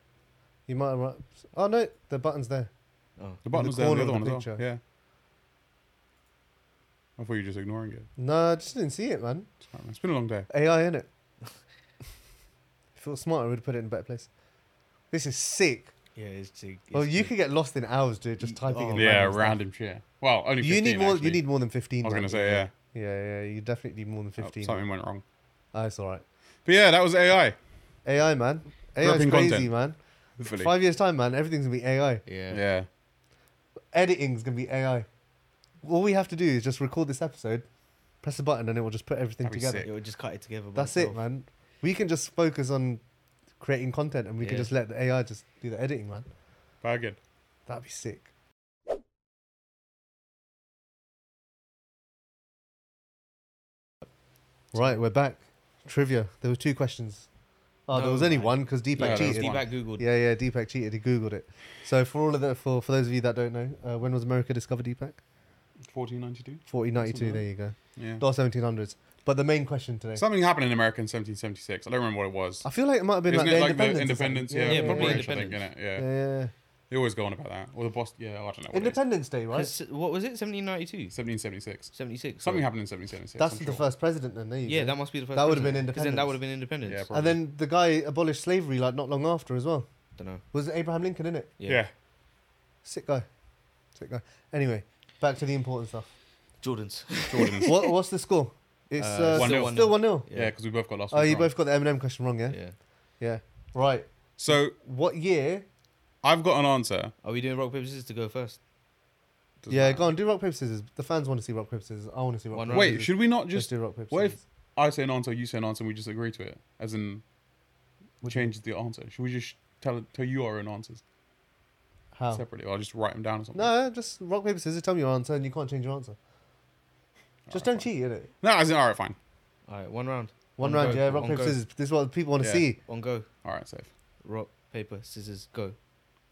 Speaker 3: you might. Have, oh no, the button's there.
Speaker 1: Oh.
Speaker 2: The button
Speaker 3: the
Speaker 2: was there, the
Speaker 3: corner
Speaker 2: other
Speaker 3: of
Speaker 2: one
Speaker 3: the
Speaker 2: as well.
Speaker 3: picture.
Speaker 2: Yeah. I thought you were just ignoring it.
Speaker 3: No, I just didn't see it, man.
Speaker 2: It's fine, man. It's been a long day.
Speaker 3: AI in it. if it was smarter, we'd put it in a better place. This is sick.
Speaker 1: Yeah, it's sick.
Speaker 3: Well,
Speaker 1: it's
Speaker 3: you
Speaker 1: sick.
Speaker 3: could get lost in hours, dude, just
Speaker 1: Y-
Speaker 3: typing
Speaker 1: oh,
Speaker 3: in.
Speaker 2: yeah,
Speaker 3: random stuff.
Speaker 2: random shit. Well, only 15,
Speaker 3: You need more.
Speaker 2: actually.
Speaker 3: You need more than fifteen.
Speaker 2: I was
Speaker 3: man.
Speaker 2: gonna say yeah.
Speaker 3: Yeah, yeah. You definitely need more than
Speaker 2: Oh,
Speaker 3: fifteen.
Speaker 2: something went wrong.
Speaker 3: Ah, it's all right.
Speaker 2: But yeah, that was AI.
Speaker 3: AI, man. AI is
Speaker 2: Gripping
Speaker 3: crazy,
Speaker 2: content.
Speaker 3: man.
Speaker 2: Hopefully.
Speaker 3: Five years time, man. Everything's gonna be AI.
Speaker 1: Yeah.
Speaker 2: Yeah.
Speaker 3: Editing's gonna be AI. All we have to do is just record this episode, press a button, and it will just put everything
Speaker 2: That'd be
Speaker 3: together.
Speaker 2: sick.
Speaker 1: It would just cut it together. by
Speaker 3: That's it,
Speaker 1: itself.
Speaker 3: man. We can just focus on creating content, and we can
Speaker 1: Yeah.
Speaker 3: just let the AI just do the editing, man.
Speaker 2: Very good.
Speaker 3: That'd be sick. Right, we're back. Trivia. There were two questions. Oh, there
Speaker 1: No,
Speaker 3: was only
Speaker 1: right.
Speaker 3: one because Deepak
Speaker 2: Yeah, there was
Speaker 3: cheated.
Speaker 2: one.
Speaker 1: Deepak Googled.
Speaker 3: Yeah, yeah, Deepak cheated. He googled it. So for all of that, for for those of you that don't know, uh, when was America discovered? Deepak
Speaker 2: 1492.
Speaker 3: 1492.
Speaker 2: Something
Speaker 3: There you go.
Speaker 2: Yeah.
Speaker 3: Not 1700s. But the main question today.
Speaker 2: Something happened in America in 1776. I don't remember what it was.
Speaker 3: I feel like it might have been
Speaker 2: Isn't
Speaker 3: like,
Speaker 2: it
Speaker 3: the
Speaker 2: like the independence?
Speaker 3: independence. or
Speaker 2: Yeah,
Speaker 3: something.
Speaker 1: Yeah, probably
Speaker 2: yeah,
Speaker 1: independence.
Speaker 2: I think, innit? Yeah.
Speaker 3: Yeah, yeah, yeah.
Speaker 2: They always go on about that. Or the Boston. Yeah, I don't know. What it is.
Speaker 3: Independence Day, right?
Speaker 1: 'Cause What was it? 1792?
Speaker 2: 1776.
Speaker 1: 76?
Speaker 2: Something
Speaker 1: sorry.
Speaker 2: happened in 1776.
Speaker 3: That's
Speaker 2: I'm
Speaker 3: the
Speaker 2: sure.
Speaker 3: first president, then. There you
Speaker 1: Yeah,
Speaker 3: go.
Speaker 1: that must be the first.
Speaker 3: That would've been
Speaker 1: Because then that
Speaker 3: independence.
Speaker 1: would have been independence.
Speaker 2: Yeah,
Speaker 1: Yeah,
Speaker 2: probably.
Speaker 3: and then the guy abolished slavery like not long after as well.
Speaker 1: don't know.
Speaker 3: Was it Abraham Lincoln in it?
Speaker 2: Yeah.
Speaker 3: Sick guy, sick guy. Anyway, back to the important stuff.
Speaker 1: Jordans.
Speaker 2: Jordan's.
Speaker 3: what, what's the score? It's
Speaker 1: Uh,
Speaker 3: uh,
Speaker 2: one
Speaker 3: still
Speaker 2: nil.
Speaker 3: one still one 0
Speaker 2: Yeah, because we both got last
Speaker 3: Oh,
Speaker 2: one
Speaker 3: you
Speaker 2: wrong.
Speaker 3: both got the Eminem question wrong, yeah?
Speaker 1: Yeah.
Speaker 3: Yeah. Right.
Speaker 2: So
Speaker 3: What year?
Speaker 2: I've got an answer.
Speaker 1: Are we doing rock paper scissors to go first?
Speaker 2: Doesn't
Speaker 3: yeah,
Speaker 2: matter.
Speaker 3: go on. Do rock paper scissors. The fans want to see rock paper scissors. I want to see rock
Speaker 1: One
Speaker 3: paper
Speaker 1: round.
Speaker 2: Wait,
Speaker 3: scissors.
Speaker 2: should we not
Speaker 3: Let's
Speaker 2: just
Speaker 3: do rock paper
Speaker 2: what if-
Speaker 3: scissors.
Speaker 2: I say an answer, you say an answer, and we just agree to it, as in we change the answer? Should we just tell tell you our own answers
Speaker 1: Oh.
Speaker 3: How?
Speaker 2: separately, or I'll just write them down or something?
Speaker 3: No, just rock paper scissors. Tell me your answer, and you can't change your answer. Just don't cheat, innit?
Speaker 2: no, as in all right, fine,
Speaker 1: All right, one round.
Speaker 3: One
Speaker 1: On
Speaker 3: round,
Speaker 1: go,
Speaker 3: yeah. Rock
Speaker 1: on
Speaker 3: paper
Speaker 1: go.
Speaker 3: scissors. This is what people want to
Speaker 2: Yeah.
Speaker 3: see.
Speaker 1: On go.
Speaker 2: all right, safe.
Speaker 1: Rock paper scissors go.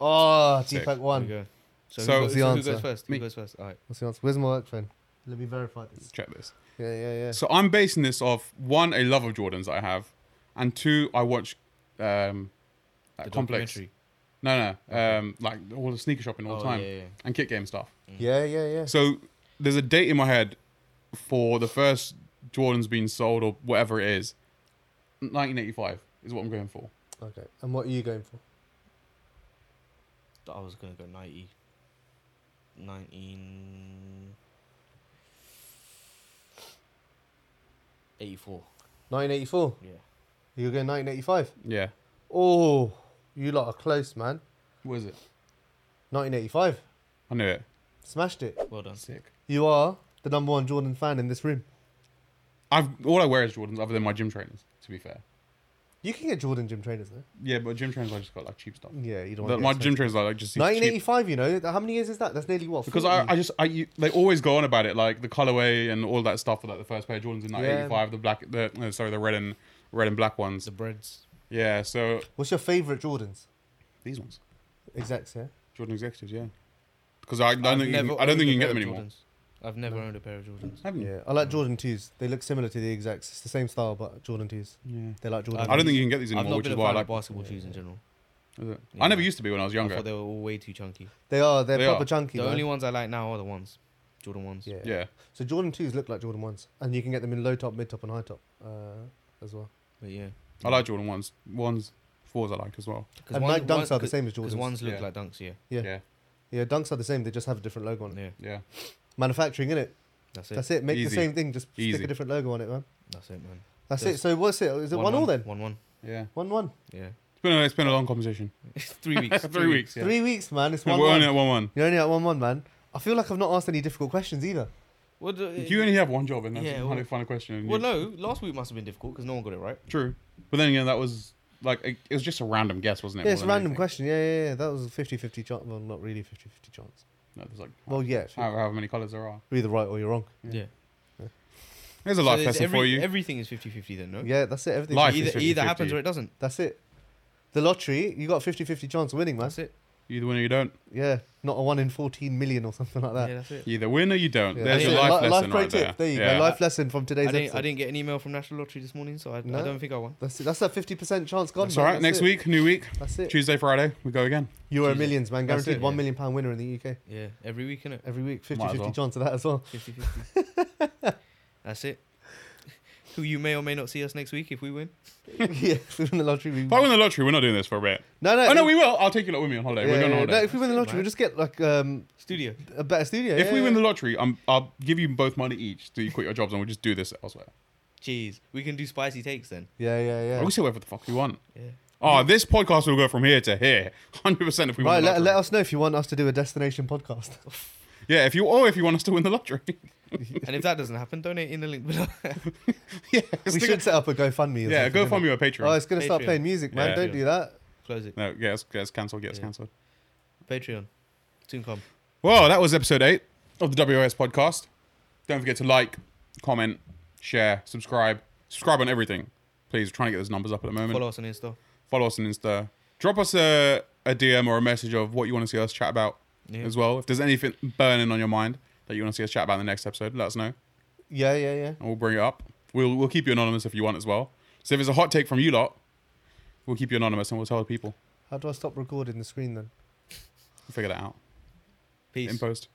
Speaker 3: Oh,
Speaker 2: Sick.
Speaker 3: Deepak
Speaker 1: One.
Speaker 3: one.
Speaker 1: go. So,
Speaker 2: So-
Speaker 1: who,
Speaker 3: What's the
Speaker 1: goes, who
Speaker 3: answer?
Speaker 1: goes first? Who
Speaker 2: Me.
Speaker 1: goes first? All right.
Speaker 3: What's the answer? Where's my work phone? Let me verify this.
Speaker 2: Check this.
Speaker 3: Yeah, yeah, yeah.
Speaker 2: So I'm basing this off one, a love of Jordans that I have, and two, I watch um, that
Speaker 1: The
Speaker 2: complex.
Speaker 1: documentary.
Speaker 2: No, no, um, like all the sneaker shopping all the
Speaker 1: Oh,
Speaker 2: time
Speaker 1: Yeah, yeah.
Speaker 2: and kit game stuff.
Speaker 3: Yeah, yeah, yeah.
Speaker 2: So there's a date in my head for the first Jordans being sold or whatever it is. 1985 is what I'm going for.
Speaker 3: Okay. And what are you going for?
Speaker 1: Thought I was gonna go 90. 1984.
Speaker 3: 1984.
Speaker 1: Yeah.
Speaker 3: You're going 1985.
Speaker 2: Yeah.
Speaker 3: Oh, you lot are close, man.
Speaker 2: What is it?
Speaker 3: 1985.
Speaker 2: I knew it.
Speaker 3: Smashed it.
Speaker 1: Well done.
Speaker 2: Sick.
Speaker 3: You are the number one Jordan fan in this room.
Speaker 2: I've all I wear is Jordans, other than my gym trainers. To be fair.
Speaker 3: You can get Jordan gym trainers though.
Speaker 2: Yeah, but gym trainers I just got like cheap stuff.
Speaker 3: Yeah, you don't
Speaker 2: The-
Speaker 3: want
Speaker 2: my gym trainers are like just these cheap.
Speaker 3: 1985. You know how many years is that? That's nearly what.
Speaker 2: Because I,
Speaker 3: 40?
Speaker 2: I just I you, they always go on about it like the colorway and all that stuff for like the first pair of Jordans in like
Speaker 3: Yeah.
Speaker 2: '85, the black the no, sorry the red and red and black ones.
Speaker 1: The breads.
Speaker 2: Yeah, so
Speaker 3: What's your favorite Jordans?
Speaker 2: these ones
Speaker 3: Exacts, yeah.
Speaker 2: Jordan executives, yeah. Because I, I
Speaker 1: I've
Speaker 2: don't think you
Speaker 1: never
Speaker 2: can- I don't
Speaker 1: owned
Speaker 2: think you
Speaker 1: a
Speaker 2: can get
Speaker 1: pair
Speaker 2: them
Speaker 1: of
Speaker 2: anymore.
Speaker 1: Jordans. I've never
Speaker 3: No.
Speaker 1: owned a pair of Jordans.
Speaker 2: Haven't you?
Speaker 3: Yeah, I like Jordan twos. They look similar to the exacts. It's the same style, but Jordan twos.
Speaker 2: Yeah.
Speaker 3: They like Jordan.
Speaker 2: I don't think you can get these
Speaker 1: I've
Speaker 2: anymore,
Speaker 1: not
Speaker 2: which
Speaker 1: been
Speaker 2: is
Speaker 1: a
Speaker 2: why I
Speaker 1: fan
Speaker 2: like.
Speaker 1: of basketball shoes in general.
Speaker 2: Is it?
Speaker 1: Yeah.
Speaker 2: I never used to be when I was
Speaker 1: I
Speaker 2: younger.
Speaker 1: thought they were all way too chunky.
Speaker 3: they are. They're
Speaker 2: They
Speaker 3: proper
Speaker 2: are.
Speaker 3: chunky.
Speaker 1: The
Speaker 3: man.
Speaker 1: only ones I like now are the ones, Jordan ones.
Speaker 3: yeah.
Speaker 2: Yeah.
Speaker 3: So Jordan twos look like Jordan ones, and you can get them in low top, mid top, and high top uh, as well.
Speaker 1: But yeah,
Speaker 2: I like Jordan ones. Ones, fours I liked as well.
Speaker 3: And Nike dunks are the same as
Speaker 1: Because
Speaker 3: Jordans.
Speaker 1: ones look
Speaker 2: Yeah.
Speaker 1: like dunks. Yeah,
Speaker 3: Yeah.
Speaker 2: yeah,
Speaker 3: Yeah, dunks are the same. They just have a different logo on it.
Speaker 1: yeah.
Speaker 2: yeah.
Speaker 3: Manufacturing in it.
Speaker 1: That's it.
Speaker 3: That's it. Make the
Speaker 2: Easy.
Speaker 3: same thing. Just stick
Speaker 2: Easy.
Speaker 3: a different logo on it, man.
Speaker 1: That's it, man.
Speaker 3: That's it.
Speaker 1: There's-
Speaker 3: So what's it? Is it one, all then?
Speaker 1: One one.
Speaker 2: yeah.
Speaker 3: One one.
Speaker 1: Yeah.
Speaker 2: been a, it's been a long conversation.
Speaker 1: three weeks.
Speaker 2: Three weeks. Yeah.
Speaker 3: Three weeks, man. It's
Speaker 2: Yeah,
Speaker 3: one.
Speaker 2: we're
Speaker 3: one.
Speaker 2: only at one one.
Speaker 3: You're only at one one, man. I feel like I've not asked any difficult questions either.
Speaker 1: Well,
Speaker 3: Uh,
Speaker 1: do-
Speaker 2: You only have one job, and that's
Speaker 1: Yeah,
Speaker 2: the
Speaker 1: well-
Speaker 2: only final question. and
Speaker 1: well,
Speaker 2: you-
Speaker 1: no. Last week must have been difficult because no one got it right.
Speaker 2: True. But then again, that was like it it was just a random guess, wasn't it?
Speaker 3: Yeah, it's a
Speaker 2: more than
Speaker 3: random
Speaker 2: anything?
Speaker 3: question. Yeah, yeah, yeah. That was a 50-50 chance. Well, not really 50-50 chance.
Speaker 2: No, there's like
Speaker 3: Well, yeah. it's-
Speaker 2: how, however many colors there are.
Speaker 3: You're either right or you're wrong.
Speaker 1: Yeah.
Speaker 2: There's a
Speaker 1: So
Speaker 2: life
Speaker 1: there's
Speaker 2: lesson
Speaker 1: every-
Speaker 2: for you.
Speaker 1: Everything is 50-50 then, no?
Speaker 3: Yeah, that's it. Everything.
Speaker 2: Life. is
Speaker 1: Either, either
Speaker 2: 50-50.
Speaker 1: happens or it doesn't.
Speaker 3: That's it. The lottery, you got a 50-50 chance of winning, man.
Speaker 1: That's it.
Speaker 2: You either win or you don't.
Speaker 3: Yeah, not a one in 14 million or something like
Speaker 1: Yeah,
Speaker 3: that.
Speaker 1: that's it.
Speaker 2: You either win or you don't.
Speaker 3: Yeah,
Speaker 2: There's
Speaker 3: that's
Speaker 2: your
Speaker 3: it.
Speaker 2: life
Speaker 3: Li-
Speaker 2: lesson
Speaker 3: pro
Speaker 2: right there.
Speaker 3: tip. There you
Speaker 2: Yeah.
Speaker 3: go. Life lesson from
Speaker 1: I
Speaker 3: today's
Speaker 1: didn't, I
Speaker 3: episode.
Speaker 1: didn't get an email from National Lottery this morning, so I, I
Speaker 3: No.
Speaker 1: don't think I won.
Speaker 3: That's it. That's that 50% chance gone.
Speaker 2: That's
Speaker 3: man.
Speaker 2: all right.
Speaker 3: That's
Speaker 2: Next
Speaker 3: it.
Speaker 2: week, new week.
Speaker 3: That's it. Mm.
Speaker 2: Tuesday, Friday, we go again.
Speaker 3: Euro
Speaker 1: Tuesday.
Speaker 3: million, millions, man.
Speaker 2: That's
Speaker 3: Guaranteed
Speaker 1: it,
Speaker 3: one
Speaker 1: yeah.
Speaker 3: million pound winner in the UK
Speaker 1: Yeah, every week, innit?
Speaker 3: every week. 50
Speaker 2: Might as
Speaker 3: 50
Speaker 2: well.
Speaker 3: chance of that as well.
Speaker 1: 50 50. That's it. Who you may or may not see us next week if we win.
Speaker 3: yeah, if we win the lottery. We...
Speaker 2: If I win the lottery, we're not doing this for a bit.
Speaker 3: No, no.
Speaker 2: Oh no,
Speaker 3: if-
Speaker 2: we will. I'll take you lot with me on holiday.
Speaker 3: yeah,
Speaker 2: we're going on
Speaker 3: yeah, no,
Speaker 2: holiday.
Speaker 3: if we win the lottery, we'll just get like um,
Speaker 1: Studio.
Speaker 3: a better studio.
Speaker 2: If
Speaker 3: yeah,
Speaker 2: we
Speaker 3: yeah.
Speaker 2: win the lottery, i I'll give you both money each so you quit your jobs and we'll just do this elsewhere.
Speaker 1: Jeez. We can do spicy takes then.
Speaker 3: Yeah, yeah,
Speaker 2: We
Speaker 3: yeah.
Speaker 2: can say whatever the fuck we want.
Speaker 1: Yeah.
Speaker 2: Oh, this podcast will go from here to here. 100% if we
Speaker 3: Right,
Speaker 2: win the
Speaker 3: let,
Speaker 2: lottery.
Speaker 3: let us know if you want us to do a destination podcast.
Speaker 2: Yeah, if you or if you want us to win the lottery.
Speaker 1: And if that doesn't happen, donate in the link below.
Speaker 2: yeah,
Speaker 3: we should set up a GoFundMe. Or
Speaker 2: Yeah,
Speaker 3: something, innit?
Speaker 2: GoFundMe or
Speaker 3: Oh,
Speaker 2: Patreon.
Speaker 3: it's gonna start
Speaker 1: Patreon.
Speaker 3: playing music, man.
Speaker 2: Yeah.
Speaker 3: Don't do that.
Speaker 1: Close it.
Speaker 2: No, get us, get us cancelled. Get us
Speaker 1: Yeah.
Speaker 2: cancelled.
Speaker 1: Patreon. Soon come.
Speaker 2: Well, that was episode eight of the WOS podcast. Don't forget to like, comment, share, subscribe, subscribe on everything. Please, we're trying to get those numbers up at the moment.
Speaker 1: Follow us on Insta.
Speaker 2: follow us on Insta. Drop us a, a DM or a message of what you want to see us chat about
Speaker 1: Yeah.
Speaker 2: as well. If there's anything burning on your mind that you want to see us chat about in the next episode, let us know
Speaker 3: Yeah, yeah, yeah.
Speaker 2: and we'll bring it up. We'll, we'll keep you anonymous if you want as well. So if it's a hot take from you lot, we'll keep you anonymous and we'll tell the people.
Speaker 3: How do I stop recording the screen then?
Speaker 2: We'll figure that out
Speaker 1: Peace.
Speaker 2: in post.